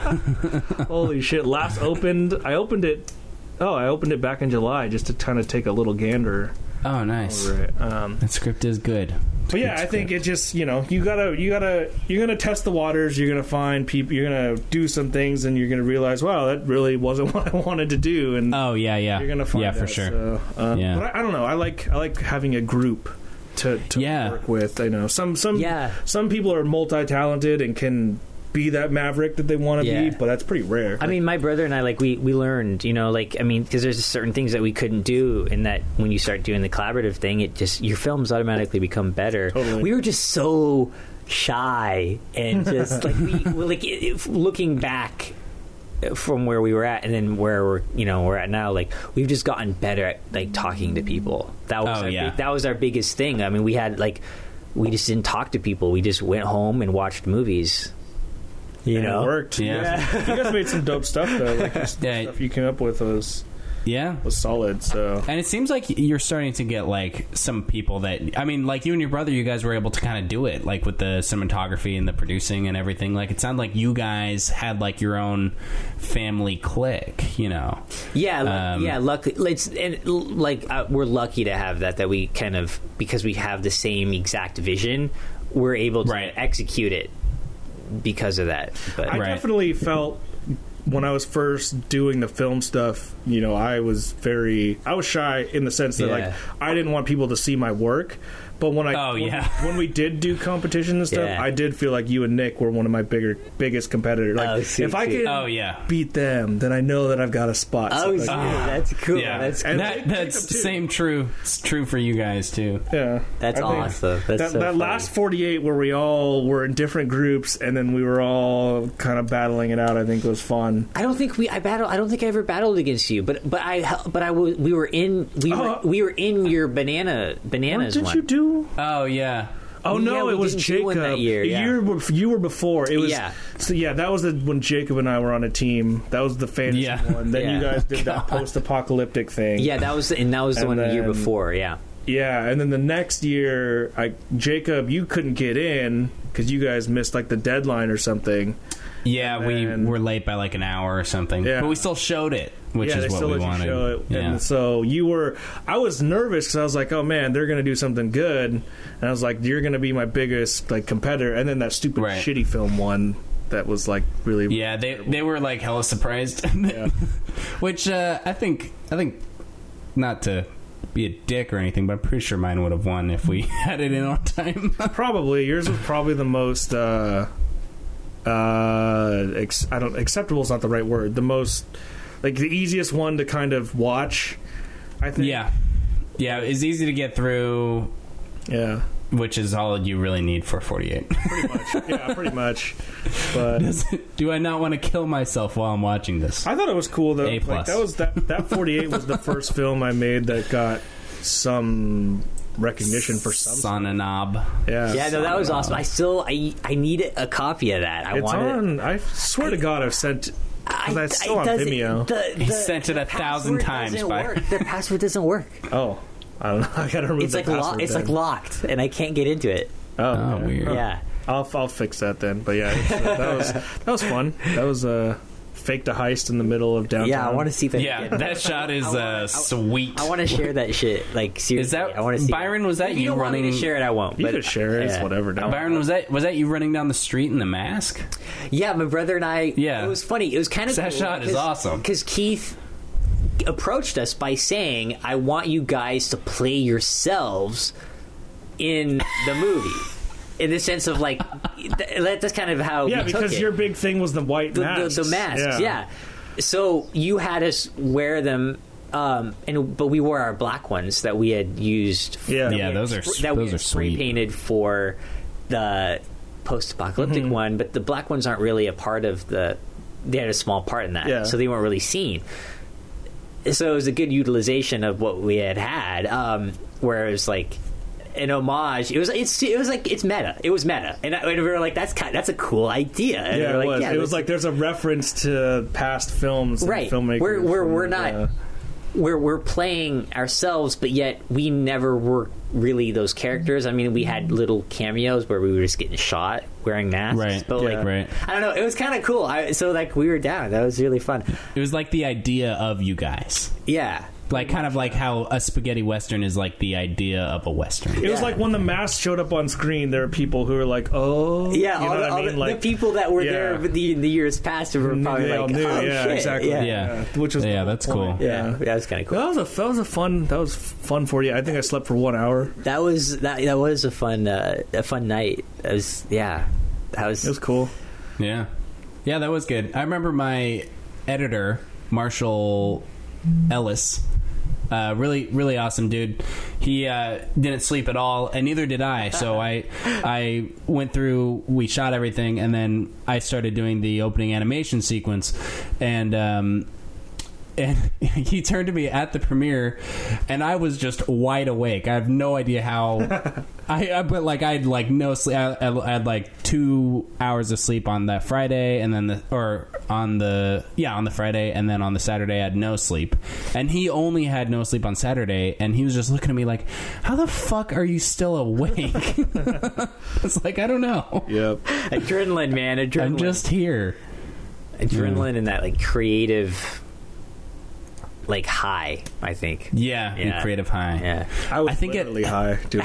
B: Holy shit! Last opened. I opened it. Oh, I opened it back in July just to kind of take a little gander.
C: Oh, nice.
B: over it. Um,
C: That script is good. It's a
B: But yeah,
C: good
B: I think
C: script.
B: it just you know you gotta you gotta you're gonna test the waters. You're gonna find people. You're gonna do some things, and you're gonna realize, wow, that really wasn't *laughs* what I wanted to do. And
C: Oh yeah, yeah.
B: you're gonna find
C: yeah, for
B: out,
C: sure.
B: So, um,
C: Yeah.
B: But I, I don't know. I like I like having a group to, to
C: Yeah.
B: work with. I know some some
D: Yeah.
B: some people are multi talented and can be that maverick that they want to
D: Yeah.
B: be, but that's pretty rare.
D: I mean, my brother and I, like, we, we learned, you know, like, I mean, because there's certain things that we couldn't do, and that when you start doing the collaborative thing, it just, your films automatically become better.
B: Totally.
D: We were just so shy and just, like, we, well, like it, it- looking back uh, from where we were at and then where we're, you know, we're at now, like, we've just gotten better at, like, talking to people. That was,
C: Oh,
D: our
C: yeah.
D: big, that was our biggest thing. I mean, we had, like, we just didn't talk to people. We just went home and watched movies. You
B: And
D: know?
B: it worked.
C: Yeah.
B: you guys made some dope stuff though.
C: *laughs*
B: Like, the
C: Yeah.
B: stuff you came up with was
C: Yeah.
B: was solid. So
C: And it seems like you're starting to get like some people that I mean, like you and your brother, you guys were able to kind of do it, like with the cinematography and the producing and everything. Like it sounded like you guys had like your own family clique, you know?
D: Yeah, lu-
C: Um,
D: yeah. Luckily, it's and l- like uh, we're lucky to have that. That we kind of because we have the same exact vision, we're able to
C: Right.
D: execute it because of that. But
B: I
C: Right.
B: definitely felt when I was first doing the film stuff, you know, I was very I was shy in the sense that
D: Yeah.
B: like I didn't want people to see my work, But when I
C: Oh,
B: when,
C: yeah.
B: we, when we did do competition and stuff,
D: Yeah.
B: I did feel like you and Nick were one of my bigger biggest competitors. Like
D: Oh, see,
B: if I
D: see.
B: can
C: Oh, yeah.
B: beat them, then I know that I've got a spot. So,
D: Oh,
B: like,
D: shit, that's cool.
C: yeah.
D: That's cool.
B: And they
C: that,
B: picked
C: that's
B: up two.
C: same true. It's true for you guys too.
B: yeah,
D: That's
B: I think
D: awesome. That's
B: that
D: so
B: that
D: funny.
B: last forty eight where we all were in different groups and then we were all kind of battling it out. I think was fun.
D: I don't think we I battle I don't think I ever battled against you, but but I but I w- we were in we were
B: Uh,
D: we were in your banana
B: What
D: bananas
B: did
D: one.
B: you do?
C: Oh yeah.
B: Oh
D: Yeah,
B: no,
D: we
B: it was
D: didn't do
B: Jacob.
D: one that year, yeah.
B: You were you were before. It was
D: Yeah.
B: so yeah, that was the, when Jacob and I were on a team. That was the fantasy
C: Yeah.
B: one. Then you
D: Yeah.
B: guys did
D: *laughs*
B: that post apocalyptic thing.
D: yeah, that was the, and that was the
B: And
D: one the year
B: then-
D: before. Yeah,
B: Yeah, and then the next year, I Jacob, you couldn't get in because you guys missed like the deadline or something.
C: Yeah,
B: then-
C: we were late by like an hour or something.
B: Yeah.
C: But we still showed it, which
B: yeah,
C: is
B: they
C: what
B: still
C: we
B: let
C: wanted.
B: you show it.
C: Yeah.
B: And so you were. I was nervous because I was like, oh man, they're gonna do something good, and I was like, you're gonna be my biggest like competitor. And then that stupid
C: Right.
B: shitty film one that was like really
C: yeah, they they were like hella surprised. *laughs* which uh, I think I think not to be a dick or anything, but I'm pretty sure mine would have won if we *laughs* had it in our time. *laughs*
B: Probably yours was probably the most. Uh, uh, ex- I don't acceptable is not the right word. The most like the easiest one to kind of watch. I think.
C: yeah. Yeah, it's easy to get through,
B: Yeah.
C: which is all you really need for 48.
B: Pretty much. yeah. Pretty much. But
C: *laughs* Do I not want to kill myself while I'm watching this?
B: I thought it was cool though.
C: A
B: Like,
C: plus.
B: that was that that forty eight was the first film I made that got some recognition for some.
C: Son and knob.
B: Yeah.
D: yeah, no, that was awesome. I still I I need a copy of that. I
B: It's
D: wanted.
B: on. I swear to God, I've sent.
D: I,
B: Because it's still
D: I-
B: on
D: doesn't-
B: Vimeo.
D: The, the,
C: He sent it a thousand
D: password
C: times,
D: doesn't
C: Byron.
D: work. The password
B: *laughs*
D: doesn't work.
B: Oh, I don't know. *laughs* I gotta remove
D: It's
B: the
D: like lo-
B: password
D: it's
B: then.
D: like locked, and I can't get into it.
B: Oh,
C: Oh,
B: okay.
C: weird.
D: Yeah.
B: I'll I'll fix that then. But yeah, it's, uh, that was that was fun. That was uh, faked a heist in the middle of downtown.
D: Yeah, I want to see that.
C: Yeah,
D: again. *laughs*
C: that shot is
D: I wanna- I-
C: uh, sweet.
D: I want to share that shit. Like seriously,
C: *laughs* Is that
D: I want to see
C: Byron? Was that
D: If
C: you,
D: don't want me
C: running?
D: to share it? I won't.
B: You
D: but-
B: could share it. It's
D: yeah.
B: whatever. Now.
C: Byron, was that was that you running down the street in the mask?
D: Yeah, my brother and I.
C: Yeah.
D: it was funny. It was kind of
C: That shot is awesome.
D: because Keith approached us by saying, "I want you guys to play yourselves in the movie." In the sense of like, *laughs* th- that's kind of how
B: yeah,
D: we took
B: because
D: it.
B: your big thing was the white
D: the
B: masks.
D: masks. The, the masks, yeah. So you had us wear them, um, and but we wore our black ones that we had used.
B: Yeah.
D: that we
B: Yeah,
D: had
C: those are
D: spr-
C: s-
D: that we
C: those
D: had
C: are
D: spray
C: sweet.
D: painted for the post-apocalyptic
B: Mm-hmm.
D: one, but the black ones aren't really a part of the. They had a small part in that,
B: Yeah.
D: so they weren't really seen. So it was a good utilization of what we had had, um, where it was like an homage. It was it's it was like it's meta. It was meta, and, I, and we were like, that's kind, that's a cool idea. And
B: Yeah,
D: we were
B: it
D: like,
B: was. it was
D: let's-
B: like there's a reference to past films, and
D: right
B: Filmmakers.
D: we're we're,
B: and,
D: we're not
B: uh,
D: we're we're playing ourselves but yet we never were really those characters i mean we had little cameos where we were just getting shot wearing masks
C: Right,
D: but
B: yeah.
D: like
C: Right.
D: i don't know it was kind of cool I, so like we were down that was really fun
C: It was like the idea of you guys,
D: yeah
C: like kind of like how a spaghetti western is like the idea of a western.
B: It was
D: yeah.
B: like when the mask showed up on screen. There were people who were like, "Oh,
D: yeah,
B: you know
D: all, the,
B: what I
D: all
B: mean?
D: the,
B: like,
D: the people that were
B: yeah.
D: there in the, in the years past were
B: knew-
D: probably
B: they all
D: like,
B: knew.
D: oh
B: yeah,
D: shit.
B: exactly.
D: Yeah, yeah,
C: Yeah.
B: which was the
C: Yeah,
B: whole
C: that's
B: point.
C: cool.
B: Yeah.
D: that was kind of cool.
B: That was a that was a fun that was fun for you. I think I slept for one hour.
D: That was that. That was a fun, uh, a fun night. That was yeah. That was,
B: It was cool.
C: Yeah, yeah, that was good. I remember my editor Marshall Ellis, uh, really, really awesome dude. He uh, didn't sleep at all, and neither did I. So I, I went through. We shot everything, and then I started doing the opening animation sequence, and. Um, and *laughs* he turned to me at the premiere, and I was just wide awake. I have no idea how. I, I but like I had like no sleep. I, I, I had like two hours of sleep on that Friday, and then the or on the yeah on the Friday, and then on the Saturday I had no sleep, and he only had no sleep on Saturday, and he was just looking at me like, "How the fuck are you still awake?" *laughs* it's like I don't know.
B: Yep.
D: adrenaline, man. Adrenaline.
C: I'm just here.
D: adrenaline and that like creative like high. I think.
C: Yeah,
D: Yeah.
C: and creative high.
D: Yeah,
B: I was
C: I think it-
B: literally high
D: *laughs*
B: doing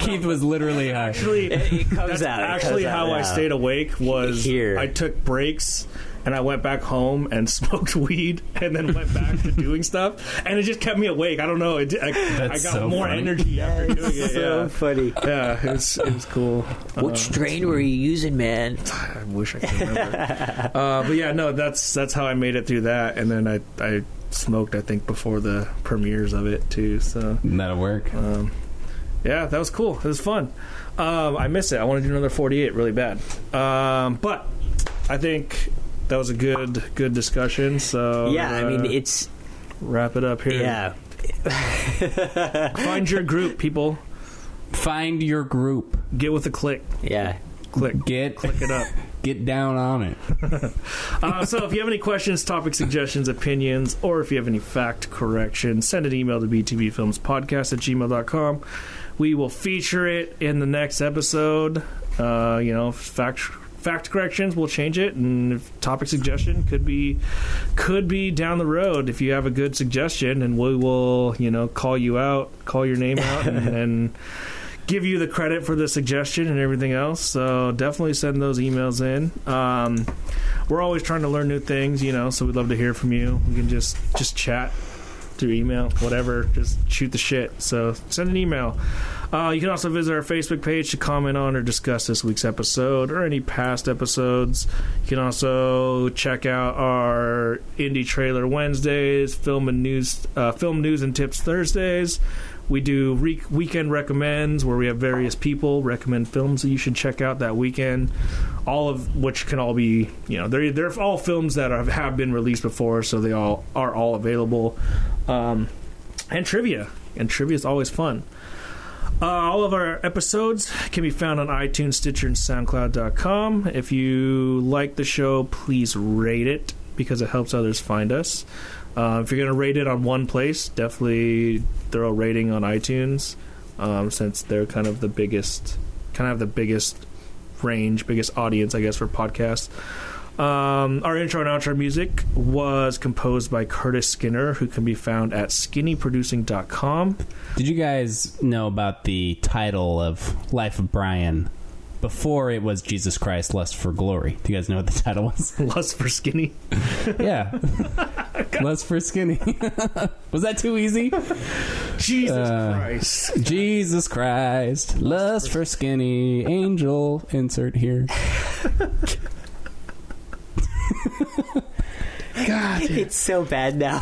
C: *laughs* Keith was literally high.
B: Actually,
D: it, it comes
B: that's
D: out. it
B: actually
D: comes out,
B: how I
D: yeah.
B: stayed awake was
D: Here.
B: I took breaks and I went back home and *laughs* smoked weed and then went back to doing stuff and it just kept me awake. I don't know. It, did- I, I got
C: That's so
B: more
C: funny.
B: energy after doing it.
D: So
B: Yeah.
D: funny.
B: Yeah, it was, it was cool.
D: What strain were you using, man?
B: I wish I could remember.
D: *laughs*
B: uh, but yeah, no, that's that's how I made it through that, and then I I smoked I think before the premieres of it too. So
C: That'll work.
B: um, yeah, that was cool. It was fun. Um, I miss it. I want to do another forty eight really bad. Um, but I think that was a good good discussion. So
D: yeah, I mean
B: uh,
D: it's
B: wrap it up here.
D: yeah.
B: find your group, people.
C: Find your group.
B: Get with the click,
D: Yeah.
B: click.
C: Get
B: Click it up.
C: get down on it.
B: Uh, so if you have any questions, topic suggestions, opinions, or if you have any fact corrections, send an email to btbfilmspodcast at gmail.com. We will feature it in the next episode. Uh, you know, fact fact corrections, we'll change it, and if topic suggestion could be could be down the road if you have a good suggestion, and we will you know call you out, call your name out, and. and give you the credit for the suggestion and everything else. So definitely send those emails in. Um, we're always trying to learn new things, you know. So we'd love to hear from you. You can just just chat through email, whatever. Just shoot the shit. So send an email. Uh, you can also visit our Facebook page to comment on or discuss this week's episode or any past episodes. You can also check out our indie trailer Wednesdays, film and news, uh, film news and tips Thursdays. We do re- weekend recommends where we have various people recommend films that you should check out that weekend. All of which can all be, you know, they're they're all films that have, have been released before, so they all are all available. Um, and trivia, and trivia is always fun. Uh, all of our episodes can be found on iTunes, Stitcher, and SoundCloud.com. If you like the show, please rate it because it helps others find us. Uh, if you're going to rate it on one place, definitely throw a rating on iTunes um, since they're kind of the biggest, kind of have the biggest range, biggest audience, I guess, for podcasts. Um, our intro and outro music was composed by Curtis Skinner, who can be found at skinnyproducing.com.
C: Did you guys know about the title of Life of Brian? Before it was Jesus Christ Lust for Glory. Do you guys know what the title
D: *laughs*
C: was?
B: *laughs* Lust for skinny.
C: yeah. Lust for Skinny. *laughs* was that too easy?
B: Jesus
C: Uh,
B: *laughs* Christ.
C: Jesus Christ, lust for skinny angel. Insert here.
D: It's so bad now.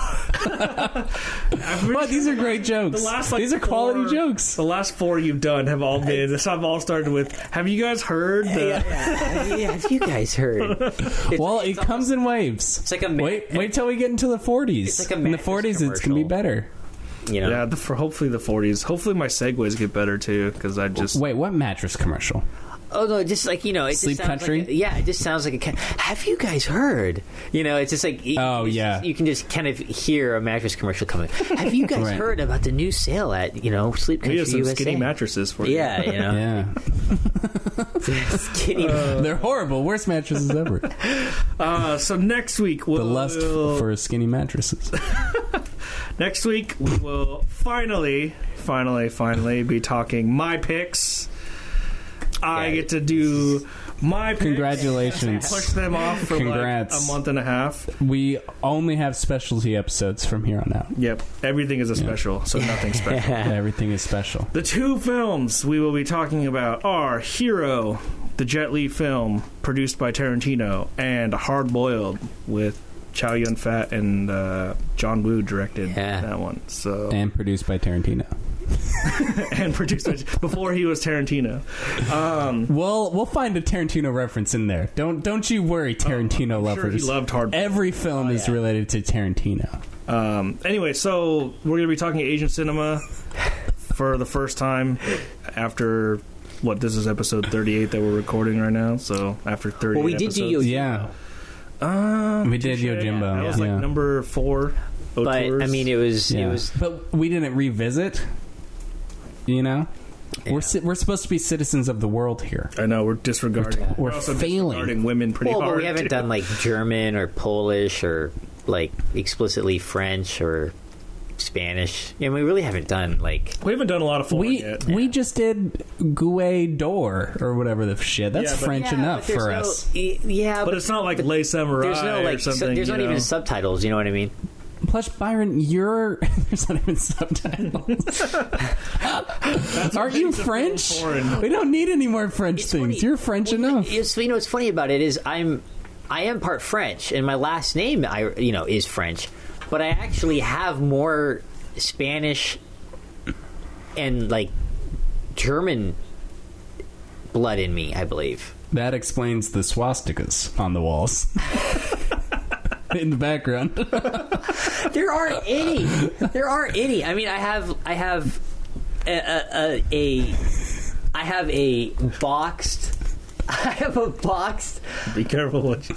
C: Wow, these are great jokes.
B: The last, like,
C: these are quality
B: four-
C: jokes.
B: The last four you've done have all been. This have all started with. Have you guys heard? The,
D: yeah, yeah, have you guys heard? It's,
C: Well,
D: it's
C: it comes in waves. It's
D: like a ma-
C: wait. Wait till we get into the forties.
D: It's like a
C: in the
D: mattress
C: forties, it's gonna be
D: commercial.
C: better.
D: all- you know,
B: Yeah, the, for hopefully the 40s. Hopefully my segues get better too, because I just
C: Wait, what mattress commercial?
D: Oh no, just like you know, it
C: Sleep
D: just sounds
C: Country?
D: Like a- yeah, it just sounds like a. ca- Have you guys heard? You know, it's just like you-
C: Oh,
D: it's
C: yeah.
D: just- you can just kind of hear a mattress commercial coming. Have you
C: *laughs*
D: guys
C: Right.
D: heard about the new sale at you know Sleep
B: we
D: Country
B: have some
D: USA?
B: skinny mattresses for
D: yeah,
C: *laughs*
D: you know,
C: Yeah,
D: *laughs* skinny.
C: they're horrible. Worst mattresses ever.
B: you. Uh, so next week we'll
C: the lust f- for skinny mattresses.
B: next week we will finally, finally, finally be talking my picks. I
D: Yeah,
B: get to do my picks. Push
C: *laughs* Congratulations.
B: them off for
C: Congrats.
B: like a month and a half.
C: we only have specialty episodes from here on out.
B: Yep, everything is a special, so
D: *laughs*
B: nothing special.
C: Everything is special.
B: The two films we will be talking about are Hero, the Jet Li film produced by Tarantino, and Hard Boiled with Chow Yun Fat and uh, John Woo directed
D: Yeah.
B: that one. So *laughs*
C: And produced by Tarantino.
B: and produced by- before he was Tarantino. Um,
C: We'll we'll find a Tarantino reference in there. Don't don't you worry, Tarantino
B: Oh, I'm sure he
C: lovers.
B: loved Hard.
C: Every film is
D: yeah.
C: related to Tarantino.
B: Um, anyway, so we're gonna be talking Asian cinema for the first time after what this is episode 38 that we're recording right now. So after 30,
D: Well, we did do Yo-
C: Yeah,
B: Uh,
C: We did
B: touche.
C: Yojimbo,
B: That was
C: yeah.
B: like number four.
D: but
B: Auteurs.
D: I mean, it was
C: yeah.
D: it was
C: But we didn't revisit. You know,
D: Yeah.
C: we're ci- we're supposed to be citizens of the world here.
B: I know we're disregarding.
C: We're
B: also
C: failing.
B: disregarding women pretty
D: well,
B: hard.
D: but we haven't
B: too.
D: done like German or Polish or like explicitly French or Spanish. And we really haven't done like
B: *laughs* We haven't done a lot of foreign
C: We
B: yet.
C: we just did Gue d'Or or whatever the shit. That's
B: Yeah, but-
C: French
D: Yeah,
C: enough
D: but there's
C: for
D: no-
C: us.
D: y- Yeah,
B: But it's not like Les Samurai
D: there's no
B: or
D: like so-
B: something.
D: there's
B: you
D: not
B: know?
D: even subtitles. You know what I mean?
C: Plus, Byron, you're *laughs* there's not even subtitles. Aren't you
B: makes it feel
C: French?
B: foreign.
C: We don't need any more French
D: It's
C: things.
D: funny.
C: You're French
D: Well,
C: enough.
D: it's- you know what's funny about it is I'm I am part French, and my last name I you know is French, but I actually have more Spanish and like German blood in me. I believe.
C: That explains the swastikas on the walls *laughs* in the background. *laughs*
D: There aren't any. There aren't any. I mean, I have, I have a, a, a, a I have a boxed. *laughs* I have a boxed
B: Be careful what
D: *laughs*
B: you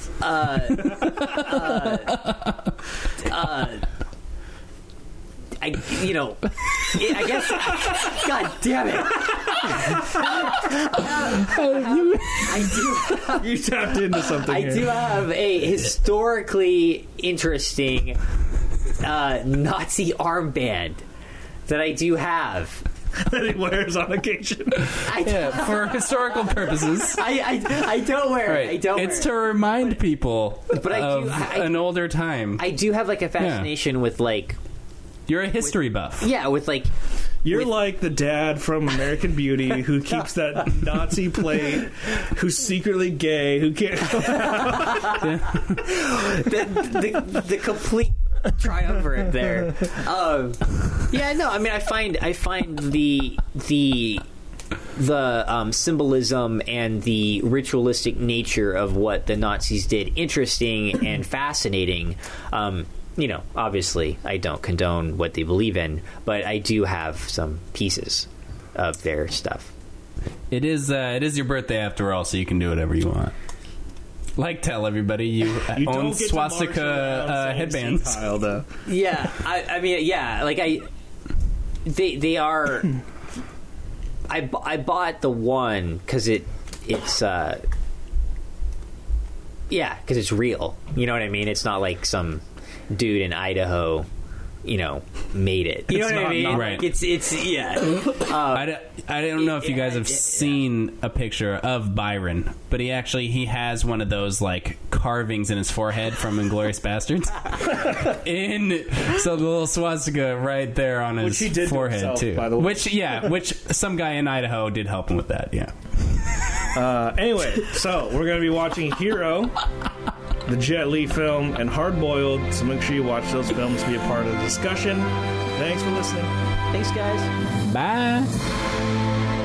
D: I, you know, I I guess. *laughs* God damn it! I do.
B: You tapped into something.
D: I
B: here.
D: do have a historically interesting uh, Nazi armband that I do have.
B: *laughs* that he wears on
D: *laughs*
B: occasion.
D: I,
C: yeah, for historical purposes.
D: I, I, I don't wear
C: All right,
D: it. I don't.
C: it's
D: wear
C: to
D: it.
C: remind people
D: But I do-
C: of
D: I-
C: an older time.
D: I do have like a fascination with like
C: You're a history buff.
D: yeah with like
B: You're
D: With-
B: like the dad from American
D: *laughs*
B: Beauty who keeps that Nazi plate, who's secretly gay, who
D: *laughs*
B: can't. *laughs*
D: the, the, the complete triumvirate there. Um, yeah, no, I mean I find I find the the the um, symbolism and the ritualistic nature of what the Nazis did interesting and fascinating. Um, you know, obviously, I don't condone what they believe in, but I do have some pieces of their stuff.
C: It is uh, it is your birthday after all, so you can do whatever you want. Like tell everybody you,
B: *laughs* You don't
C: own
B: get to
C: swastika
B: march around
C: uh,
B: saying
C: headbands.
B: "Senile," though.
D: yeah I, I mean yeah like i they they are i, bu- I bought the one because it it's uh yeah because it's real you know what i mean it's not like some dude in idaho you know made it you
B: It's
D: know what
B: not
D: i mean
B: not-
C: Right.
D: it's it's yeah
B: Uh,
C: I don't, I don't know if you
D: Yeah,
C: guys have
D: yeah, yeah.
C: seen a picture of Byron, but he actually he has one of those like carvings in his forehead from
B: *laughs*
C: Inglorious Bastards. *laughs* in so the little swastika right there on
B: Which
C: his
B: he did to
C: forehead
B: himself,
C: too.
B: by the way.
C: Which yeah, which some guy in Idaho did help him with that. Yeah,
B: Uh, anyway, so we're going to be watching Hero, the Jet Li film, and Hard Boiled. So make sure you watch those films to be a part of the discussion. Thanks for listening.
D: thanks guys
C: bye.